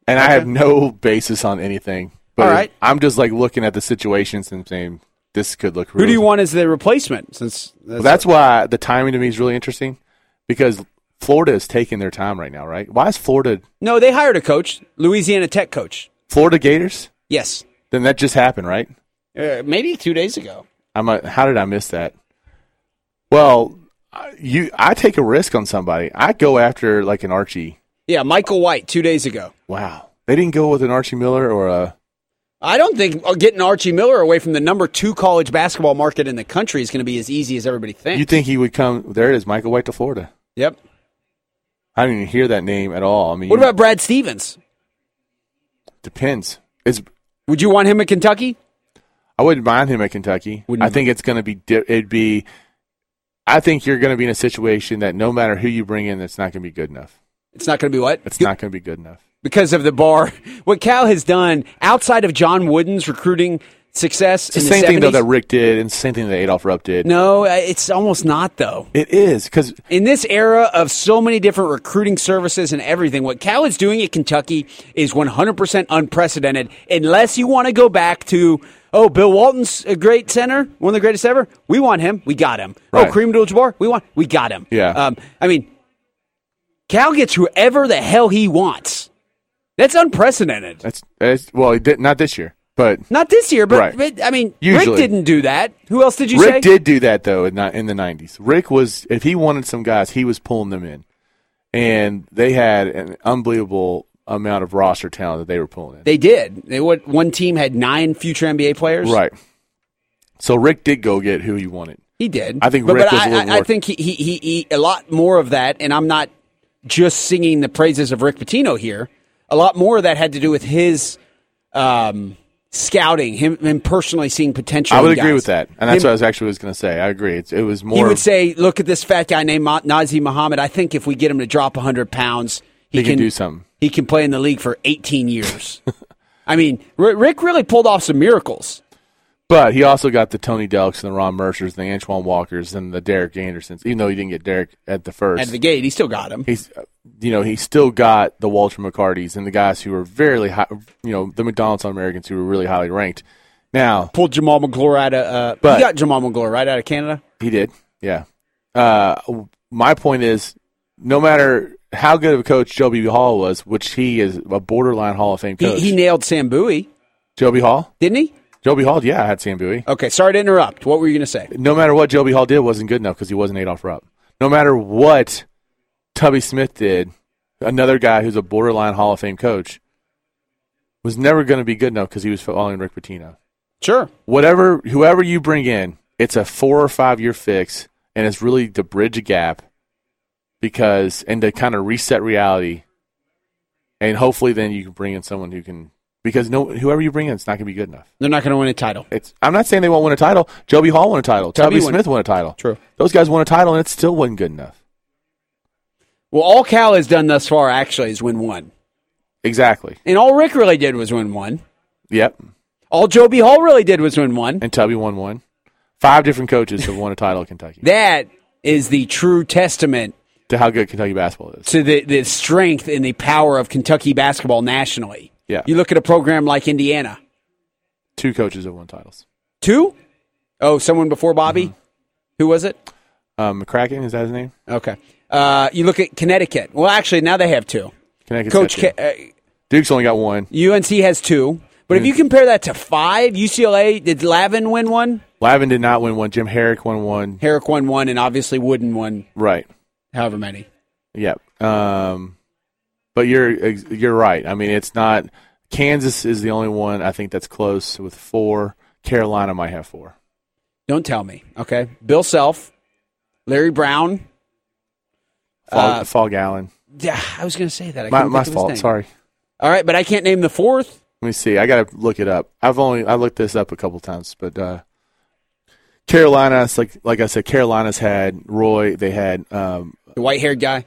Speaker 2: and I have no basis on anything. But
Speaker 3: All right.
Speaker 2: I'm just like looking at the situations and saying this could look.
Speaker 3: Who do
Speaker 2: really
Speaker 3: you want as the replacement? Since that's,
Speaker 2: Well, that's why the timing to me is really interesting because Florida is taking their time right now, right? Why is Florida
Speaker 3: no, they hired a coach, Louisiana Tech coach.
Speaker 2: Florida Gators?
Speaker 3: Yes,
Speaker 2: Then that just happened, right?
Speaker 3: uh, maybe two days ago.
Speaker 2: I'm a, how did I miss that? Well, I- you I take a risk on somebody. I go after like an Archie.
Speaker 3: Yeah, Michael White two days ago.
Speaker 2: Wow, they didn't go with an Archie Miller or a.
Speaker 3: I don't think uh, getting Archie Miller away from the number two college basketball market in the country is going to be as easy as everybody thinks.
Speaker 2: You think he would come? There it is, Michael White to Florida.
Speaker 3: Yep.
Speaker 2: I didn't even hear that name at all. I mean,
Speaker 3: What about Brad Stevens?
Speaker 2: depends? It's
Speaker 3: Would you want him at Kentucky?
Speaker 2: I wouldn't mind him at Kentucky.
Speaker 3: Wouldn't-
Speaker 2: I think it's going to be. Di- it'd be. I think you're going to be in a situation that no matter who you bring in, that's not going to be good enough.
Speaker 3: It's not going to be what?
Speaker 2: It's not going to be good enough.
Speaker 3: because of the bar. What Cal has done outside of John Wooden's recruiting success,
Speaker 2: It's the
Speaker 3: in
Speaker 2: same thing though
Speaker 3: 70s
Speaker 2: that Rick did, and same thing that Adolph Rupp did.
Speaker 3: no, uh, it's almost not though.
Speaker 2: It is because
Speaker 3: In this era of so many different recruiting services and everything, what Cal is doing at Kentucky is 100% unprecedented. Unless you want to go back to, oh, Bill Walton's a great center, one of the greatest ever. We want him. We got him.
Speaker 2: Right.
Speaker 3: Oh, Kareem Abdul-Jabbar. We want. We got him.
Speaker 2: Yeah.
Speaker 3: Um, I mean, Cal gets whoever the hell he wants. That's unprecedented.
Speaker 2: that's, that's well, he did not this year, but
Speaker 3: Not this year, but,
Speaker 2: Right.
Speaker 3: but, I mean, Rick
Speaker 2: Usually.
Speaker 3: didn't do that. Who else did you
Speaker 2: Rick
Speaker 3: say?
Speaker 2: did do that though in, in the '90s. Rick was if he wanted some guys, he was pulling them in, and they had an unbelievable amount of roster talent that they were pulling in.
Speaker 3: They did. They what? One team had nine future NBA players.
Speaker 2: Right. So Rick did go get who he wanted.
Speaker 3: He did.
Speaker 2: I think
Speaker 3: but,
Speaker 2: Rick
Speaker 3: but
Speaker 2: was a
Speaker 3: I,
Speaker 2: little
Speaker 3: I, I
Speaker 2: more-
Speaker 3: think he, he, he, he a lot more of that, and I'm not just singing the praises of Rick Pitino here. A lot more of that had to do with his um, scouting, him, him personally seeing potential.
Speaker 2: I would
Speaker 3: in
Speaker 2: agree
Speaker 3: guys.
Speaker 2: with that, and that's
Speaker 3: Him-
Speaker 2: what I was actually was going to say. I agree. It's, it was more.
Speaker 3: He would
Speaker 2: of-
Speaker 3: say, "Look at this fat guy named Ma- Nazi Muhammad. I think if we get him to drop 100 pounds,
Speaker 2: He can do something."
Speaker 3: He can play in the league for 18 years." I mean, R- Rick really pulled off some miracles.
Speaker 2: but he also got the Tony Delks and the Ron Mercers and the Antoine Walkers and the Derek Andersons. Even though he didn't get Derek at the first,
Speaker 3: Out of the gate, he still got him.
Speaker 2: he's uh, you know he still got the Walter McCartys and the guys who were very high, you know the McDonald's Americans who were really highly ranked. Now
Speaker 3: Pulled Jamal McGlure out of. Uh,
Speaker 2: But-
Speaker 3: he got Jamal McGlure right out of Canada.
Speaker 2: he did, yeah. Uh, my point is, no matter how good of a coach Joe B. Hall was, which he is a borderline Hall of Fame
Speaker 3: He,
Speaker 2: coach,
Speaker 3: he nailed Sam Bowie,
Speaker 2: Joe B. Hall,
Speaker 3: didn't he?
Speaker 2: Joe B. Hall, yeah, I had Sam Bowie.
Speaker 3: Okay, sorry to interrupt. What were you going to say?
Speaker 2: no matter what Joby Hall did wasn't good enough because he wasn't Adolph Rupp. No matter what Tubby Smith did, another guy who's a borderline Hall of Fame coach, was never going to be good enough because he was following Rick Pitino.
Speaker 3: Sure.
Speaker 2: Whatever, whoever you bring in, it's a four or five year fix, and it's really to bridge a gap because and to kind of reset reality, and hopefully then you can bring in someone who can because no whoever you bring in, it's not going to be good enough.
Speaker 3: They're not going to win a title.
Speaker 2: It's, I'm not saying they won't win a title. Joby Hall won a title.
Speaker 3: Tubby
Speaker 2: Tubby
Speaker 3: won-
Speaker 2: Smith won a title.
Speaker 3: True.
Speaker 2: Those guys won a title, and it still wasn't good enough.
Speaker 3: Well, all Cal has done thus far actually is win one,
Speaker 2: Exactly.
Speaker 3: and all Rick really did was win one.
Speaker 2: Yep.
Speaker 3: All Joby Hall really did was win one.
Speaker 2: And Tubby won one. Five different coaches have won a title at Kentucky.
Speaker 3: That is the true testament
Speaker 2: to how good Kentucky basketball is.
Speaker 3: to the, the strength and the power of Kentucky basketball nationally.
Speaker 2: Yeah.
Speaker 3: You look at a program like Indiana.
Speaker 2: Two coaches have won titles.
Speaker 3: Two? Oh, someone before Bobby?
Speaker 2: Mm-hmm.
Speaker 3: Who was it?
Speaker 2: Um, McCracken is that his name?
Speaker 3: Okay. Uh, you look at Connecticut. Well, actually, now they have two.
Speaker 2: Connecticut.
Speaker 3: Coach, uh,
Speaker 2: K-
Speaker 3: K-
Speaker 2: Duke's only got one.
Speaker 3: uh, UNC has two. But
Speaker 2: Hmm.
Speaker 3: if you compare that to five, UCLA, did Lavin win one?
Speaker 2: Lavin did not win one. Jim Herrick won one.
Speaker 3: Herrick won one, and obviously Wooden won
Speaker 2: Right.
Speaker 3: however many.
Speaker 2: Yep. Um, but you're ex- you're right. I mean, it's not. Kansas is the only one I think that's close with four. Carolina might have four.
Speaker 3: Don't tell me. Okay. Bill Self, Larry Brown.
Speaker 2: Fall,
Speaker 3: Uh,
Speaker 2: Fall Gallon.
Speaker 3: Yeah, I was going to say that. I
Speaker 2: My,
Speaker 3: couldn't
Speaker 2: my
Speaker 3: think of his
Speaker 2: fault.
Speaker 3: name.
Speaker 2: Sorry.
Speaker 3: All right, but I can't name the fourth.
Speaker 2: Let me see. I gotta look it up. I've only I looked this up a couple times, but uh, Carolina's like like I said, Carolina's had Roy. They had um,
Speaker 3: The white haired guy.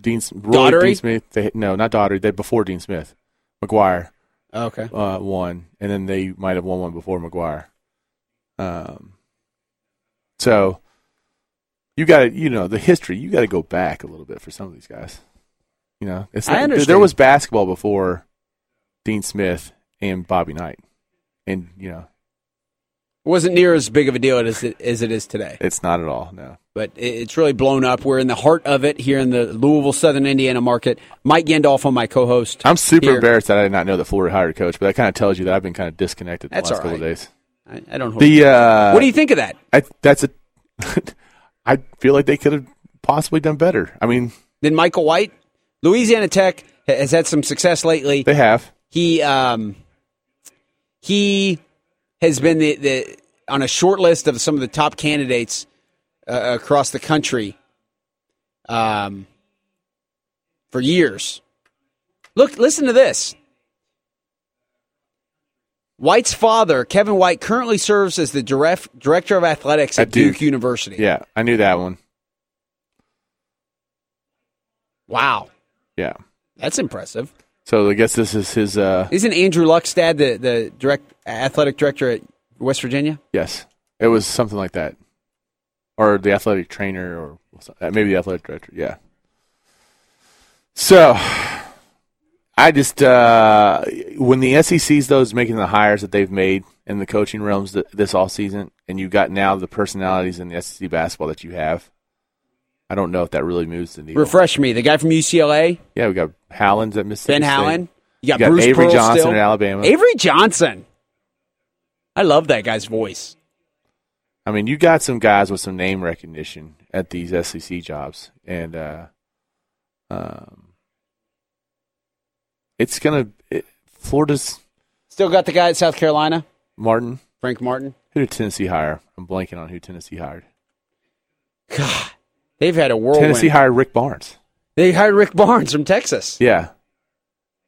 Speaker 2: Dean S- Roy
Speaker 3: Daugherty?
Speaker 2: Dean Smith. They no, not Daugherty. They before Dean Smith, McGuire
Speaker 3: Oh, Okay.
Speaker 2: uh, won, and then they might have won one before McGuire. Um, so you got to you know the history. You got to go back a little bit for some of these guys. You know, it's
Speaker 3: I
Speaker 2: not, there- there
Speaker 3: understand.
Speaker 2: was basketball before Dean Smith and Bobby Knight, and you know
Speaker 3: Wasn't near as big of a deal as it, as it is today,
Speaker 2: it's not at all. No,
Speaker 3: but it, it's really blown up. We're in the heart of it here in the Louisville, Southern Indiana market. Mike Gandolfo, my co host.
Speaker 2: I'm super
Speaker 3: Here.
Speaker 2: embarrassed that I did not know that Florida hired a coach, but that kind of tells you that I've been kind of disconnected the
Speaker 3: That's
Speaker 2: last
Speaker 3: all
Speaker 2: couple of
Speaker 3: right.
Speaker 2: days.
Speaker 3: I, I don't hold
Speaker 2: The uh,
Speaker 3: What do you think of that?
Speaker 2: I, that's a. I feel like they could have possibly done better. I mean,
Speaker 3: Then Michael White, Louisiana Tech ha- has had some success lately.
Speaker 2: they have.
Speaker 3: He um, he has been the, the on a short list of some of the top candidates uh, across the country um, for years. Look, listen to this. White's father, Kevin White, currently serves as the direct, director of athletics at,
Speaker 2: At Duke.
Speaker 3: Duke. University.
Speaker 2: Yeah, I knew that one.
Speaker 3: Wow.
Speaker 2: Yeah.
Speaker 3: That's impressive.
Speaker 2: So I guess this is his. uh
Speaker 3: Isn't Andrew Luck's dad the, the direct athletic director at West Virginia?
Speaker 2: Yes, it was something like that, or the athletic trainer, or uh, maybe the athletic director. Yeah. So, I just uh, when the SEC's those making the hires that they've made in the coaching realms th- this off season, and you got now the personalities in the SEC basketball that you have. I don't know if that really moves the needle.
Speaker 3: Refresh me. The guy from UCLA,
Speaker 2: yeah, we got Howland's at Mississippi
Speaker 3: Ben
Speaker 2: State.
Speaker 3: Howland. You got,
Speaker 2: You got
Speaker 3: Bruce
Speaker 2: Avery
Speaker 3: Pearl
Speaker 2: Johnson
Speaker 3: still.
Speaker 2: at Alabama.
Speaker 3: Avery Johnson. I love that guy's voice.
Speaker 2: I mean, you got some guys with some name recognition at these SEC jobs, and uh, um, it's gonna. It, Florida's
Speaker 3: Still got the guy at South Carolina,
Speaker 2: Martin.
Speaker 3: Frank Martin.
Speaker 2: Who did Tennessee hire? I'm blanking on who Tennessee hired.
Speaker 3: God, they've had a whirlwind.
Speaker 2: Tennessee hired Rick Barnes.
Speaker 3: they hired Rick Barnes from Texas.
Speaker 2: Yeah,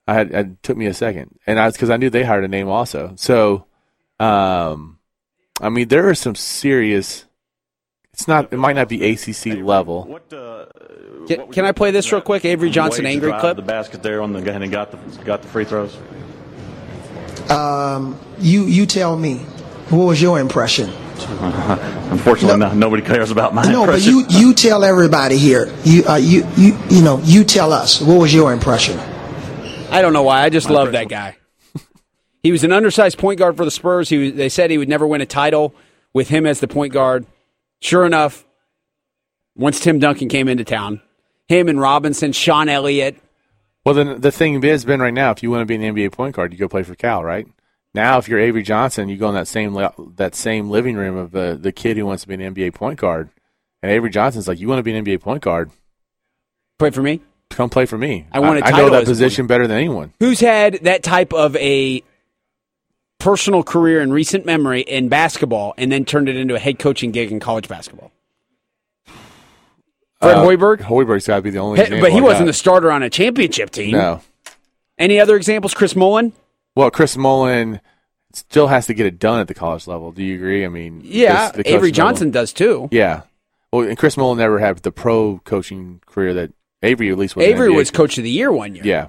Speaker 2: I had it took me a second, and I was because I knew they hired a name also. So, um, I mean, there are some serious. It's not. It might not be ACC level.
Speaker 10: What, uh,
Speaker 3: Can, can I play this real quick? Avery Johnson
Speaker 10: way to
Speaker 3: angry
Speaker 10: drive
Speaker 3: clip.
Speaker 10: The basket there on the guy and got the got the free throws.
Speaker 11: Um, you you tell me. What was your impression?
Speaker 10: Unfortunately, no, nobody cares about my
Speaker 11: no,
Speaker 10: impression.
Speaker 11: but you you tell everybody here. You uh, you you you know you tell us. What was your impression?
Speaker 3: I don't know why. I just love that guy. he was an undersized point guard for the Spurs. He was, they said he would never win a title with him as the point guard. Sure enough, once Tim Duncan came into town, him and Robinson, Sean Elliott,
Speaker 2: Well, then the thing is, Ben, right now, if you want to be an NBA point guard, you go play for Cal, right? Now, if you're Avery Johnson, you go in that same lo- that same living room of the the kid who wants to be an NBA point guard, and Avery Johnson's like, "You want to be an NBA point guard?
Speaker 3: play for me.
Speaker 2: Come play for me.
Speaker 3: I want a
Speaker 2: I,
Speaker 3: title
Speaker 2: know that
Speaker 3: as a
Speaker 2: position better than anyone."
Speaker 3: Who's had that type of a personal career in recent memory in basketball and then turned it into a head coaching gig in college basketball? Fred
Speaker 2: Uh,
Speaker 3: Hoiberg?
Speaker 2: Hoiberg's got to be the only.
Speaker 3: He-
Speaker 2: example
Speaker 3: but he
Speaker 2: I
Speaker 3: wasn't the
Speaker 2: got.
Speaker 3: starter on a championship team.
Speaker 2: No.
Speaker 3: Any other examples? Chris Mullen?
Speaker 2: Well, Chris Mullen still has to get it done at the college level. Do you agree? I mean,
Speaker 3: Yeah,
Speaker 2: this- the coach
Speaker 3: Avery
Speaker 2: Mullen-
Speaker 3: Johnson does too.
Speaker 2: Yeah. Well, and Chris Mullen never had the pro coaching career that Avery at least was. an
Speaker 3: Avery
Speaker 2: NBA
Speaker 3: was coach of the year one year.
Speaker 2: Yeah.
Speaker 3: And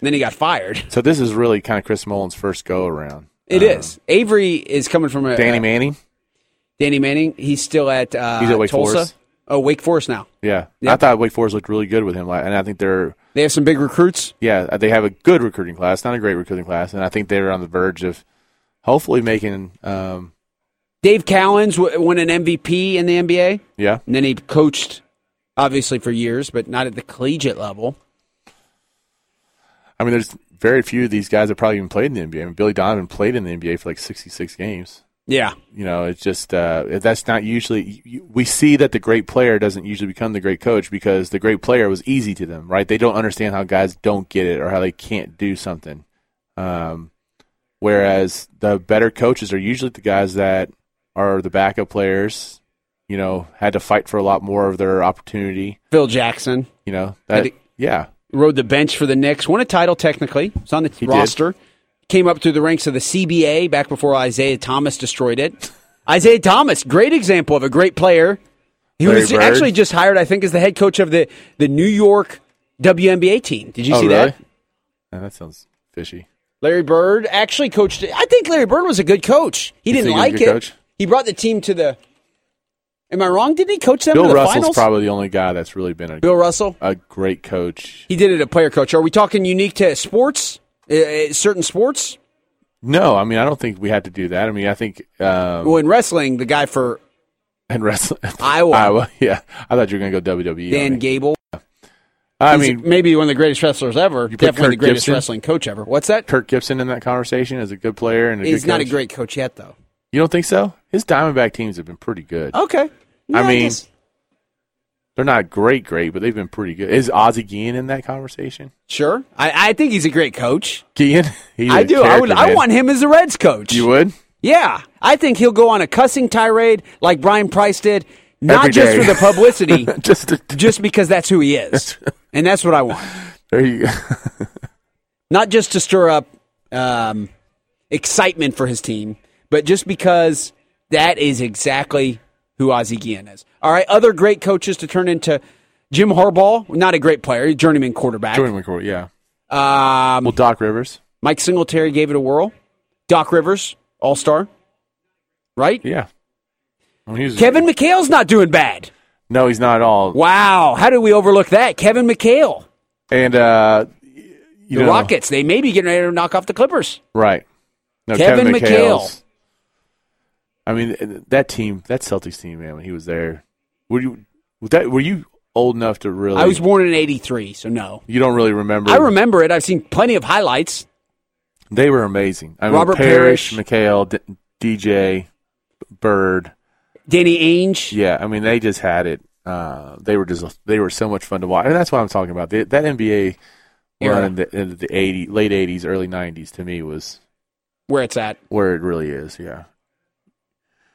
Speaker 3: then he got fired.
Speaker 2: So this is really kind of Chris Mullen's first go around.
Speaker 3: It is Avery is coming from a
Speaker 2: Uh-huh. Danny
Speaker 3: uh,
Speaker 2: Manning.
Speaker 3: Danny Manning. He's still at uh,
Speaker 2: He's at Wake
Speaker 3: Tulsa.
Speaker 2: Forest.
Speaker 3: Oh, Wake Forest now.
Speaker 2: Yeah.
Speaker 3: Yeah.
Speaker 2: I thought Wake Forest looked really good with him, like, and I think they're
Speaker 3: They have some big recruits.
Speaker 2: yeah they have a good recruiting class, not a great recruiting class, and I think they're on the verge of hopefully making um,
Speaker 3: Dave Cowens w- won an MVP in the NBA,
Speaker 2: yeah
Speaker 3: and then he coached obviously for years, but not at the collegiate level.
Speaker 2: I mean, there's very few of these guys that probably even played in the NBA. I mean, Billy Donovan played in the NBA for like 66 games.
Speaker 3: Yeah,
Speaker 2: You know, it's just uh, that's not usually. you- We see that the great player doesn't usually become the great coach because the great player was easy to them, right? They don't understand how guys don't get it or how they can't do something. Um, whereas the better coaches are usually the guys that are the backup players. You know, had to fight for a lot more of their opportunity.
Speaker 3: Phil Jackson
Speaker 2: You know, that,
Speaker 3: Had to-
Speaker 2: yeah,
Speaker 3: rode the bench for the Knicks, won a title technically. It's on the
Speaker 2: did.
Speaker 3: roster. Came up through the ranks of the CBA back before Isaiah Thomas destroyed it. Isaiah Thomas, great example of a great player. He
Speaker 2: Larry
Speaker 3: was
Speaker 2: Bird.
Speaker 3: actually just hired, I think, as the head coach of the, the New York WNBA team. Did you
Speaker 2: Oh,
Speaker 3: see that?
Speaker 2: really? Yeah, that sounds fishy.
Speaker 3: Larry Bird actually coached. I think Larry Bird was a good coach. He
Speaker 2: You
Speaker 3: didn't
Speaker 2: think he was a
Speaker 3: like
Speaker 2: good
Speaker 3: it.
Speaker 2: coach?
Speaker 3: He brought the team to the. Am I wrong? Didn't he coach them to
Speaker 2: Bill
Speaker 3: the
Speaker 2: Russell's
Speaker 3: finals?
Speaker 2: probably the only guy that's really been a,
Speaker 3: Bill Russell.
Speaker 2: a great coach.
Speaker 3: He did it a player coach. Are we talking unique to sports? Uh, Uh, certain sports?
Speaker 2: No, I mean I don't think we had to do that. I mean I think um,
Speaker 3: Well, in wrestling, the guy for
Speaker 2: and wrestling
Speaker 3: Iowa.
Speaker 2: Iowa, yeah. I thought you were gonna go WWE. on
Speaker 3: Dan
Speaker 2: me.
Speaker 3: Gable.
Speaker 2: I
Speaker 3: He's
Speaker 2: mean
Speaker 3: maybe one of the greatest wrestlers ever.
Speaker 2: put
Speaker 3: Definitely
Speaker 2: Kirk
Speaker 3: the greatest
Speaker 2: Gibson?
Speaker 3: wrestling coach ever. What's that?
Speaker 2: Kirk Gibson in that conversation is a good player and a
Speaker 3: He's
Speaker 2: good
Speaker 3: not a
Speaker 2: coach.
Speaker 3: great coach yet, though.
Speaker 2: You don't think so? His Diamondback teams have been pretty good.
Speaker 3: Okay.
Speaker 2: I mean,
Speaker 3: guess-
Speaker 2: They're not great, great, but they've been pretty good. Is Ozzie Guillen in that conversation?
Speaker 3: sure. I, I think he's a great coach.
Speaker 2: Guillen, He's
Speaker 3: I
Speaker 2: a
Speaker 3: do. I would.
Speaker 2: character,
Speaker 3: I
Speaker 2: man.
Speaker 3: want him as a Reds coach.
Speaker 2: You would?
Speaker 3: Yeah, I think he'll go on a cussing tirade like Brian Price did, not
Speaker 2: Every
Speaker 3: just
Speaker 2: day.
Speaker 3: for the publicity,
Speaker 2: Just to,
Speaker 3: just because that's who he is, and that's what I want.
Speaker 2: there you go.
Speaker 3: Not just to stir up um, excitement for his team, but just because that is exactly who Ozzie Guillen is. All right, other great coaches to turn into Jim Harbaugh, not a great player, journeyman quarterback.
Speaker 2: Jordan McCoy, yeah.
Speaker 3: Um,
Speaker 2: well, Doc Rivers.
Speaker 3: Mike Singletary gave it a whirl. Doc Rivers, all star, right?
Speaker 2: Yeah. When he was-
Speaker 3: Kevin McHale's not doing bad.
Speaker 2: No, he's not at all.
Speaker 3: Wow, how did we overlook that? Kevin McHale,
Speaker 2: And uh,
Speaker 3: the
Speaker 2: you know,
Speaker 3: Rockets, they may be getting ready to knock off the Clippers.
Speaker 2: right? No,
Speaker 3: Kevin
Speaker 2: McHale's- I mean, that team, that Celtics team, man. When he was there, were you was that were you old enough to really?
Speaker 3: I was born in '83, so no.
Speaker 2: You don't really remember.
Speaker 3: I remember it. I've seen plenty of highlights.
Speaker 2: They were amazing. I mean,
Speaker 3: Robert
Speaker 2: Parrish, McHale, D- DJ, Bird,
Speaker 3: Danny Ainge.
Speaker 2: Yeah, I mean, they just had it. Uh, they were just they were so much fun to watch, and that's what I'm talking about. The, that NBA
Speaker 3: Era.
Speaker 2: run in the, in the 80, late 80s, early 90s to me was
Speaker 3: Where it's at.
Speaker 2: where it really is. Yeah,